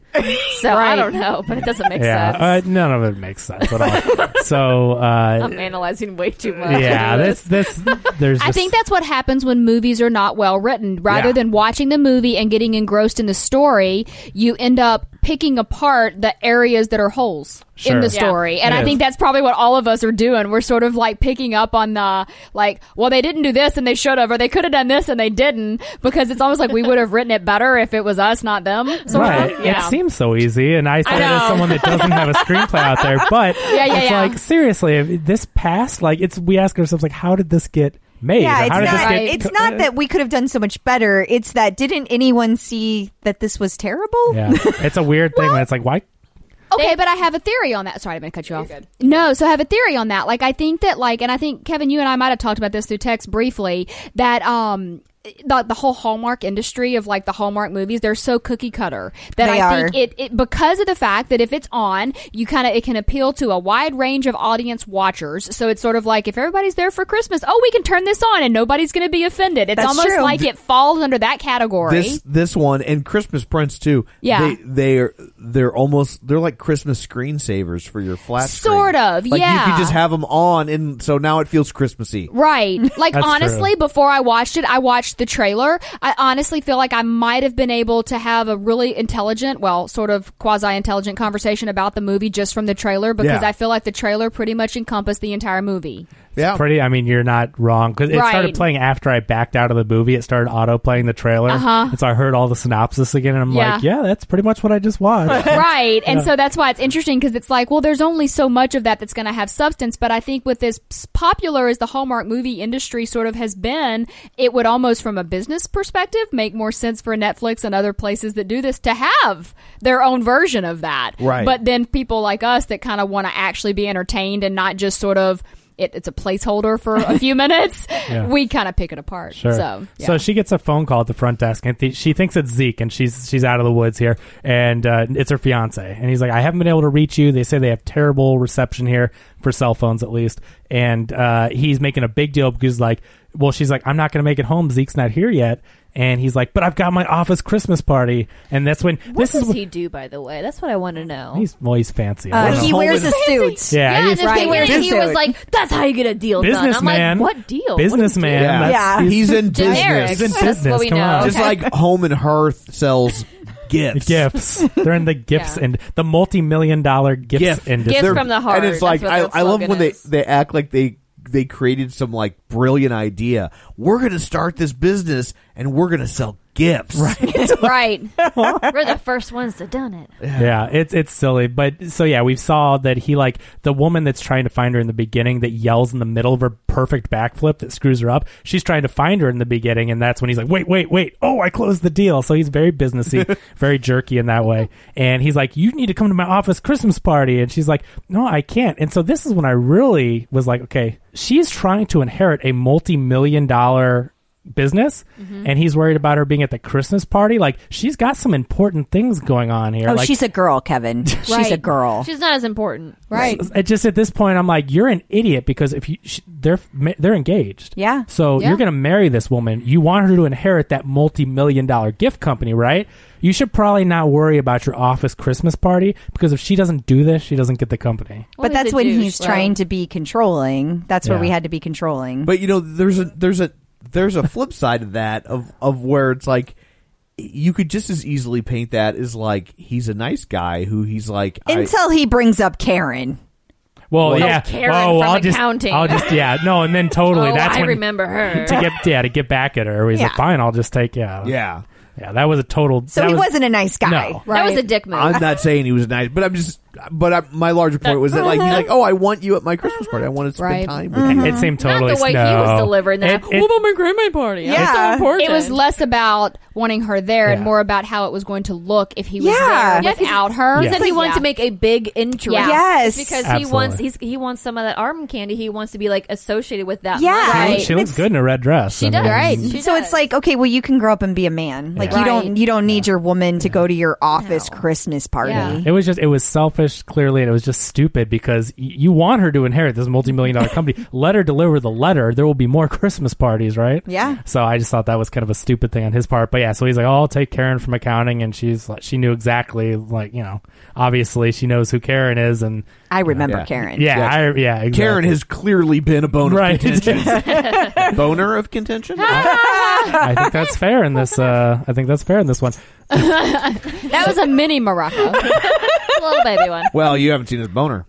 Speaker 10: So I don't No, but it doesn't make
Speaker 7: yeah,
Speaker 10: sense.
Speaker 7: Uh, none of it makes sense at all. so, uh,
Speaker 10: I'm analyzing way too much.
Speaker 7: yeah, this this there's.
Speaker 9: I
Speaker 7: just-
Speaker 9: think that's what happens when movies are not well written. Rather
Speaker 7: Yeah.
Speaker 9: than watching the movie and getting engrossed in the story, you end up picking apart the areas that are holes
Speaker 10: Sure.
Speaker 9: in the
Speaker 10: Yeah.
Speaker 9: story. And
Speaker 10: It
Speaker 9: I think
Speaker 10: is.
Speaker 9: that's probably what all of us are doing. We're sort of like picking up on the like, well, they didn't do this and they should have, or they could have done this and they didn't, because it's almost like we would have written it better if it was us, not them. So
Speaker 7: right. It seems so easy, and I said it as
Speaker 9: know.
Speaker 7: someone that doesn't have a screenplay out there. But
Speaker 9: Yeah, yeah,
Speaker 7: it's
Speaker 9: yeah.
Speaker 7: like seriously, if this passed. Like it's we ask ourselves like, how did this get made?
Speaker 8: yeah,
Speaker 7: Or
Speaker 8: it's
Speaker 7: how did
Speaker 8: not.
Speaker 7: This get uh,
Speaker 8: It's not that we could have done so much better. It's that didn't anyone see that this was terrible? Uh,
Speaker 7: Yeah, it's a weird thing. when it's like why
Speaker 9: Okay, but I have a theory on that. Sorry, I'm going to cut you off. No, so I have a theory on that. Like, I think that, like, and I think, Kevin, you and I might have talked about this through text briefly, that, um, the, the whole Hallmark industry of like the Hallmark movies, they're so cookie cutter that
Speaker 8: They
Speaker 9: I
Speaker 8: are.
Speaker 9: think it, it because of the fact that if it's on, you kind of it can appeal to a wide range of audience watchers. So it's sort of like if everybody's there for Christmas, oh, we can turn this on and nobody's going to be offended. It's
Speaker 8: That's
Speaker 9: almost
Speaker 8: true.
Speaker 9: like it falls under that category.
Speaker 6: This this one and Christmas Prince too.
Speaker 9: Yeah.
Speaker 6: they, they are they're almost they're like Christmas screensavers for your flat. screen.
Speaker 9: Sort of,
Speaker 6: Like,
Speaker 9: yeah.
Speaker 6: you could just have them on, and so now it feels Christmassy.
Speaker 9: Right. Like
Speaker 6: That's
Speaker 9: honestly,
Speaker 6: true.
Speaker 9: before I watched it, I watched the trailer. I honestly feel like I might have been able to have a really intelligent, well, sort of quasi intelligent conversation about the movie just from the trailer because
Speaker 7: Yeah.
Speaker 9: I feel like the trailer pretty much encompassed the entire movie.
Speaker 6: yeah.
Speaker 7: pretty. I mean, you're not wrong because it
Speaker 9: Oh. Right.
Speaker 7: started playing after I backed out of the movie. It started auto playing the trailer,
Speaker 9: Uh-huh.
Speaker 7: and so I heard all the synopsis again, and I'm
Speaker 9: Yeah.
Speaker 7: like, yeah, that's pretty much what I just watched.
Speaker 9: right. And
Speaker 7: Yeah.
Speaker 9: so that's why it's interesting because it's like, well, there's only so much of that that's going to have substance. But I think with as popular as the Hallmark movie industry sort of has been, it would almost, from a business perspective, make more sense for Netflix and other places that do this to have their own version of that.
Speaker 12: Right.
Speaker 9: But then people like us that kind of want to actually be entertained and not just sort of. It, it's a placeholder for a few minutes.
Speaker 7: Yeah.
Speaker 9: We kind of pick it apart.
Speaker 7: Sure.
Speaker 9: So, yeah.
Speaker 7: she gets a phone call at the front desk, and th- she thinks it's Zeke, and she's she's out of the woods here, and uh, it's her fiance, and he's like, "I haven't been able to reach you. They say they have terrible reception here for cell phones, at least." And uh, he's making a big deal because, like, well, she's like, "I'm not going to make it home. Zeke's not here yet." And he's like, "But I've got my office Christmas party," and that's when
Speaker 10: What
Speaker 7: this is
Speaker 10: does
Speaker 7: when-
Speaker 10: he do, by the way? That's what I want to know.
Speaker 7: he's well, he's fancy. I
Speaker 10: Uh,
Speaker 7: don't know.
Speaker 10: he wears a
Speaker 8: suit.
Speaker 7: Yeah,
Speaker 10: Yeah,
Speaker 7: he's
Speaker 10: and if
Speaker 7: fancy.
Speaker 10: they were- he was like, "That's how you get a deal done." I'm
Speaker 7: Businessman.
Speaker 10: like, "What deal?
Speaker 7: Businessman.
Speaker 6: Yeah.
Speaker 7: That's-
Speaker 6: he's in
Speaker 10: Generic.
Speaker 6: business.
Speaker 10: He's in That's business, what we come know. on.
Speaker 6: Just
Speaker 10: Okay.
Speaker 6: like Home and Hearth sells gifts.
Speaker 7: Gifts. They're in the gifts
Speaker 6: Yeah.
Speaker 7: and the multi-million dollar gifts industry.
Speaker 6: They're- And it's like I, I love when they they act like they they created some like brilliant idea. We're gonna start this business and we're gonna sell gifts. Right.
Speaker 10: right. We're the first ones to done it.
Speaker 7: Yeah, it's it's silly, but so yeah, we saw that he like the woman that's trying to find her in the beginning that yells in the middle of her perfect backflip that screws her up. She's trying to find her in the beginning, and that's when he's like, "Wait, wait, wait! Oh, I closed the deal." So he's very businessy, very jerky in that way, and he's like, "You need to come to my office Christmas party," and she's like, "No, I can't." And so this is when I really was like, "Okay, she's trying to inherit a multi-million dollar." business and he's worried about her being at the christmas party like she's got some important things going on here
Speaker 12: Oh,
Speaker 7: like,
Speaker 12: she's a girl, Kevin. She's a
Speaker 10: Right.
Speaker 12: girl.
Speaker 10: She's not as important,
Speaker 12: Right.
Speaker 7: I just at this point, I'm like, you're an idiot because if you sh- they're ma- they're engaged,
Speaker 12: Yeah.
Speaker 7: So
Speaker 12: Yeah.
Speaker 7: you're gonna marry this woman. You want her to inherit that multi million dollar gift company, right? You should probably not worry about your office Christmas party because if she doesn't do this, she doesn't get the company.
Speaker 8: But that's when he's trying to be controlling. That's where
Speaker 6: Yeah.
Speaker 8: we had to be controlling.
Speaker 6: But you know, there's a there's a there's a flip side of that of of where it's like you could just as easily paint that as like he's a nice guy who he's like I-
Speaker 8: Until he brings up Karen.
Speaker 7: Well,
Speaker 6: Well,
Speaker 7: yeah.
Speaker 6: Karen
Speaker 7: oh,
Speaker 6: from
Speaker 7: I'll just,
Speaker 6: accounting.
Speaker 7: I'll just, yeah. No, and then totally.
Speaker 10: Oh,
Speaker 7: that's
Speaker 10: I
Speaker 7: when
Speaker 10: remember her.
Speaker 7: to get yeah to get back at her. He's
Speaker 10: Yeah.
Speaker 7: like, fine, I'll just take yeah,
Speaker 6: yeah,
Speaker 7: yeah. That was a total.
Speaker 8: So
Speaker 7: that
Speaker 8: he
Speaker 7: was,
Speaker 8: wasn't a nice guy.
Speaker 7: No.
Speaker 10: That was a dick move.
Speaker 6: I'm not saying he was nice, but I'm just. But I, my larger point was that like he's like, oh, I want you at my Christmas party. I want to spend
Speaker 10: Right.
Speaker 6: time with you.
Speaker 7: Mhm. It seemed totally
Speaker 10: the way he
Speaker 7: snow.
Speaker 10: was delivering that.
Speaker 7: It- it-
Speaker 10: what about my grandma party? Yeah, was so important.
Speaker 9: It was less about wanting her there and
Speaker 10: Yeah.
Speaker 9: more about how it was going to look if he was
Speaker 10: Yeah.
Speaker 9: there
Speaker 10: Yeah, 'cause
Speaker 9: without
Speaker 10: he-
Speaker 9: her.
Speaker 10: he Yeah. said he wanted to make a big interest. Yes. because he
Speaker 7: Absolutely.
Speaker 10: wants he's, he wants some of that arm candy. He wants to be like associated with that.
Speaker 8: Yeah.
Speaker 10: month.
Speaker 8: Right.
Speaker 7: She looks good in a red dress. I mean,
Speaker 8: so it's like, okay, well, you can grow up and be a man. Like
Speaker 7: Yeah.
Speaker 8: you don't you don't need your woman to go to your office Christmas party.
Speaker 7: It was just it was self selfish, clearly, and it was just stupid because y- you want her to inherit this multi-million dollar company. Let her deliver the letter. There will be more Christmas parties, right?
Speaker 8: Yeah.
Speaker 7: So I just thought that was kind of a stupid thing on his part. But yeah, so he's like, oh, I'll take Karen from accounting, and she's like, she knew exactly, like you know, obviously she knows who Karen is, and
Speaker 8: I remember Karen.
Speaker 7: Yeah, I, yeah, exactly.
Speaker 6: Karen has clearly been a bone
Speaker 7: Mm. Right.
Speaker 6: of contention. boner of contention?
Speaker 7: I think that's fair in this. Uh, I think that's fair in this one.
Speaker 9: that was a mini Morocco, little baby one.
Speaker 6: well, you haven't seen his boner.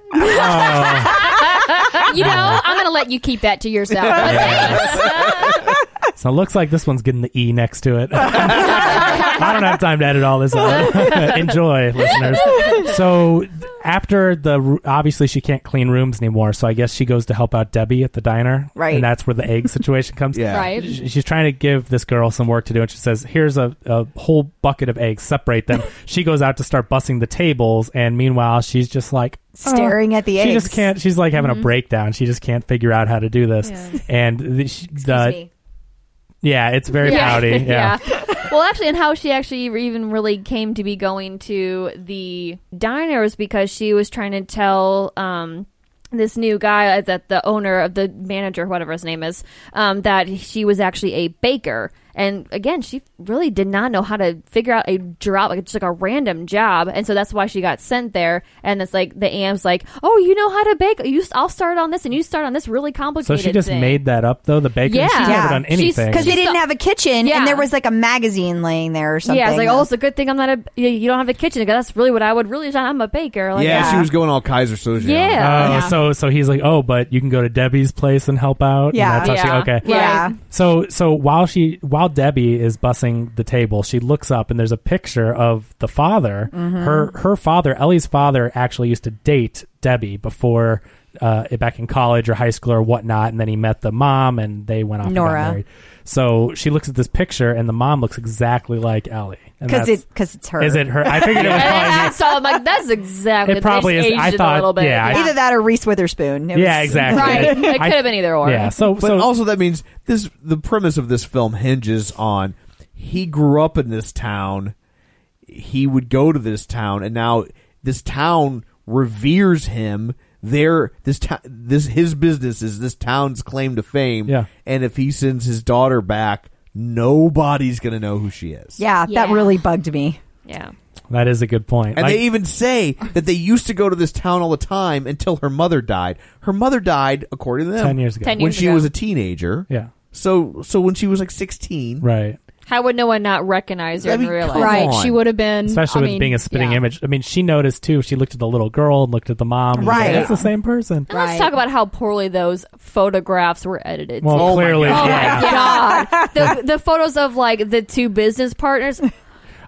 Speaker 9: you know, I'm gonna let you keep that to yourself.
Speaker 7: So it looks like this one's getting the E next to it. I don't have time to edit all this out. Enjoy, listeners. So th- after the r- obviously she can't clean rooms anymore, so I guess she goes to help out Debbie at the diner,
Speaker 12: Right.
Speaker 7: And that's where the egg situation comes.
Speaker 12: Yeah. Right.
Speaker 7: Sh- She's trying to give this girl some work to do, and she says, "Here's a, a whole bucket of eggs. Separate them." she goes out to start bussing the tables, and meanwhile she's just like
Speaker 8: Staring at the
Speaker 7: She
Speaker 8: eggs.
Speaker 7: just can't. She's like having
Speaker 10: Mm-hmm.
Speaker 8: Mhm.
Speaker 7: a breakdown. She just can't figure out how to do this, and the, she, the
Speaker 10: me.
Speaker 7: yeah, it's very pouty. Yeah.
Speaker 10: well, actually, and how she actually even really came to be going to the diner was because she was trying to tell um, this new guy that the owner of the manager, whatever his name is, um, that she was actually a baker. And again, she really did not know how to figure out a job, like just like a random job, and so that's why she got sent there. And it's like the AM's like, "Oh, you know how to bake? You, s- I'll start on this, and you start on this really
Speaker 7: So
Speaker 10: complicated."
Speaker 7: she just
Speaker 10: thing.
Speaker 7: made that up though. The baker,
Speaker 10: Yeah.
Speaker 7: she's
Speaker 10: Yeah.
Speaker 7: never done anything.
Speaker 8: because they didn't have a kitchen,
Speaker 10: Yeah.
Speaker 8: and there was like a magazine laying there or something.
Speaker 10: Yeah, it's like, oh, it's a good thing I'm not a. You, you don't have a kitchen because that's really what I would really. I'm a baker. Like,
Speaker 6: yeah, she was going all Kaiser Soze.
Speaker 10: Yeah.
Speaker 7: Oh, so so he's like, oh, but you can go to Debbie's place and help out. and
Speaker 10: Yeah.
Speaker 7: that's how she,
Speaker 10: Yeah.
Speaker 7: okay.
Speaker 10: Yeah. Right.
Speaker 7: So so while she while Debbie is bussing the table, she looks up and there's a picture of the father.
Speaker 10: Mm-hmm.
Speaker 12: Mhm.
Speaker 7: Her her father, Ellie's father, actually used to date Debbie before. Uh, back in college or high school or whatnot, and then he met the mom, and they went off and
Speaker 8: Nora.
Speaker 7: got married. So she looks at this picture, and the mom looks exactly like Ellie. And
Speaker 8: because
Speaker 7: that's-
Speaker 8: it because it's her.
Speaker 7: Is it her? I figured it was
Speaker 10: And
Speaker 7: probably
Speaker 10: I saw. I'm like, that's exactly.
Speaker 7: It probably
Speaker 10: they just
Speaker 7: is. I
Speaker 10: aged it
Speaker 7: thought-
Speaker 10: A little bit.
Speaker 7: yeah, I-
Speaker 8: Either that or Reese Witherspoon. It was-
Speaker 7: Yeah, exactly.
Speaker 10: Right. It could
Speaker 7: I-
Speaker 10: have been either or.
Speaker 6: but also that means this the premise of this film hinges on he grew up in this town, he would go to this town, and now this town reveres him. Their this town this his business is this town's claim to fame.
Speaker 7: Yeah.
Speaker 6: and if he sends his daughter back, nobody's gonna know who she is.
Speaker 8: Yeah, that
Speaker 10: Yeah.
Speaker 8: really bugged me.
Speaker 10: Yeah.
Speaker 7: That is a good point.
Speaker 6: And
Speaker 7: Like-
Speaker 6: they even say that they used to go to this town all the time until her mother died. Her mother died, according to them,
Speaker 7: 10 years ago. 10
Speaker 6: when
Speaker 7: years
Speaker 6: she
Speaker 7: ago.
Speaker 6: was a teenager.
Speaker 7: Yeah.
Speaker 6: So, so when she was like sixteen,
Speaker 7: right?
Speaker 10: How would no one not recognize her
Speaker 6: I
Speaker 10: in
Speaker 6: mean,
Speaker 10: real life?
Speaker 6: come Right, on. she would
Speaker 9: have been.
Speaker 8: Mm,
Speaker 7: Especially
Speaker 9: I
Speaker 7: with
Speaker 9: mean,
Speaker 7: being a spitting
Speaker 9: yeah.
Speaker 7: image. I mean, she noticed too. She looked at the little girl and looked at the mom. and was like,
Speaker 10: Right.
Speaker 7: That's the same person.
Speaker 10: And Let's talk about how poorly those photographs were edited.
Speaker 7: Well,
Speaker 10: too.
Speaker 7: Oh my clearly,
Speaker 10: oh
Speaker 7: God.
Speaker 10: my
Speaker 7: yeah.
Speaker 10: god, the, the photos of like the two business partners.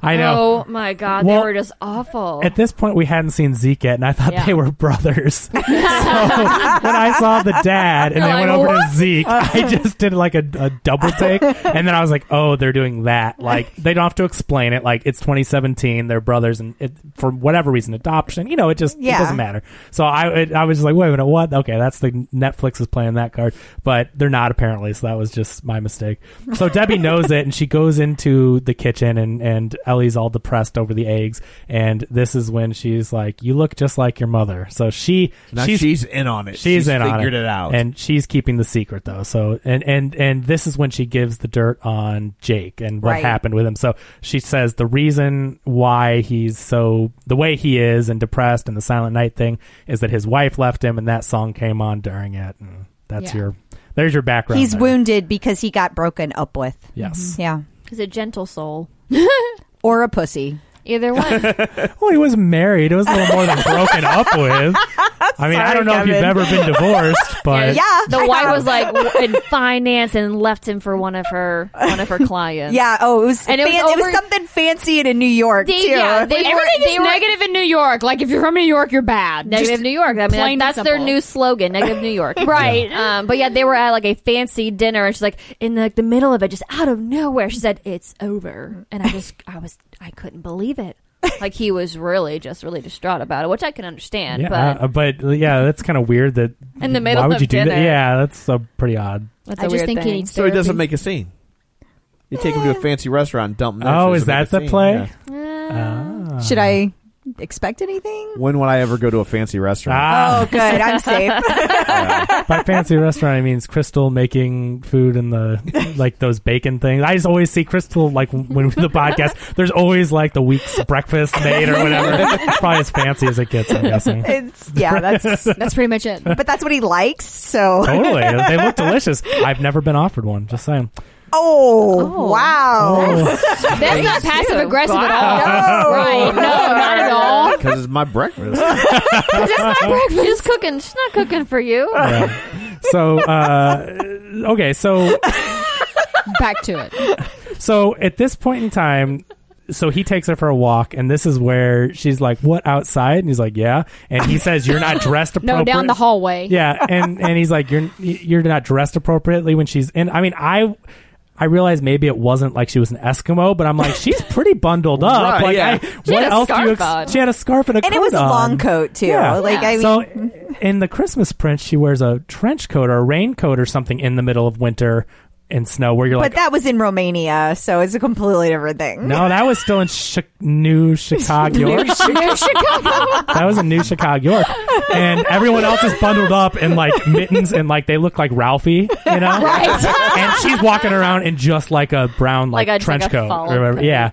Speaker 7: I know.
Speaker 10: Oh my god,
Speaker 7: Well,
Speaker 10: they were just awful.
Speaker 7: At this point, we hadn't seen Zeke yet, and I thought
Speaker 10: Yeah.
Speaker 7: they were brothers. so when I saw the dad and
Speaker 12: You're
Speaker 7: then
Speaker 12: like,
Speaker 7: went over
Speaker 12: "What?"
Speaker 7: to Zeke, I just did like a, a double take, and then I was like, "Oh, they're doing that. Like they don't have to explain it. Like it's 2017. They're brothers, and it, for whatever reason, adoption. You know, it just
Speaker 12: Yeah.
Speaker 7: it doesn't matter." So I it, I was just like, "Wait a minute, what? Okay, that's the Netflix is playing that card, but they're not apparently. So that was just my mistake." So Debbie knows it, and she goes into the kitchen, and and Ellie's all depressed over the eggs, and this is when she's like, "You look just like your mother." So she
Speaker 6: Now she's in on it.
Speaker 7: She's,
Speaker 6: She's
Speaker 7: in on
Speaker 6: figured it out.
Speaker 7: and she's keeping the secret though. So and and and this is when she gives the dirt on Jake and what
Speaker 12: Right.
Speaker 7: happened with him. So she says the reason why he's so the way he is and depressed and the Silent Night thing is that his wife left him, and that song came on during it. And that's
Speaker 8: Yeah.
Speaker 7: your there's your background.
Speaker 8: He's
Speaker 7: there.
Speaker 8: wounded because he got broken up with. Mm-hmm.
Speaker 7: Yes.
Speaker 8: Yeah.
Speaker 10: He's a gentle soul.
Speaker 8: or a pussy.
Speaker 10: Either one.
Speaker 7: Well, Oh, he was married. It was a little more than broken up with. I mean, I
Speaker 12: Sorry,
Speaker 7: don't know if
Speaker 12: Kevin.
Speaker 7: you've ever been divorced, but
Speaker 10: the wife was like w- in finance and left him for one of her one of her clients.
Speaker 8: Yeah. Oh, it was.
Speaker 10: And it was
Speaker 8: fan-
Speaker 10: over-
Speaker 8: something fancy in New York
Speaker 10: They-
Speaker 8: too.
Speaker 10: yeah, they
Speaker 8: Like,
Speaker 10: were-
Speaker 8: everything
Speaker 10: they
Speaker 8: is
Speaker 10: were-
Speaker 9: Negative in New York. Like if you're from New York, you're bad.
Speaker 10: Negative
Speaker 9: Just
Speaker 10: New York. I mean,
Speaker 9: plain and
Speaker 10: that's their
Speaker 9: simple.
Speaker 10: new slogan. Negative New York.
Speaker 9: Right.
Speaker 10: Um, but yeah, they were at like a fancy dinner, and she's like in like the middle of it, just out of nowhere. She said, "It's over," and I just, I was, I couldn't believe it. Like he was really just really distraught about it, which I can understand.
Speaker 7: yeah,
Speaker 10: but
Speaker 7: uh, but yeah, that's kind of weird. That
Speaker 10: In the middle
Speaker 7: why would
Speaker 10: of
Speaker 7: you do that?
Speaker 10: dinner.
Speaker 7: Yeah, that's uh, pretty odd.
Speaker 10: that's
Speaker 9: I
Speaker 10: a
Speaker 9: just
Speaker 10: weird
Speaker 9: think he
Speaker 10: thing.
Speaker 9: needs
Speaker 6: so he doesn't make a scene. You take him to a fancy restaurant, and dump him. there
Speaker 7: Oh,
Speaker 6: so he
Speaker 7: is
Speaker 6: doesn't make
Speaker 7: that
Speaker 10: Uh,
Speaker 6: a
Speaker 7: the
Speaker 6: scene,
Speaker 7: play?
Speaker 8: Should I expect anything.
Speaker 6: When would I ever go to a fancy restaurant?
Speaker 7: Uh.
Speaker 6: Uh,
Speaker 8: Oh, good. I'm
Speaker 7: Ah.
Speaker 8: safe.
Speaker 7: By Ah. fancy restaurant, I means Crystal making food and the like those bacon things. I just always see Crystal like when the podcast. There's always like the week's breakfast made or whatever. It's probably as fancy as it gets. I'm guessing.
Speaker 8: it's yeah. That's
Speaker 9: that's pretty much it.
Speaker 8: But that's what he likes. So
Speaker 7: Totally, they look delicious. I've never been offered one. Just saying.
Speaker 8: Oh, wow.
Speaker 7: Oh,
Speaker 9: That's not passive aggressive at
Speaker 8: Wow.
Speaker 9: all.
Speaker 8: No.
Speaker 9: Right? No, not at all.
Speaker 6: Because it's my breakfast.
Speaker 10: Just my breakfast. She's cooking. She's not cooking for you.
Speaker 7: So uh, okay, so
Speaker 9: Back to it.
Speaker 7: So at this point in time, so he takes her for a walk, and this is where she's like, "What outside?" And he's like, "Yeah." And he says, "You're not dressed
Speaker 9: No,
Speaker 7: appropriate."
Speaker 9: down the hallway.
Speaker 7: Yeah, and and he's like, "You're you're not dressed appropriately when she's in." I mean, I. I realized maybe it wasn't like she was an Eskimo, but I'm like, she's pretty bundled up.
Speaker 6: Right,
Speaker 7: like,
Speaker 6: yeah.
Speaker 7: I,
Speaker 9: She
Speaker 7: what
Speaker 9: had a
Speaker 7: else do you?
Speaker 9: scarf on.
Speaker 7: She had a scarf and a
Speaker 8: And
Speaker 7: coat
Speaker 8: it was a
Speaker 7: on.
Speaker 8: long coat, too.
Speaker 7: Yeah.
Speaker 8: Like, I mean,
Speaker 7: so in the Christmas print, she wears a trench coat or a raincoat or something in the middle of winter and snow, where you're like,
Speaker 8: but that was in Romania, so it's a completely different thing.
Speaker 7: No, that was still in chi- New Chicago. York. that was in New Chicago, York. And everyone else is bundled up in like mittens and like they look like Ralphie, you know?
Speaker 9: Right.
Speaker 7: And she's walking around in just like a brown
Speaker 10: Like
Speaker 7: like,
Speaker 10: a- like
Speaker 7: trench
Speaker 10: a
Speaker 7: coat.
Speaker 10: fall
Speaker 7: or whatever.
Speaker 10: thing.
Speaker 7: Yeah.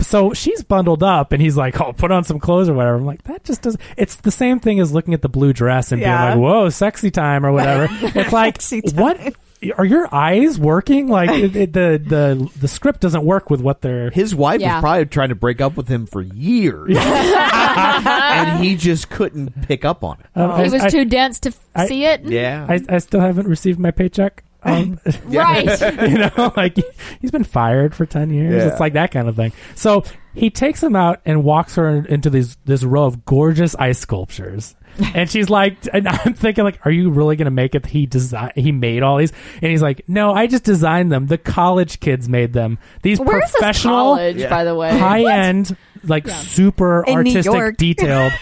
Speaker 7: So she's bundled up and he's like, Oh, put on some clothes or whatever. I'm like, that just doesn't it's the same thing as looking at the blue dress and
Speaker 8: Yeah.
Speaker 7: being like, Whoa, sexy time or whatever. It's like
Speaker 8: Sexy time.
Speaker 7: what are your eyes working? Like it, it- the the the script doesn't work with what they're
Speaker 6: His wife
Speaker 9: Yeah.
Speaker 6: was probably trying to break up with him for years, and he just couldn't pick up on it.
Speaker 7: Um,
Speaker 9: He was
Speaker 7: I-
Speaker 9: too dense to f-
Speaker 7: I-
Speaker 9: see it.
Speaker 6: Yeah,
Speaker 7: I, I still haven't received my paycheck. Um,
Speaker 9: Right.
Speaker 7: you know, like he's been fired for ten years.
Speaker 6: Yeah.
Speaker 7: It's like that kind of thing. So he takes him out and walks her in- into these this row of gorgeous ice sculptures. And she's like, and I'm thinking, like, are you really gonna make it? He design, he made all these, and he's like, no, I just designed them. The college kids made them. These
Speaker 9: Where's this
Speaker 7: professional,
Speaker 9: college, by the way?
Speaker 7: high end, like super
Speaker 8: In New
Speaker 7: artistic,
Speaker 8: York.
Speaker 7: detailed.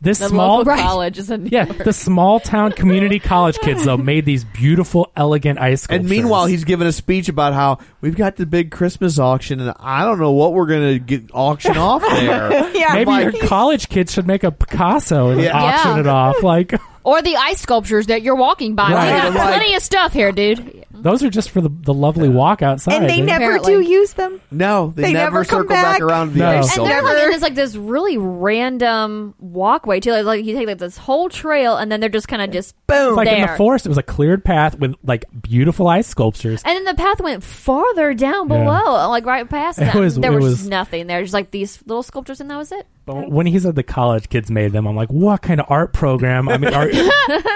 Speaker 7: This
Speaker 10: The
Speaker 7: small
Speaker 10: local
Speaker 9: Right.
Speaker 10: college is in
Speaker 7: yeah, the small town community college kids though made these beautiful, elegant ice sculptures.
Speaker 6: And meanwhile, he's giving a speech about how we've got the big Christmas auction, and I don't know what we're gonna get auction off there.
Speaker 8: Yeah,
Speaker 7: maybe
Speaker 8: like-
Speaker 7: your college kids should make a Picasso and
Speaker 6: Yeah.
Speaker 7: auction
Speaker 9: Yeah.
Speaker 7: it off. Like
Speaker 9: Or the ice sculptures that you're walking by.
Speaker 7: Right.
Speaker 9: We got
Speaker 6: Right.
Speaker 9: plenty of stuff here, dude.
Speaker 7: those are just for the, the lovely walk outside.
Speaker 8: and they
Speaker 7: dude.
Speaker 8: never
Speaker 9: Apparently.
Speaker 8: do use them.
Speaker 6: No, they,
Speaker 8: They
Speaker 6: never,
Speaker 8: never come
Speaker 6: circle back,
Speaker 8: back.
Speaker 6: around. to The
Speaker 7: No.
Speaker 6: ice
Speaker 7: And
Speaker 10: And
Speaker 6: sculpture.
Speaker 10: they're like
Speaker 8: Never.
Speaker 10: in this like this really random walkway too. Like, like you take like this whole trail, and then they're just kind of just
Speaker 7: It
Speaker 10: boom
Speaker 7: was like in
Speaker 10: there.
Speaker 7: the forest, it was a cleared path with like beautiful ice sculptures.
Speaker 10: and then the path went farther down
Speaker 7: Yeah.
Speaker 10: below, like right past
Speaker 7: It
Speaker 10: that.
Speaker 7: was-
Speaker 10: there
Speaker 7: it
Speaker 10: was,
Speaker 7: was-
Speaker 10: just nothing there. Just like these little sculptures, and that was it.
Speaker 7: But when he said the college kids made them, I'm like, what kind of art program? I mean, art,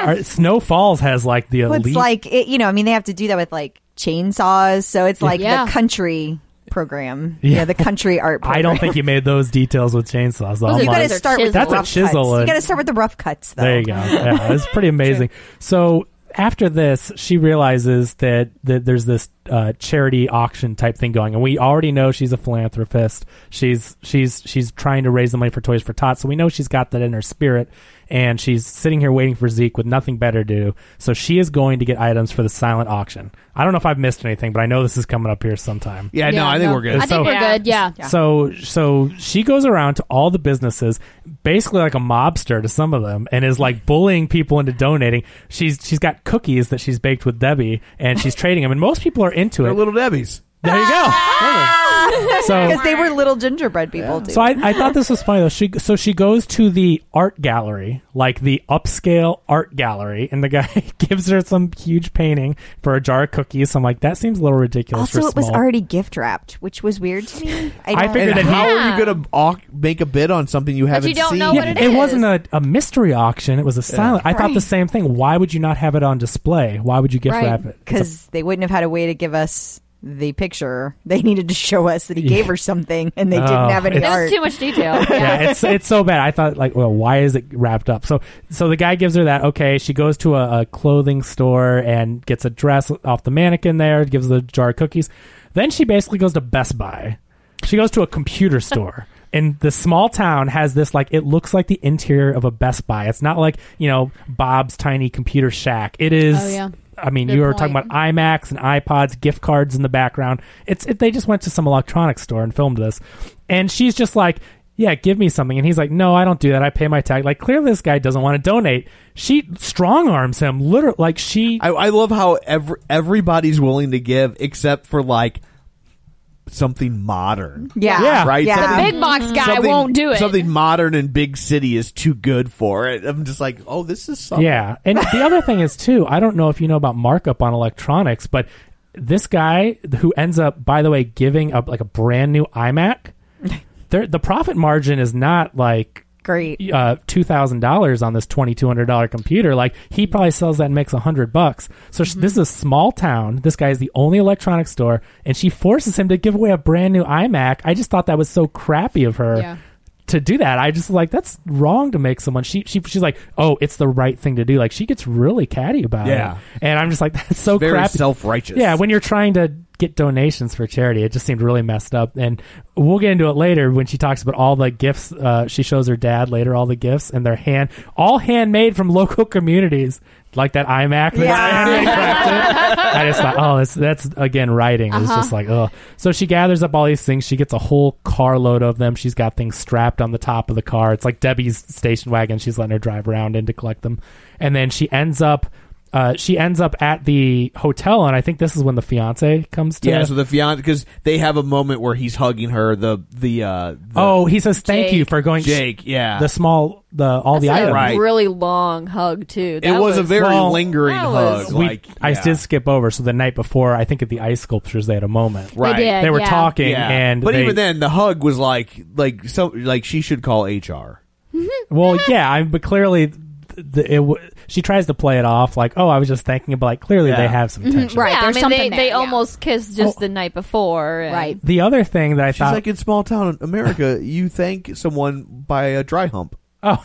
Speaker 7: art, Snow Falls has like the
Speaker 8: But
Speaker 7: elite.
Speaker 8: it's like, it, you know, I mean, they have to do that with like chainsaws. So it's like
Speaker 9: Yeah.
Speaker 8: the country program. Yeah. the country art program.
Speaker 7: I don't think you made those details with chainsaws. Though.
Speaker 9: Those
Speaker 7: I'm
Speaker 9: are-
Speaker 8: You
Speaker 7: like-
Speaker 8: got to
Speaker 9: Those are
Speaker 8: start with the
Speaker 9: chisels.
Speaker 8: rough
Speaker 7: That's a chisel
Speaker 8: cuts.
Speaker 7: and-
Speaker 8: You got to start with the rough cuts, though.
Speaker 7: There you go. Yeah, it's pretty amazing. So after this, she realizes that, that there's this uh, charity auction type thing going, and we already know she's a philanthropist. She's she's she's trying to raise the money for Toys for Tots, so we know she's got that in her spirit. And she's sitting here waiting for Zeke with nothing better to do, so she is going to get items for the silent auction. I don't know if I've missed anything, but I know this is coming up here sometime.
Speaker 6: yeah, no, I think we're
Speaker 9: I
Speaker 6: good.
Speaker 9: think
Speaker 7: So-
Speaker 9: we're
Speaker 10: Yeah.
Speaker 9: good. Yeah.
Speaker 7: So so she goes around to all the businesses, basically like a mobster to some of them, and is like bullying people into donating. She's she's got cookies that she's baked with Debbie, and she's trading them, and most people are into
Speaker 6: They're
Speaker 7: it.
Speaker 6: little Debbie's.
Speaker 7: There you go. Really. So
Speaker 8: Because they were little gingerbread people, too.
Speaker 7: so I, I thought this was funny though. She so she goes to the art gallery, like the upscale art gallery, and the guy gives her some huge painting for a jar of cookies. I'm like, that seems a little ridiculous.
Speaker 8: also,
Speaker 7: for
Speaker 8: it was
Speaker 7: small-
Speaker 8: already gift wrapped, which was weird to me. I,
Speaker 7: I
Speaker 8: don't-
Speaker 6: And
Speaker 7: figured that he-
Speaker 6: how
Speaker 10: Yeah.
Speaker 6: are you gonna au- make a bid on something you haven't
Speaker 10: don't
Speaker 6: seen?
Speaker 10: know what
Speaker 7: Yeah,
Speaker 10: it
Speaker 7: it
Speaker 10: is.
Speaker 7: wasn't a, a mystery auction. It was a silent. I thought the
Speaker 8: Right.
Speaker 7: same thing. Why would you not have it on display? Why would you gift
Speaker 9: Right.
Speaker 7: wrap it? It's a-
Speaker 8: because they wouldn't have had a way to give us the picture. They needed to show us that he gave her something, and they
Speaker 7: Oh,
Speaker 8: didn't have any
Speaker 7: it's-
Speaker 8: art.
Speaker 10: There's too much detail.
Speaker 7: yeah, it's it's so bad. I thought like, well, why is it wrapped up? So so the guy gives her that. Okay, she goes to a, a clothing store and gets a dress off the mannequin there. Gives the jar of cookies. Then she basically goes to Best Buy. She goes to a computer store. And the small town has this like it looks like the interior of a Best Buy. It's not like you know Bob's tiny computer shack. It is.
Speaker 9: Oh, yeah.
Speaker 7: I mean,
Speaker 9: Good
Speaker 7: you were
Speaker 9: point.
Speaker 7: talking about iMacs and iPods, gift cards in the background. It's it, they just went to some electronics store and filmed this, and she's just like, yeah, give me something. And he's like, no, I don't do that. I pay my tax. Like, clearly this guy doesn't want to donate. She strong arms him, literally. Like, she.
Speaker 6: I, I love how every, everybody's willing to give except for like something modern.
Speaker 9: Yeah. Yeah.
Speaker 6: Right?
Speaker 9: Yeah. The
Speaker 6: Something-
Speaker 9: big box guy
Speaker 6: something-
Speaker 9: won't do it.
Speaker 6: Something modern and big city is too good for it. I'm just like, oh, this is something.
Speaker 7: Yeah. And the other thing is, too, I don't know if you know about markup on electronics, but this guy who ends up, by the way, giving up like a brand new iMac, there- the profit margin is not like
Speaker 8: great
Speaker 7: uh, two thousand dollars on this twenty two hundred dollar computer. Like he probably sells that and makes a hundred bucks. So sh this is a small town. This guy is the only electronics store, and she forces him to give away a brand new iMac. I just thought that was so crappy of her.
Speaker 9: Yeah.
Speaker 7: To do that, I just like that's wrong to make someone. She, she she's like, oh, it's the right thing to do. Like she gets really catty about
Speaker 6: Yeah.
Speaker 7: it, and I'm just like, that's so
Speaker 6: Very
Speaker 7: crappy,
Speaker 6: self-righteous.
Speaker 7: Yeah, when you're trying to get donations for charity, it just seemed really messed up. And we'll get into it later when she talks about all the gifts. Uh, she shows her dad later all the gifts, and they're hand, all handmade from local communities, like that iMac. that's handmade. I just thought, oh, that's, that's again writing. It's
Speaker 9: Uh-huh.
Speaker 7: just like, oh. So she gathers up all these things. She gets a whole carload of them. She's got things strapped on the top of the car. It's like Debbie's station wagon. She's letting her drive around in to collect them, and then she ends up. Uh, she ends up at the hotel, and I think this is when the fiance comes to.
Speaker 6: Yeah, so the fiance because they have a moment where he's hugging her. The the uh, the-
Speaker 7: oh, he says thank you for going.
Speaker 6: Jake, yeah.
Speaker 7: the small, the all the
Speaker 10: That's a
Speaker 7: items.
Speaker 10: really long hug too. That
Speaker 6: it was, a very
Speaker 7: Well,
Speaker 6: lingering
Speaker 10: that
Speaker 6: hug.
Speaker 10: was-
Speaker 7: We-
Speaker 6: like
Speaker 7: I did skip over. So the night before, I think at the ice sculptures, they had a moment.
Speaker 6: Right. They did,
Speaker 7: were
Speaker 10: yeah.
Speaker 7: talking,
Speaker 6: yeah.
Speaker 7: and
Speaker 6: but
Speaker 7: they-
Speaker 6: even then, the hug was like like so like she should call HR.
Speaker 7: Well, yeah, I, but clearly, th- the, it w- she tries to play it off like, "Oh, I was just thinking," but like clearly they
Speaker 6: Yeah.
Speaker 7: have some
Speaker 9: Mhm,
Speaker 7: tension.
Speaker 9: Right,
Speaker 10: Yeah, I
Speaker 9: there's
Speaker 10: mean,
Speaker 9: something
Speaker 10: they,
Speaker 9: there,
Speaker 10: they
Speaker 9: yeah.
Speaker 10: almost kissed just
Speaker 7: Oh.
Speaker 10: the night before. and-
Speaker 9: Right.
Speaker 7: The other thing that I
Speaker 6: She's
Speaker 7: thought,
Speaker 6: like in small town America, you thank someone by a dry hump.
Speaker 7: oh,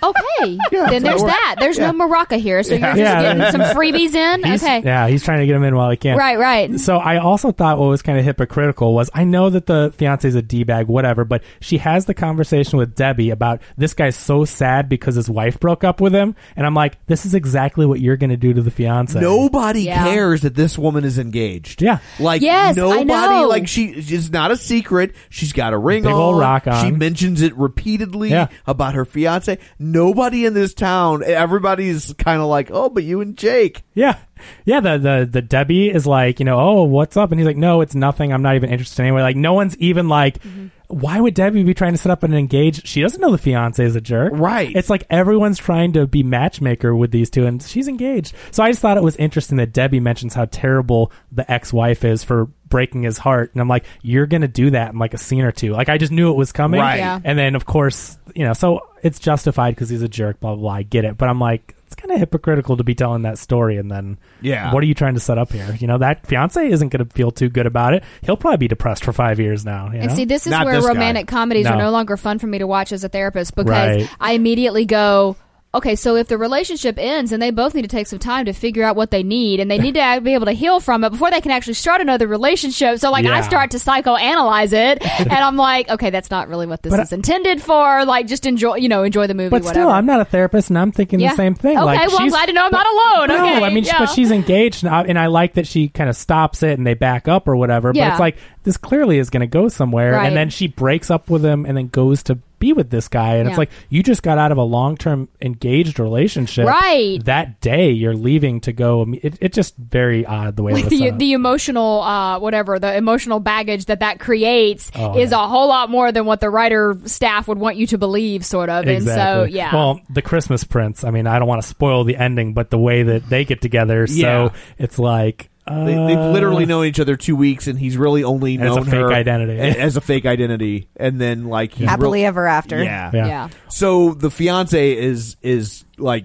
Speaker 9: Okay.
Speaker 6: Yeah,
Speaker 9: then
Speaker 6: so
Speaker 9: there's
Speaker 6: we're-
Speaker 9: that. There's
Speaker 6: yeah.
Speaker 9: no maraca here, so
Speaker 6: Yeah.
Speaker 9: you're just
Speaker 7: Yeah.
Speaker 9: getting some freebies in.
Speaker 7: he's,
Speaker 9: Okay.
Speaker 7: yeah, he's trying to get him in while he can.
Speaker 9: Right, right.
Speaker 7: So I also thought what was kind of hypocritical was I know that the fiance's a d bag, whatever, but she has the conversation with Debbie about this guy's so sad because his wife broke up with him, and I'm like, this is exactly what you're going to do to the fiance.
Speaker 6: Nobody
Speaker 9: Yeah.
Speaker 6: cares that this woman is engaged.
Speaker 7: Yeah.
Speaker 6: Like
Speaker 9: Yes, I
Speaker 6: nobody
Speaker 9: know.
Speaker 6: like she it's not a secret. She's got a ring
Speaker 7: Big
Speaker 6: on.
Speaker 7: ol' rock
Speaker 6: She
Speaker 7: on.
Speaker 6: mentions it repeatedly
Speaker 7: Yeah.
Speaker 6: about her fiance. Nobody in this town everybody's kinda like, Oh, but you and Jake.
Speaker 7: Yeah. Yeah, the, the the Debbie is like, you know, oh, what's up? And he's like, no, it's nothing. I'm not even interested anyway. Like, no one's even like, why would Debbie be trying to set up an engage? She doesn't know the fiance is a jerk.
Speaker 6: Right.
Speaker 7: It's like everyone's trying to be matchmaker with these two, and she's engaged. So I just thought it was interesting that Debbie mentions how terrible the ex wife is for breaking his heart. And I'm like, you're going to do that in like a scene or two. Like, I just knew it was coming.
Speaker 6: Right. Yeah.
Speaker 7: And then, of course, you know, so it's justified because he's a jerk, blah, blah, blah. I get it. But I'm like, it's kind of hypocritical to be telling that story and then
Speaker 6: Yeah.
Speaker 7: what are you trying to set up here? You know, that fiance isn't going to feel too good about it. He'll probably be depressed for five years now. You
Speaker 9: And
Speaker 7: know?
Speaker 9: see, this is
Speaker 6: Not
Speaker 9: where
Speaker 6: this guy.
Speaker 9: romantic comedies are
Speaker 7: No.
Speaker 9: no longer fun for me to watch as a therapist because
Speaker 7: Right.
Speaker 9: I immediately go, okay, so if the relationship ends and they both need to take some time to figure out what they need and they need to act- be able to heal from it before they can actually start another relationship. So, like, I
Speaker 7: Yeah.
Speaker 9: start to psychoanalyze it and I'm like, okay, that's not really what this
Speaker 7: But
Speaker 9: is intended for. Like, just enjoy, you know, enjoy the movie,
Speaker 7: but
Speaker 9: whatever.
Speaker 7: still, I'm not a therapist, and I'm thinking
Speaker 9: Yeah.
Speaker 7: the same thing.
Speaker 9: Okay,
Speaker 7: like,
Speaker 9: well, I'm
Speaker 7: she's-
Speaker 9: glad to know I'm not alone.
Speaker 7: No,
Speaker 9: Okay,
Speaker 7: I mean,
Speaker 9: yeah.
Speaker 7: but she's engaged, and I, and I like that she kind of stops it and they back up or whatever. But
Speaker 9: Yeah.
Speaker 7: it's like this clearly is going to go somewhere,
Speaker 9: Right.
Speaker 7: and then she breaks up with him and then goes to be with this guy, and
Speaker 9: Yeah.
Speaker 7: it's like you just got out of a long term engaged relationship,
Speaker 9: Right.
Speaker 7: That day you're leaving to go. I mean, It, it's just very odd the way it
Speaker 9: like
Speaker 7: was
Speaker 9: the
Speaker 7: set up.
Speaker 9: the emotional uh, whatever the emotional baggage that that creates
Speaker 7: Oh,
Speaker 9: is
Speaker 7: yeah.
Speaker 9: a whole lot more than what the writer staff would want you to believe, sort of.
Speaker 7: Exactly.
Speaker 9: And so, yeah,
Speaker 7: Well, the Christmas Prince. I mean, I don't want to spoil the ending, but the way that they get together,
Speaker 6: Yeah.
Speaker 7: so it's like uh,
Speaker 6: They, they've literally known each other two weeks, and he's really only
Speaker 7: As a
Speaker 6: known
Speaker 7: fake
Speaker 6: her
Speaker 7: identity.
Speaker 6: a- as a fake identity, and then like he's
Speaker 8: happily
Speaker 6: real-
Speaker 8: ever after.
Speaker 6: Yeah.
Speaker 7: Yeah.
Speaker 9: yeah.
Speaker 6: So the fiance is is like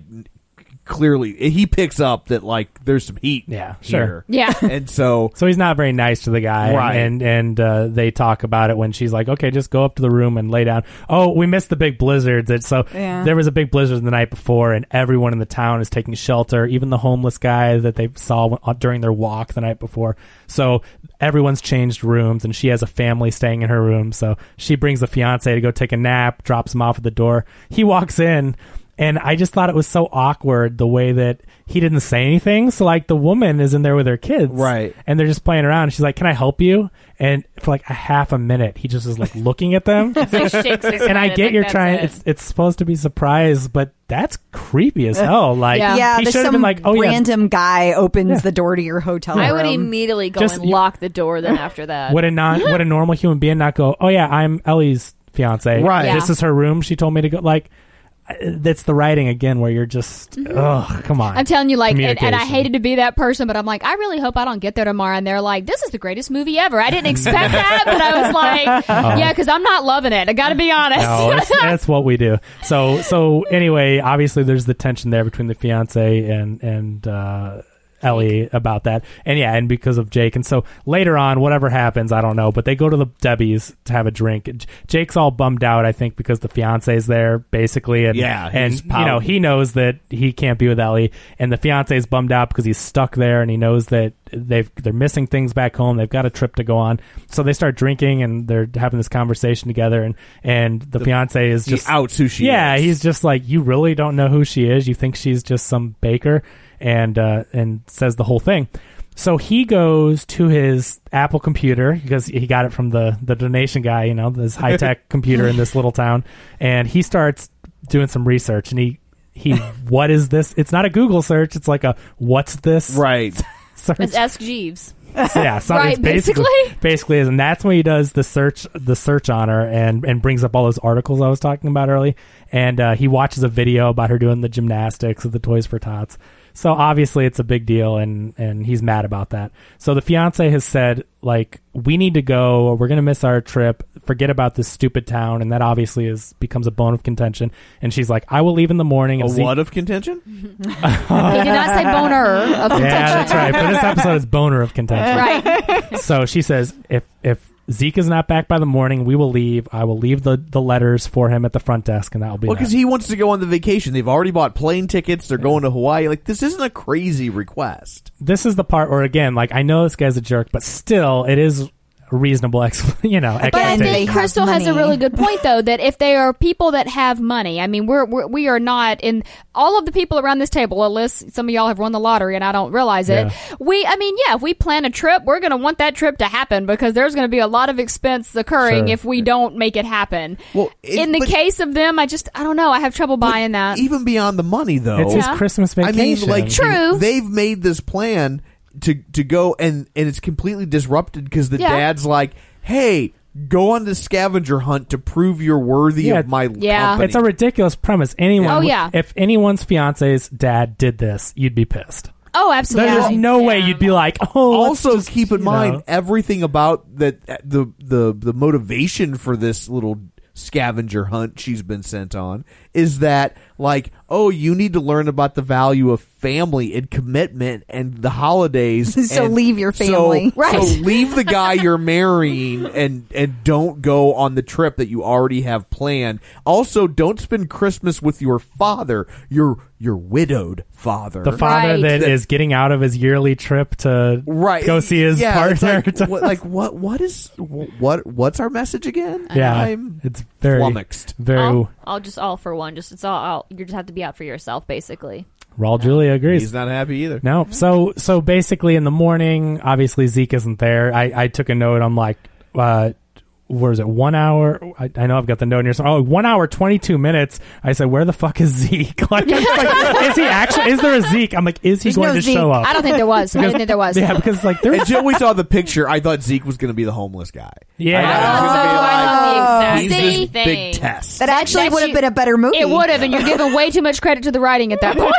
Speaker 6: clearly he picks up that like there's some heat.
Speaker 7: Yeah,
Speaker 6: here.
Speaker 7: sure.
Speaker 9: Yeah.
Speaker 6: and so
Speaker 7: So he's not very nice to the guy, and-
Speaker 6: Right.
Speaker 7: and and uh, they talk about it when she's like, "Okay, just go up to the room and lay down." Oh, we missed the big blizzards, and so
Speaker 8: Yeah.
Speaker 7: there was a big blizzard the night before, and everyone in the town is taking shelter, even the homeless guy that they saw w- uh, during their walk the night before. So everyone's changed rooms, and she has a family staying in her room. So she brings the fiance to go take a nap, drops him off at the door. He walks in. And I just thought it was so awkward the way that he didn't say anything. So like the woman is in there with her kids,
Speaker 6: Right.
Speaker 7: And they're just playing around. She's like, "Can I help you?" And for like a half a minute, he just is like looking at them.
Speaker 12: like shakes his
Speaker 7: and I
Speaker 12: head,
Speaker 7: get
Speaker 12: like,
Speaker 7: you're
Speaker 12: that's
Speaker 7: trying.
Speaker 12: it.
Speaker 7: It's it's supposed to be surprise, but that's creepy as hell. Like
Speaker 8: yeah,
Speaker 7: he
Speaker 8: there's
Speaker 7: should have
Speaker 8: some
Speaker 7: been like, "Oh yeah,
Speaker 8: random guy opens the door to your hotel
Speaker 10: I would
Speaker 8: room.
Speaker 10: immediately go
Speaker 7: Just-
Speaker 10: and lock the door. Then after that,
Speaker 7: Would a non would a normal human being not go, Oh yeah, I'm Ellie's fiance.
Speaker 10: Right. Yeah.
Speaker 7: This is her room. She told me to go like uh, that's the writing again where you're just ugh, come on.
Speaker 9: Mm-hmm. I'm telling you, like, and, and I
Speaker 7: Communication.
Speaker 9: hated to be that person, but I'm like, I really hope I don't get there tomorrow. And they're like, this is the greatest movie ever. I didn't expect that, but I was like,
Speaker 7: Oh.
Speaker 9: yeah, because I'm not loving it. I got to be honest.
Speaker 7: No, that's, that's what we do. So so anyway, obviously there's the tension there between the fiance and and uh, Ellie about that, and yeah, and because of Jake, and so later on, whatever happens, I don't know, but they go to the Debbie's to have a drink. J- Jake's all bummed out, I think, because the fiance's there basically, and
Speaker 6: Yeah,
Speaker 7: and
Speaker 6: he's
Speaker 7: you know
Speaker 6: pouting.
Speaker 7: he knows that he can't be with Ellie, and the fiance's bummed out because he's stuck there, and he knows that they've they're missing things back home. They've got a trip to go on, so they start drinking and they're having this conversation together, and and the, fiance is
Speaker 6: he
Speaker 7: just
Speaker 6: outs who she
Speaker 7: yeah,
Speaker 6: is.
Speaker 7: he's just like you really don't know who she is. You think she's just some baker, and uh, and says the whole thing. So he goes to his Apple computer because he got it from the the donation guy, you know, this high tech computer in this little town, and he starts doing some research. And he he, what is this? It's not a Google search. It's like a what's this?
Speaker 6: Right.
Speaker 7: search.
Speaker 10: Let's ask Jeeves.
Speaker 7: So, yeah, so
Speaker 10: right.
Speaker 7: it's basically, basically is, and that's when he does the search, the search on her, and and brings up all those articles I was talking about early, and uh, he watches a video about her doing the gymnastics of the Toys for Tots. So obviously it's a big deal, and and he's mad about that. So the fiance has said like we need to go, or we're gonna miss our trip. Forget about this stupid town, and that obviously is becomes a bone of contention. And she's like, I will leave in the morning.
Speaker 6: A
Speaker 7: and
Speaker 6: what of contention?
Speaker 9: He did not say boner of contention.
Speaker 7: yeah, that's right. But this episode is boner of contention.
Speaker 9: Right.
Speaker 7: so she says, if if Zeke is not back by the morning, we will leave. I will leave the, the letters for him at the front desk, and that will be.
Speaker 6: Well, because
Speaker 7: that.
Speaker 6: he wants to go on the vacation. They've already bought plane tickets. They're going to Hawaii. Like this isn't a crazy request.
Speaker 7: this is the part where again, like I know this guy's a jerk, but still, it is a reasonable. Ex- you know,
Speaker 9: But I
Speaker 7: expectation.
Speaker 9: think Crystal has a really good point, though, that if they are people that have money, I mean, we're, we're we are not in all of the people around this table, unless some of y'all have won the lottery and I don't realize it.
Speaker 12: Yeah.
Speaker 9: We, I mean, yeah, if we plan a trip, we're going to want that trip to happen because there's going to be a lot of expense occurring
Speaker 6: Sure.
Speaker 9: if we don't make it happen.
Speaker 6: Well, it-
Speaker 9: in the
Speaker 6: but-
Speaker 9: case of them, I just I don't know. I have trouble buying that.
Speaker 6: Even beyond the money, though,
Speaker 7: Uh, It's his Yeah. Christmas vacation.
Speaker 6: I mean, like
Speaker 9: True.
Speaker 6: they've made this plan to to go, and and it's completely disrupted because the
Speaker 9: Yeah.
Speaker 6: dad's like, "Hey, go on this scavenger hunt to prove you're worthy
Speaker 7: Yeah.
Speaker 6: of my
Speaker 9: Yeah.
Speaker 6: company."
Speaker 7: it's a ridiculous premise. Anyone,
Speaker 9: Oh,
Speaker 7: would-
Speaker 9: yeah.
Speaker 7: if anyone's fiance's dad did this, you'd be pissed.
Speaker 9: oh, absolutely.
Speaker 7: There's no way you'd be like, oh. let's
Speaker 6: also
Speaker 7: just,
Speaker 6: keep in
Speaker 7: you
Speaker 6: mind
Speaker 7: know.
Speaker 6: everything about that uh, the the the motivation for this little scavenger hunt she's been sent on is that like oh you need to learn about the value of family and commitment and the holidays
Speaker 8: So
Speaker 6: and-
Speaker 8: leave your
Speaker 6: so-
Speaker 8: family.
Speaker 6: so
Speaker 8: Right.
Speaker 6: leave the guy you're marrying and and don't go on the trip that you already have planned also don't spend christmas with your father your your widowed father
Speaker 7: the father
Speaker 9: Right.
Speaker 7: that
Speaker 6: That-
Speaker 7: is getting out of his yearly trip to
Speaker 6: right
Speaker 7: go see his
Speaker 6: yeah, it's
Speaker 7: partner.
Speaker 6: Like what, like what? What is wh- what? What's our message again?
Speaker 7: yeah,
Speaker 6: I'm
Speaker 7: it's very
Speaker 6: flummoxed.
Speaker 7: Very
Speaker 10: I'll, I'll just all for one. Just it's all. I'll, you just have to be out for yourself, basically.
Speaker 7: Raul Julia agrees.
Speaker 6: He's not happy either.
Speaker 7: No, so so basically in the morning, obviously Zeke isn't there. I I took a note. I'm like, uh, where is it? One hour. I, I know I've got the note here. So, oh, one hour twenty two minutes. I said, where the fuck is Zeke? Like, I'm just like, is he actually? Is there a Zeke? I'm like, is he
Speaker 8: There's
Speaker 7: going
Speaker 8: no
Speaker 7: to
Speaker 8: Zeke.
Speaker 7: show up?
Speaker 9: I don't think there was. I didn't think there was.
Speaker 7: Oh. Yeah, because like there's
Speaker 6: Until we saw the picture, I thought Zeke was going to be the homeless guy.
Speaker 7: Yeah.
Speaker 6: I thought it was gonna be like,
Speaker 9: Oh.
Speaker 6: he's
Speaker 9: See?
Speaker 6: this big test.
Speaker 8: That actually
Speaker 9: That
Speaker 8: would have
Speaker 9: you-
Speaker 8: been a better movie.
Speaker 9: It would have, and you're giving way too much credit to the writing at that point.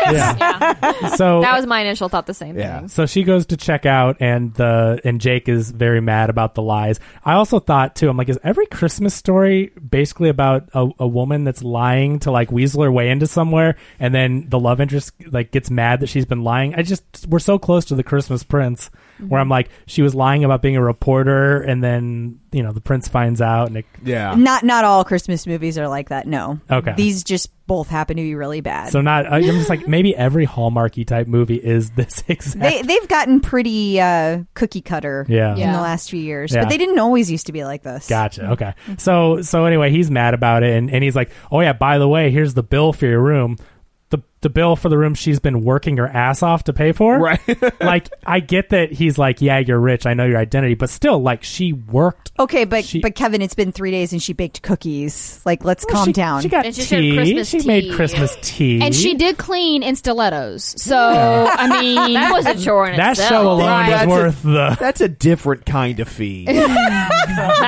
Speaker 7: Yeah. so
Speaker 10: That was my initial thought. The same
Speaker 6: Yeah.
Speaker 10: thing.
Speaker 7: So she goes to check out, and the and Jake is very mad about the lies. I also thought too. I'm like, is every Christmas story basically about a, a woman that's lying to like weasel her way into somewhere, and then the love interest like gets mad that she's been lying? I just we're so close to the Christmas Prince, where I'm like, she was lying about being a reporter, and then you know the prince finds out, and it,
Speaker 6: Yeah.
Speaker 8: Not not all Christmas movies are like that. No.
Speaker 7: Okay.
Speaker 8: These just both happen to be really bad.
Speaker 7: so not. I'm just like, maybe every Hallmarky type movie is this exact.
Speaker 8: they they've gotten pretty uh, cookie cutter
Speaker 7: Yeah.
Speaker 8: in
Speaker 9: Yeah.
Speaker 8: the last few years,
Speaker 7: Yeah.
Speaker 8: but they didn't always used to be like this.
Speaker 7: Gotcha. Okay. So so anyway, he's mad about it, and, and he's like, "Oh yeah, by the way, here's the bill for your room." the the bill for the room she's been working her ass off to pay for. Right. like I get that he's like, yeah, you're rich. I know your identity, but still, like she worked.
Speaker 8: Okay, but but Kevin, it's been three days and she baked cookies. Like, let's calm
Speaker 7: she-
Speaker 8: down.
Speaker 7: she got And she said tea. Christmas She made tea. Christmas tea.
Speaker 9: And she did clean in stilettos. So, I mean,
Speaker 10: That was a chore in
Speaker 7: That
Speaker 10: itself.
Speaker 7: show alone
Speaker 10: Right.
Speaker 7: is worth the.
Speaker 6: That's a different kind of fee.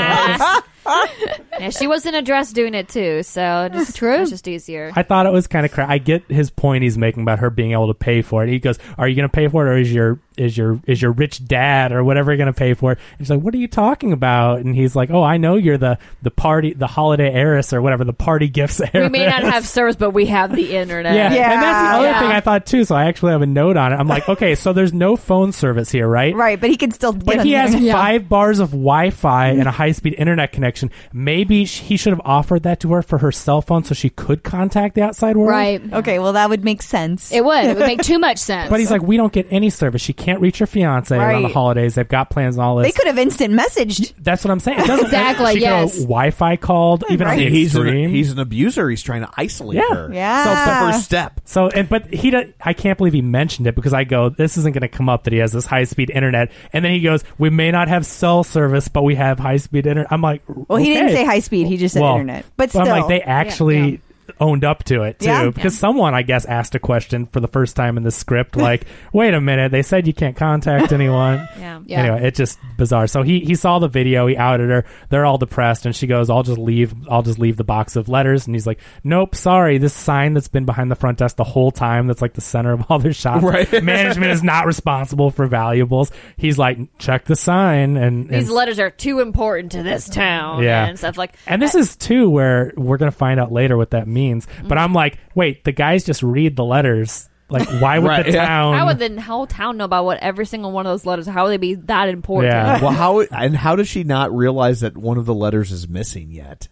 Speaker 10: yeah, she was in a dress doing it too, so it's true. It's just easier.
Speaker 7: I thought it was kind of crap. I get his point he's making about her being able to pay for it. He goes, "Are you going to pay for it, or is your is your is your rich dad or whatever going to pay for it?" And she's like, "What are you talking about?" And he's like, "Oh, I know you're the the party the holiday heiress or whatever the party gifts heiress."
Speaker 10: we may not have service, but we have the internet.
Speaker 7: Yeah. and that's the other
Speaker 10: Yeah.
Speaker 7: thing I thought too. So I actually have a note on it. I'm like, okay, so there's no phone service here, right?
Speaker 8: Right, but he can still. get
Speaker 7: But
Speaker 8: on
Speaker 7: he
Speaker 8: the
Speaker 7: has
Speaker 8: internet.
Speaker 7: five bars of Wi-Fi and a high-speed internet connection. Maybe sh- he should have offered that to her for her cell phone, so she could contact the outside world.
Speaker 9: Right.
Speaker 8: Okay, well, that would make sense.
Speaker 9: It would. It would make too much sense.
Speaker 7: But he's like, we don't get any service. She can't reach her fiance around the
Speaker 8: Right.
Speaker 7: holidays. They've got plans and all this.
Speaker 8: They could have instant messaged.
Speaker 7: That's what I'm saying. It doesn't
Speaker 8: Exactly,
Speaker 7: She could have
Speaker 8: yes.
Speaker 7: Wi-Fi called even on the
Speaker 6: he's
Speaker 7: extreme.
Speaker 6: an, he's an abuser. He's trying to isolate
Speaker 7: yeah.
Speaker 6: her.
Speaker 8: Yeah.
Speaker 6: So it's the first step.
Speaker 7: So and but he does, I can't believe he mentioned it because I go this isn't going to come up that he has this high speed internet and then he goes we may not have cell service but we have high speed internet I'm like
Speaker 8: Well, he didn't
Speaker 7: okay.
Speaker 8: say high speed. He just said
Speaker 7: Well,
Speaker 8: internet. But still,
Speaker 7: I'm like they actually owned up to it too
Speaker 8: Yeah.
Speaker 7: because someone I guess asked a question for the first time in the script like wait a minute they said you can't contact anyone
Speaker 10: Yeah.
Speaker 9: Yeah.
Speaker 7: anyway it's just bizarre so he he saw the video he outed her they're all depressed and she goes I'll just leave I'll just leave the box of letters and he's like nope sorry this sign that's been behind the front desk the whole time that's like the center of all their shots
Speaker 11: Right.
Speaker 7: management is not responsible for valuables he's like check the sign and,
Speaker 10: These
Speaker 7: and
Speaker 10: letters are too important to this town
Speaker 7: Yeah.
Speaker 10: and stuff like.
Speaker 7: and this is too where we're gonna find out later what that means.
Speaker 10: Mm.
Speaker 7: But I'm like, wait, the guys just read the letters. Like, why would
Speaker 11: Right,
Speaker 7: the
Speaker 11: yeah.
Speaker 7: town?
Speaker 10: How would the whole town know about what every single one of those letters? How would they be that important?
Speaker 7: Yeah.
Speaker 6: well, how and how does she not realize that one of the letters is missing yet?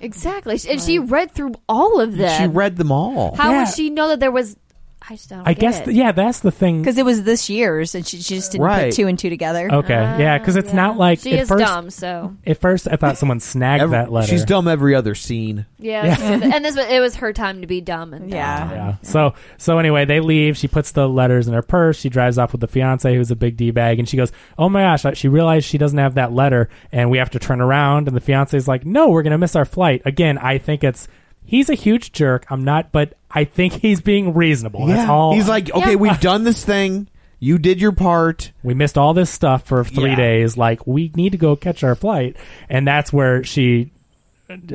Speaker 10: Exactly, and she read through all of them.
Speaker 6: She read them all.
Speaker 10: How
Speaker 7: Yeah.
Speaker 10: would she know that there was? I just don't.
Speaker 7: I guess,
Speaker 10: Get
Speaker 7: th- yeah, that's the thing.
Speaker 8: because it was this year's, and she, she just didn't
Speaker 7: Right. Oh.
Speaker 8: put two and two together.
Speaker 7: Okay, yeah, because it's not
Speaker 10: it.
Speaker 7: like
Speaker 10: uh, she
Speaker 7: at
Speaker 10: is
Speaker 7: first.
Speaker 10: dumb. So
Speaker 7: At first, I thought someone snagged
Speaker 6: Every-
Speaker 7: that letter.
Speaker 6: She's dumb every other scene.
Speaker 10: yeah,
Speaker 7: Yeah.
Speaker 10: so th- and this was, it was her time to be dumb and dumb.
Speaker 8: Yeah.
Speaker 7: Yeah. So so anyway, they leave. She puts the letters in her purse. She drives off with the fiance, who's a big d bag, and she goes, "Oh my gosh!" She realized she doesn't have that letter, and we have to turn around. And the fiance is like, "No, we're gonna miss our flight." Again, I think it's he's a huge jerk. I'm not, but I think he's being reasonable. That's all.
Speaker 6: He's like, okay,
Speaker 10: Yeah.
Speaker 6: we've done this thing. You did your part.
Speaker 7: we missed all this stuff for three
Speaker 6: Yeah.
Speaker 7: days. Like, we need to go catch our flight, and that's where she.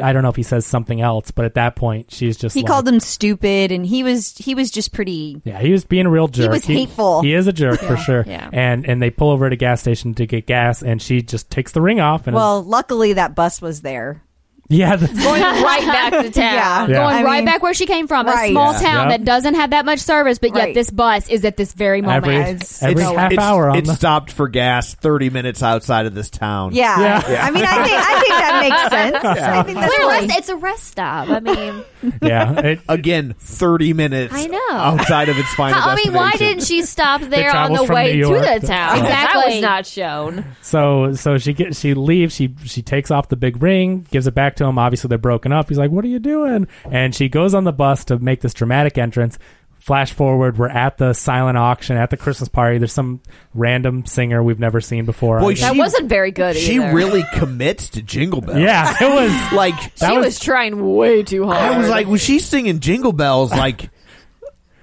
Speaker 7: I don't know if he says something else, but at that point, she's just
Speaker 8: He
Speaker 7: like,
Speaker 8: called them stupid, and he was he was just pretty.
Speaker 7: Yeah, he was being a real jerk.
Speaker 8: was hateful.
Speaker 7: He is a jerk for sure.
Speaker 10: yeah.
Speaker 7: And and they pull over at a gas station to get gas, and she just takes the ring off. And
Speaker 8: Well, luckily that bus was there.
Speaker 7: yeah, the-
Speaker 9: going right back to town.
Speaker 8: Yeah.
Speaker 7: Yeah.
Speaker 9: Going
Speaker 8: I
Speaker 9: right
Speaker 8: mean-
Speaker 9: back where she came from.
Speaker 8: Right.
Speaker 9: A small
Speaker 7: Yeah.
Speaker 9: town
Speaker 7: Yep.
Speaker 9: that doesn't have that much service, but yet
Speaker 8: Right.
Speaker 9: this bus is at this very moment.
Speaker 7: every
Speaker 8: Guys,
Speaker 7: every
Speaker 8: it's-
Speaker 7: half
Speaker 6: it's,
Speaker 7: hour on
Speaker 6: it
Speaker 7: the
Speaker 6: stopped for gas thirty minutes outside of this town.
Speaker 8: Yeah.
Speaker 7: Yeah.
Speaker 8: I mean, I think I think that makes sense. I think that's
Speaker 10: Clearly,
Speaker 8: really-
Speaker 10: it's- it's a rest stop. I mean,
Speaker 7: yeah. It,
Speaker 6: Again, thirty minutes.
Speaker 10: I know.
Speaker 6: Outside of its final
Speaker 10: I mean,
Speaker 6: destination.
Speaker 10: why didn't she stop there on
Speaker 7: travels
Speaker 10: the
Speaker 7: from
Speaker 10: way
Speaker 7: New
Speaker 10: to
Speaker 7: York
Speaker 10: the
Speaker 7: to-
Speaker 10: town?
Speaker 9: Exactly.
Speaker 10: That was not shown.
Speaker 7: so so she gets she leaves. She she takes off the big ring, gives it back to him. Obviously, they're broken up. He's like, "What are you doing?" And she goes on the bus to make this dramatic entrance. Flash forward, we're at the silent auction at the Christmas party. There's some random singer we've never seen before.
Speaker 6: Boy,
Speaker 7: I-
Speaker 6: she-
Speaker 10: That wasn't very good.
Speaker 6: She
Speaker 10: either.
Speaker 6: really commits to Jingle Bells.
Speaker 7: yeah, it was.
Speaker 6: Like
Speaker 7: That
Speaker 10: she
Speaker 7: was-
Speaker 10: was, trying way too hard.
Speaker 6: I was like, was she singing Jingle Bells? Like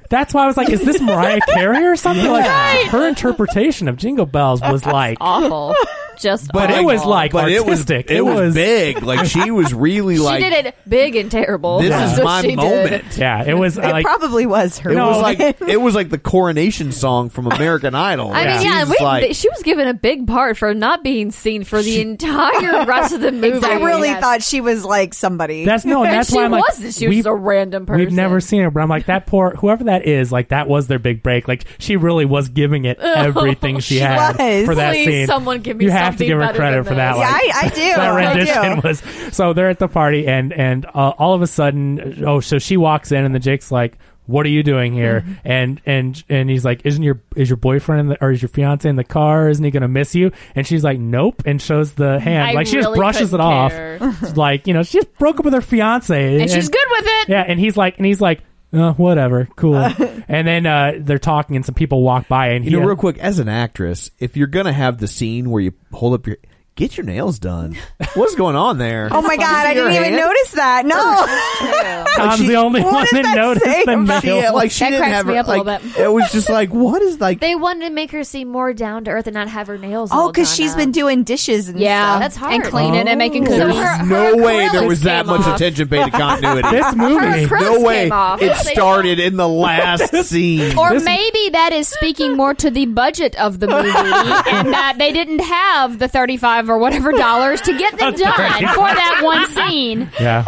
Speaker 7: That's why I was like, is this Mariah Carey or something? Like her interpretation of Jingle Bells was like,
Speaker 10: awful. Just
Speaker 7: But it
Speaker 10: awful.
Speaker 7: was like-
Speaker 6: but it was
Speaker 7: artistic. It
Speaker 6: it was,
Speaker 7: was-
Speaker 6: big. Like she was really
Speaker 10: she
Speaker 6: like
Speaker 10: did it big and terrible.
Speaker 6: this
Speaker 10: That's
Speaker 6: is
Speaker 10: what
Speaker 6: my
Speaker 10: she did.
Speaker 6: moment.
Speaker 7: yeah, it was uh,
Speaker 8: it
Speaker 7: like,
Speaker 8: probably was her.
Speaker 6: It was
Speaker 7: No.
Speaker 6: like it was like the coronation song from American Idol.
Speaker 10: I mean,
Speaker 6: She's
Speaker 10: yeah,
Speaker 6: just
Speaker 10: we,
Speaker 6: like,
Speaker 10: she was given a big part for not being seen for the entire rest of the movie.
Speaker 8: I really
Speaker 10: Yes.
Speaker 8: thought she was like somebody.
Speaker 7: that's no, and
Speaker 10: And
Speaker 7: that's
Speaker 10: she
Speaker 7: why I'm like,
Speaker 10: wasn't. She was
Speaker 7: we've-
Speaker 10: just a random person.
Speaker 7: We've never seen her, but I'm like, that poor, whoever that is, like, that was their big break. Like, she really was giving it everything she,
Speaker 8: She
Speaker 7: had
Speaker 8: was.
Speaker 7: for that
Speaker 10: Oh, Please,
Speaker 7: scene.
Speaker 10: someone give me
Speaker 7: You have to
Speaker 10: something
Speaker 7: give her
Speaker 10: better
Speaker 7: credit
Speaker 10: than
Speaker 7: for that.
Speaker 10: this.
Speaker 8: yeah,
Speaker 7: Like,
Speaker 8: I, I do.
Speaker 7: that
Speaker 8: I
Speaker 7: rendition
Speaker 8: do.
Speaker 7: was so they're at the party and and uh, all of a sudden oh so she walks in and the jake's like what are you doing here and and and he's like isn't your is your boyfriend in the, or is your fiance in the car isn't he gonna miss you and she's like nope and shows the hand
Speaker 10: I
Speaker 7: like she just
Speaker 10: really
Speaker 7: brushes it
Speaker 10: couldn't
Speaker 7: off
Speaker 10: care.
Speaker 7: like you know she just broke up with her fiance
Speaker 9: and she's good with it.
Speaker 7: yeah, and he's like, and he's like, Uh, whatever, cool. and then uh, they're talking, and some people walk by, and
Speaker 6: You
Speaker 7: he
Speaker 6: know, real quick, as an actress, if you're gonna have the scene where you hold up your, get your nails done. What's going on there?
Speaker 8: Oh my
Speaker 6: Is
Speaker 8: god,
Speaker 6: it
Speaker 8: I
Speaker 6: your
Speaker 8: didn't even
Speaker 6: hand?
Speaker 8: notice that.
Speaker 10: Oh,
Speaker 8: No.
Speaker 7: Tom's the only
Speaker 8: What
Speaker 7: one
Speaker 8: does
Speaker 7: that,
Speaker 8: that
Speaker 7: noticed
Speaker 8: say
Speaker 7: the
Speaker 8: about-
Speaker 7: nail.
Speaker 6: She, uh, like she
Speaker 10: That
Speaker 6: didn't
Speaker 10: cracks
Speaker 6: have
Speaker 10: me
Speaker 6: her,
Speaker 10: up a little
Speaker 6: like,
Speaker 10: bit.
Speaker 6: It was just like, what is like?
Speaker 10: They wanted to make her seem more down to earth and not have her nails.
Speaker 8: Oh,
Speaker 10: all
Speaker 8: because
Speaker 10: done
Speaker 8: she's
Speaker 10: up.
Speaker 8: been doing dishes and
Speaker 10: yeah,
Speaker 8: stuff.
Speaker 10: that's hard.
Speaker 9: and cleaning and making
Speaker 10: So
Speaker 9: cookies.
Speaker 10: her-
Speaker 6: no
Speaker 10: her
Speaker 6: way there
Speaker 10: acrylics
Speaker 6: was that
Speaker 10: came
Speaker 6: much
Speaker 10: off.
Speaker 6: attention paid to continuity.
Speaker 7: This movie.
Speaker 10: Her
Speaker 6: no
Speaker 10: acrylics
Speaker 6: way.
Speaker 10: came off.
Speaker 6: It
Speaker 10: They-
Speaker 6: started in the last scene.
Speaker 9: Or
Speaker 7: This-
Speaker 9: maybe that is speaking more to the budget of the movie, and that they didn't have the thirty-five or whatever dollars to get them done for that one scene.
Speaker 7: Yeah,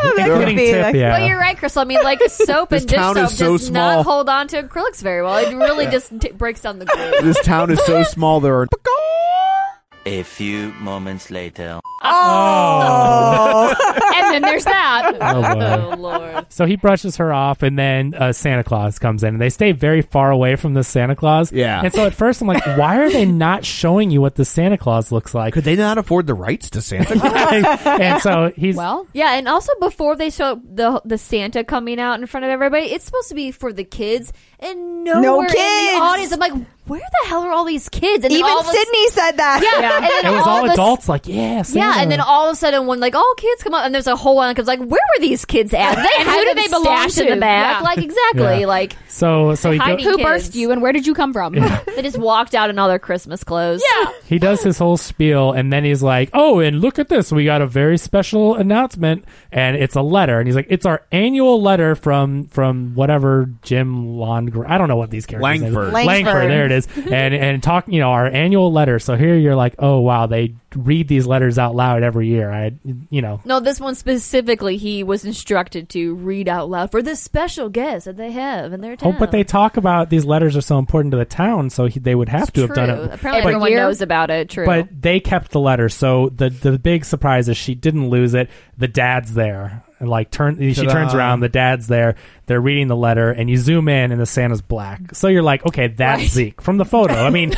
Speaker 8: could
Speaker 7: including
Speaker 8: be
Speaker 7: tip.
Speaker 8: like-
Speaker 7: yeah,
Speaker 10: But you're right, Crystal. I mean, like soap
Speaker 6: This
Speaker 10: and dish
Speaker 6: town
Speaker 10: soap
Speaker 6: is so
Speaker 10: does
Speaker 6: small.
Speaker 10: not hold on to acrylics very well. It really just t- breaks down the glue.
Speaker 6: this town is so small. There are
Speaker 12: A few moments later.
Speaker 7: Oh.
Speaker 9: And then there's that.
Speaker 10: oh lord.
Speaker 7: So he brushes her off, and then uh, Santa Claus comes in, and they stay very far away from the Santa Claus.
Speaker 6: Yeah.
Speaker 7: And so at first, I'm like, why are they not showing you what the Santa Claus looks like?
Speaker 6: Could they not afford the rights to Santa? Claus?
Speaker 7: and so he's
Speaker 9: Well,
Speaker 10: Yeah, and also before they show the the Santa coming out in front of everybody, it's supposed to be for the kids, and nowhere in
Speaker 8: kids.
Speaker 10: the audience. I'm like, where the hell are all these kids? And then all
Speaker 8: Even
Speaker 10: of a-
Speaker 8: Sydney said that.
Speaker 10: Yeah, and then
Speaker 7: it was
Speaker 10: all,
Speaker 7: all
Speaker 10: of a-
Speaker 7: adults, like yeah, Santa.
Speaker 10: Yeah, and then all of a sudden, when like all kids come up, and there's a whole one comes like, where were these kids at? They
Speaker 9: And
Speaker 10: had
Speaker 9: who do
Speaker 10: them
Speaker 9: they belong
Speaker 10: stashed in
Speaker 9: to?
Speaker 10: the back?
Speaker 9: Yeah.
Speaker 10: Like exactly,
Speaker 7: Yeah.
Speaker 10: like
Speaker 7: so so he go-
Speaker 10: Hiding
Speaker 9: who
Speaker 10: kids.
Speaker 9: birthed you, and where did you come from?
Speaker 10: they just walked out in all their Christmas clothes. Yeah,
Speaker 7: he does his whole spiel, and then he's like, oh, and look at this, we got a very special announcement, and it's a letter, and he's like, it's our annual letter from from whatever Jim Longre, I don't know what these characters names-
Speaker 6: Langford.
Speaker 8: Langford.
Speaker 7: Langford, there it is, and and talk, you know, our annual letter. So here you're like, oh wow, they read these letters out loud every year. I, you know,
Speaker 10: No, this one specifically, he was instructed to read out loud for this special guest that they have in their
Speaker 7: oh,
Speaker 10: town.
Speaker 7: but they talk about these letters are so important to the town, so he, they would have to have done it.
Speaker 10: Apparently,
Speaker 7: But-
Speaker 10: everyone knows about it. True,
Speaker 7: But they kept the letter, so the the big surprise is she didn't lose it. The dad's there, and like turn she
Speaker 6: Ta-da.
Speaker 7: turns around. The dad's there. They're reading the letter, and you zoom in, and the Santa's black. So you're like, okay, that's Zeke from the photo. I mean.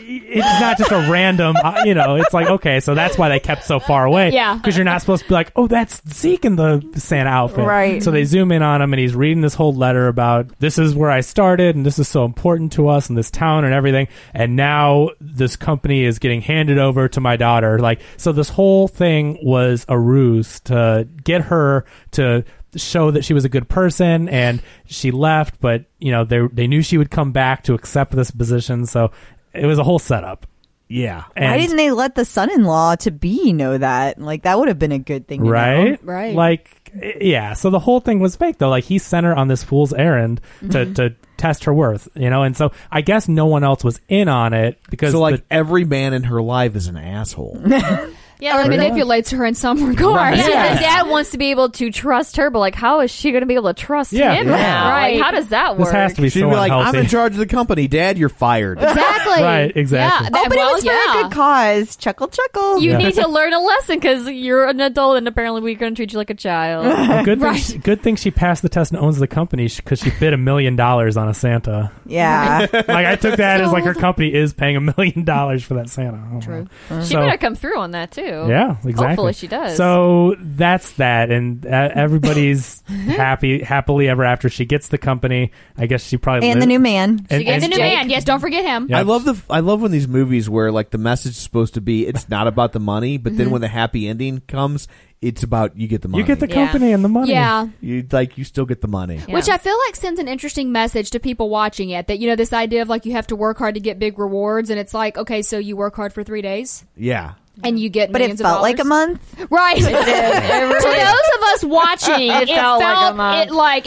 Speaker 7: It's not just a random, uh, you know. It's like okay, so that's why they kept so far away.
Speaker 9: Yeah.
Speaker 7: because you're not supposed to be like, oh, that's Zeke in the Santa outfit.
Speaker 8: Right.
Speaker 7: So they zoom in on him, and he's reading this whole letter about this is where I started, and this is so important to us, and this town, and everything. And now this company is getting handed over to my daughter. Like, so this whole thing was a ruse to get her to show that she was a good person, and she left, but you know they they knew she would come back to accept this position, so it was a whole setup.
Speaker 6: yeah.
Speaker 7: And,
Speaker 8: Why didn't they let the son-in-law to be know that? Like that would have been a good thing, to know.
Speaker 7: right?
Speaker 9: Right.
Speaker 7: Like, i- yeah. So the whole thing was fake, though. Like he sent her on this fool's errand
Speaker 10: Mm-hmm.
Speaker 7: to to test her worth, you know. And so I guess no one else was in on it because
Speaker 6: So like
Speaker 7: the-
Speaker 6: every man in her life is an asshole.
Speaker 9: yeah, or manipulates her in some
Speaker 10: yeah,
Speaker 9: regard.
Speaker 10: the dad wants to be able to trust her, but like, how is she going to be able to trust
Speaker 7: Yeah,
Speaker 10: him
Speaker 7: yeah.
Speaker 10: now?
Speaker 9: Right.
Speaker 10: Like, how does that work?
Speaker 7: this has to be
Speaker 6: She'd
Speaker 7: so
Speaker 6: be like,
Speaker 7: unhealthy.
Speaker 6: "I'm in charge of the company, Dad. You're fired."
Speaker 9: Exactly.
Speaker 7: Right, exactly.
Speaker 9: Yeah,
Speaker 8: Oh,
Speaker 9: that-
Speaker 8: but
Speaker 9: well,
Speaker 8: it was for
Speaker 9: yeah.
Speaker 8: a good cause. Chuckle, chuckle.
Speaker 10: You
Speaker 7: Yeah.
Speaker 10: need to learn a lesson because you're an adult, and apparently we're going to treat you like a child.
Speaker 7: Well, good, thing she, good thing she passed the test and owns the company because she bid a million dollars on a Santa.
Speaker 8: yeah.
Speaker 7: Like I took that as like her company is paying a million dollars for that Santa. I don't
Speaker 9: True.
Speaker 7: know.
Speaker 10: she
Speaker 7: So-
Speaker 10: better come through on that too.
Speaker 7: Yeah, exactly.
Speaker 10: Hopefully she does.
Speaker 7: So that's that, and uh, everybody's happy, happily ever after. She gets the company. I guess she probably
Speaker 8: and
Speaker 7: li-
Speaker 8: the new man.
Speaker 7: and-
Speaker 9: And the
Speaker 7: and-
Speaker 9: new man. Yes, don't forget him.
Speaker 7: Yeah.
Speaker 6: I love the I love when these movies where like the message is supposed to be it's not about the money, but
Speaker 8: Mm-hmm.
Speaker 6: then when the happy ending comes, it's about you get the money.
Speaker 7: You get the
Speaker 10: Yeah.
Speaker 7: company and the money.
Speaker 9: Yeah.
Speaker 6: you like you still get the money.
Speaker 10: Yeah.
Speaker 9: Which I feel like sends an interesting message to people watching it that, you know, this idea of like you have to work hard to get big rewards. And it's like, okay, so you work hard for three days
Speaker 6: Yeah.
Speaker 9: and you get
Speaker 8: But it
Speaker 9: millions of
Speaker 8: felt like a
Speaker 9: dollars.
Speaker 8: month.
Speaker 9: Right. to those of us watching, it,
Speaker 10: felt
Speaker 9: felt,
Speaker 10: like a month.
Speaker 9: it like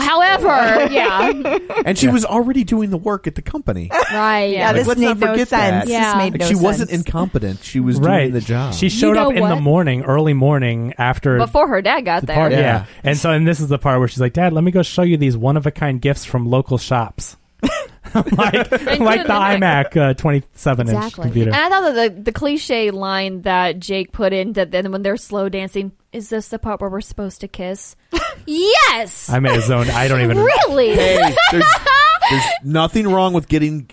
Speaker 9: However, yeah.
Speaker 6: And she was already doing the work at the company.
Speaker 9: Right.
Speaker 8: Yeah, this
Speaker 6: let's
Speaker 8: made
Speaker 6: not
Speaker 8: no
Speaker 6: forget
Speaker 8: sense.
Speaker 6: that.
Speaker 8: This
Speaker 9: Yeah.
Speaker 8: made
Speaker 6: Like,
Speaker 8: no
Speaker 6: she wasn't
Speaker 8: sense.
Speaker 6: incompetent. She was
Speaker 7: Right.
Speaker 6: doing the job.
Speaker 7: She showed
Speaker 9: know
Speaker 7: up in the
Speaker 9: what?
Speaker 7: morning, early morning after
Speaker 10: Before her dad got
Speaker 7: the
Speaker 10: there,
Speaker 7: part. Yeah.
Speaker 6: Yeah.
Speaker 7: And so, and this is the part where she's like, "Dad, let me go show you these one of a kind gifts from local shops." like, like the iMac uh, 27
Speaker 9: Exactly.
Speaker 7: inch computer.
Speaker 10: And I thought that the, the cliche line that Jake put in that then when they're slow dancing, is this the part where we're supposed to kiss? yes.
Speaker 7: I made a zone. I don't even.
Speaker 10: really?
Speaker 6: Hey, there's, there's nothing wrong with getting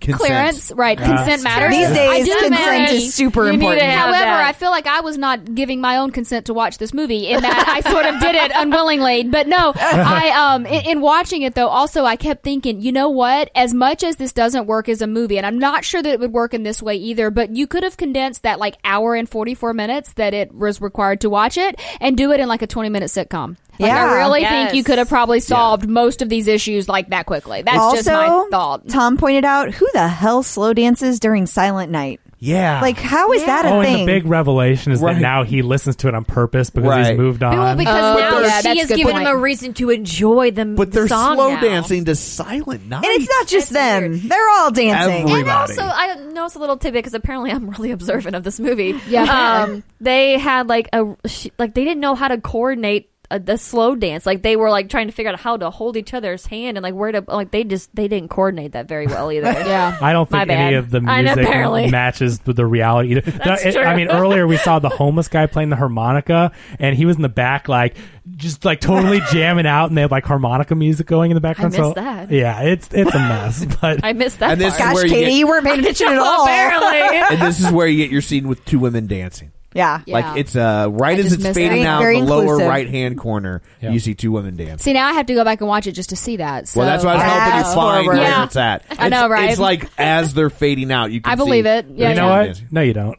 Speaker 6: consent.
Speaker 9: clearance, right?
Speaker 6: Yeah.
Speaker 9: Consent matters
Speaker 8: These days,
Speaker 9: I do
Speaker 8: consent
Speaker 9: matter.
Speaker 8: is super You need to important. have
Speaker 9: However,
Speaker 8: that.
Speaker 9: I feel like I was not giving my own consent to watch this movie in that I sort of did it unwillingly. But no, I um in, in watching it though, also I kept thinking, you know what? As much as this doesn't work as a movie, and I'm not sure that it would work in this way either, but you could have condensed that like hour and 44 minutes that it was required to watch it and do it in like a 20 minute sitcom. Like,
Speaker 8: Yeah.
Speaker 9: I really
Speaker 8: Yes.
Speaker 9: think you could have probably solved most of these issues like that quickly. That's
Speaker 8: also,
Speaker 9: just my thought.
Speaker 8: Tom pointed out who the hell slow dances during Silent Night.
Speaker 7: Yeah.
Speaker 8: Like, how is that a
Speaker 7: Ah. oh,
Speaker 8: thing?
Speaker 7: and the big revelation is
Speaker 6: Right.
Speaker 7: that now he listens to it on purpose because he's moved on.
Speaker 13: Well,
Speaker 8: Oh.
Speaker 13: because now she has given him a reason to enjoy the
Speaker 6: But they're
Speaker 13: song
Speaker 6: slow
Speaker 13: now.
Speaker 6: dancing to Silent Night.
Speaker 8: and it's not just them; they're all dancing.
Speaker 6: Everybody.
Speaker 10: Also, I know it's a little tidbit because apparently I'm really observant of this movie.
Speaker 9: Yeah.
Speaker 10: Um, they had like a sh- like they didn't know how to coordinate a, the slow dance. Like they were like trying to figure out how to hold each other's hand and like where to like they just they didn't coordinate that very well either. yeah.
Speaker 7: I don't think
Speaker 10: My bad.
Speaker 7: any of the
Speaker 10: I know,
Speaker 7: music
Speaker 10: apparently.
Speaker 7: matches with the reality. either.
Speaker 10: That's
Speaker 7: The- it- I
Speaker 10: true.
Speaker 7: mean, earlier we saw the homeless guy playing the harmonica, and he was in the back, like just like totally jamming out, and they had like harmonica music going in the background.
Speaker 10: missed
Speaker 7: so
Speaker 10: that.
Speaker 7: yeah, it's it's a mess. But
Speaker 10: I missed that.
Speaker 7: And this is
Speaker 10: part.
Speaker 7: where you Gosh, Katie, get-
Speaker 8: you weren't paying attention at all.
Speaker 10: Apparently.
Speaker 6: and this is where you get your scene with two women dancing.
Speaker 8: Yeah.
Speaker 6: Like it's uh right
Speaker 9: I
Speaker 6: as
Speaker 9: just
Speaker 6: it's
Speaker 9: missed
Speaker 6: fading
Speaker 9: that.
Speaker 6: out
Speaker 9: Very
Speaker 6: the lower
Speaker 9: inclusive.
Speaker 6: right hand corner, you see two women dance.
Speaker 9: See, now I have to go back and watch it just to see that. So.
Speaker 6: well, that's why I was hoping you find where
Speaker 9: Yeah.
Speaker 6: it's at.
Speaker 9: I know,
Speaker 6: It's-
Speaker 9: right?
Speaker 6: It's like as they're fading out, you can.
Speaker 9: I believe
Speaker 6: see
Speaker 9: it.
Speaker 6: the
Speaker 9: Yeah,
Speaker 7: you
Speaker 6: two
Speaker 7: know
Speaker 6: women
Speaker 7: what?
Speaker 6: dancing.
Speaker 7: No, you don't.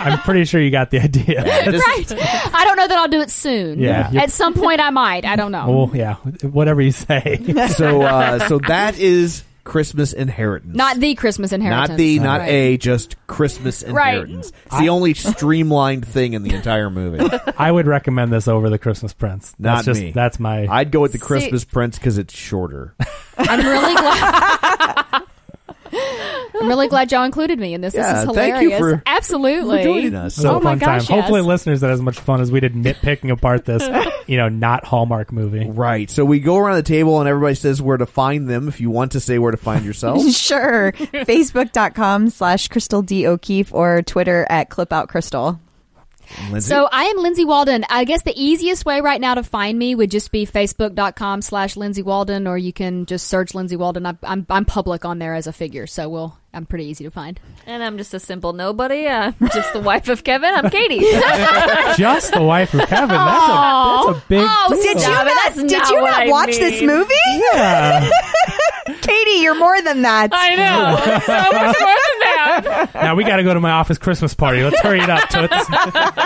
Speaker 7: I'm pretty sure you got the idea.
Speaker 9: right. I don't know that I'll do it soon.
Speaker 7: Yeah. Yeah.
Speaker 9: At some point, I might. I don't know.
Speaker 7: Well, yeah, whatever you say.
Speaker 6: so uh, so that is Christmas inheritance.
Speaker 9: Not the Christmas inheritance.
Speaker 6: Not the, not
Speaker 9: Right.
Speaker 6: a, just Christmas
Speaker 9: Right.
Speaker 6: inheritance. It's the only streamlined thing in the entire movie.
Speaker 7: I would recommend this over the Christmas Prince. That's
Speaker 6: Not
Speaker 7: just
Speaker 6: me.
Speaker 7: that's my.
Speaker 6: I'd go with the Christmas Prince because it's shorter.
Speaker 9: I'm really glad. I'm really glad y'all included me in this.
Speaker 6: Yeah,
Speaker 9: this is
Speaker 6: thank
Speaker 9: hilarious.
Speaker 6: you for-
Speaker 9: Absolutely.
Speaker 6: for joining us.
Speaker 7: So
Speaker 9: oh my
Speaker 7: fun
Speaker 9: gosh!
Speaker 7: time. Hopefully,
Speaker 9: yes.
Speaker 7: listeners had as much fun as we did nitpicking apart this, you know, not Hallmark movie.
Speaker 6: Right. So we go around the table and everybody says where to find them. If you want to say where to find yourself,
Speaker 8: sure. Facebook.com slash Crystal D. O'Keefe or Twitter at Clip Out Crystal.
Speaker 6: Lindsay?
Speaker 9: So I am Lindsay Walden. I guess the easiest way right now to find me would just be facebook.com um, slash Lindsay Walden, or you can just search Lindsay Walden. I'm, I'm, I'm public on there as a figure, so we'll, I'm pretty easy to find.
Speaker 10: And I'm just a simple nobody. I'm just the wife of Kevin. I'm Katie.
Speaker 7: Just the wife of Kevin. That's
Speaker 10: Aw.
Speaker 7: a, that's a big.
Speaker 10: Oh,
Speaker 7: deal.
Speaker 10: did
Speaker 8: Did
Speaker 10: Yeah,
Speaker 8: you
Speaker 10: but
Speaker 8: not,
Speaker 10: that's
Speaker 8: did
Speaker 10: not
Speaker 8: you
Speaker 10: what
Speaker 8: not
Speaker 10: I
Speaker 8: watch this
Speaker 10: mean.
Speaker 8: movie?
Speaker 7: Yeah.
Speaker 8: Katie, you're more than that.
Speaker 10: I know. so much more than that.
Speaker 7: Now we got to go to my office Christmas party. Let's hurry it up, toots.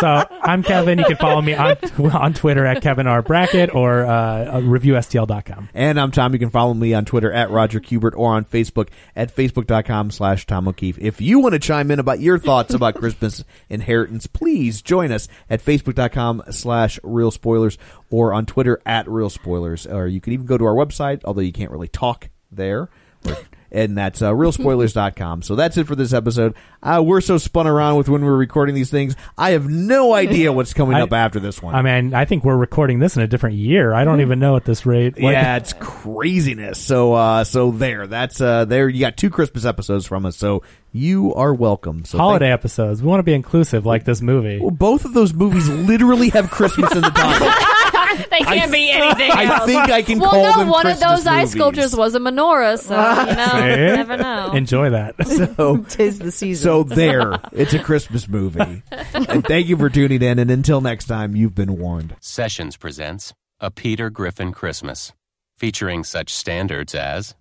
Speaker 7: so I'm Kevin. You can follow me on on Twitter at Kevin R Brackett or uh, reviewstl.com.
Speaker 6: And I'm Tom. You can follow me on Twitter at Roger Kubert or on Facebook at facebook.com slash Tom O'Keefe. If you want to chime in about your thoughts about Christmas inheritance, please join us at facebook.com slash real spoilers or on Twitter at real spoilers. Or you can even go to our website, although you can't really talk there. Or- And that's uh, realspoilers.com. So that's it for this episode. Uh, we're so spun around with when we're recording these things. I have no idea what's coming
Speaker 7: I-
Speaker 6: up after this one.
Speaker 7: I mean, I think we're recording this in a different year. I don't even know at this rate. what-
Speaker 6: yeah, it's craziness. So uh so there. That's uh there you got two Christmas episodes from us. So you are welcome. So
Speaker 7: holiday episodes. We want to be inclusive like this movie.
Speaker 6: thank- both of those movies literally have Christmas in the title.
Speaker 10: they can't be anything.
Speaker 6: I
Speaker 10: else.
Speaker 6: think I can
Speaker 10: well,
Speaker 6: call
Speaker 10: no,
Speaker 6: them
Speaker 10: one of
Speaker 6: Christmas
Speaker 10: those ice
Speaker 6: movies.
Speaker 10: sculptures was a menorah, so you know,
Speaker 7: See?
Speaker 10: you never know.
Speaker 7: Enjoy that.
Speaker 6: So
Speaker 8: Tis the season.
Speaker 6: so there. It's a Christmas movie. and thank you for tuning in and until next time you've been warned.
Speaker 14: Sessions presents A Peter Griffin Christmas, featuring such standards as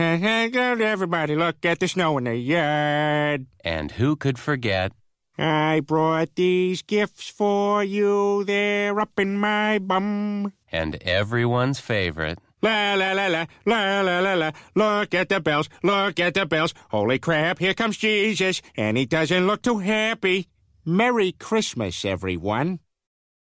Speaker 15: Everybody, look at the snow in the yard.
Speaker 14: And Who Could Forget
Speaker 15: I brought these gifts for you. They're up in my bum.
Speaker 14: and Everyone's Favorite.
Speaker 15: La la la la la la la la. Look at the bells. Look at the bells. Holy crap! Here comes Jesus, and he doesn't look too happy. Merry Christmas, everyone.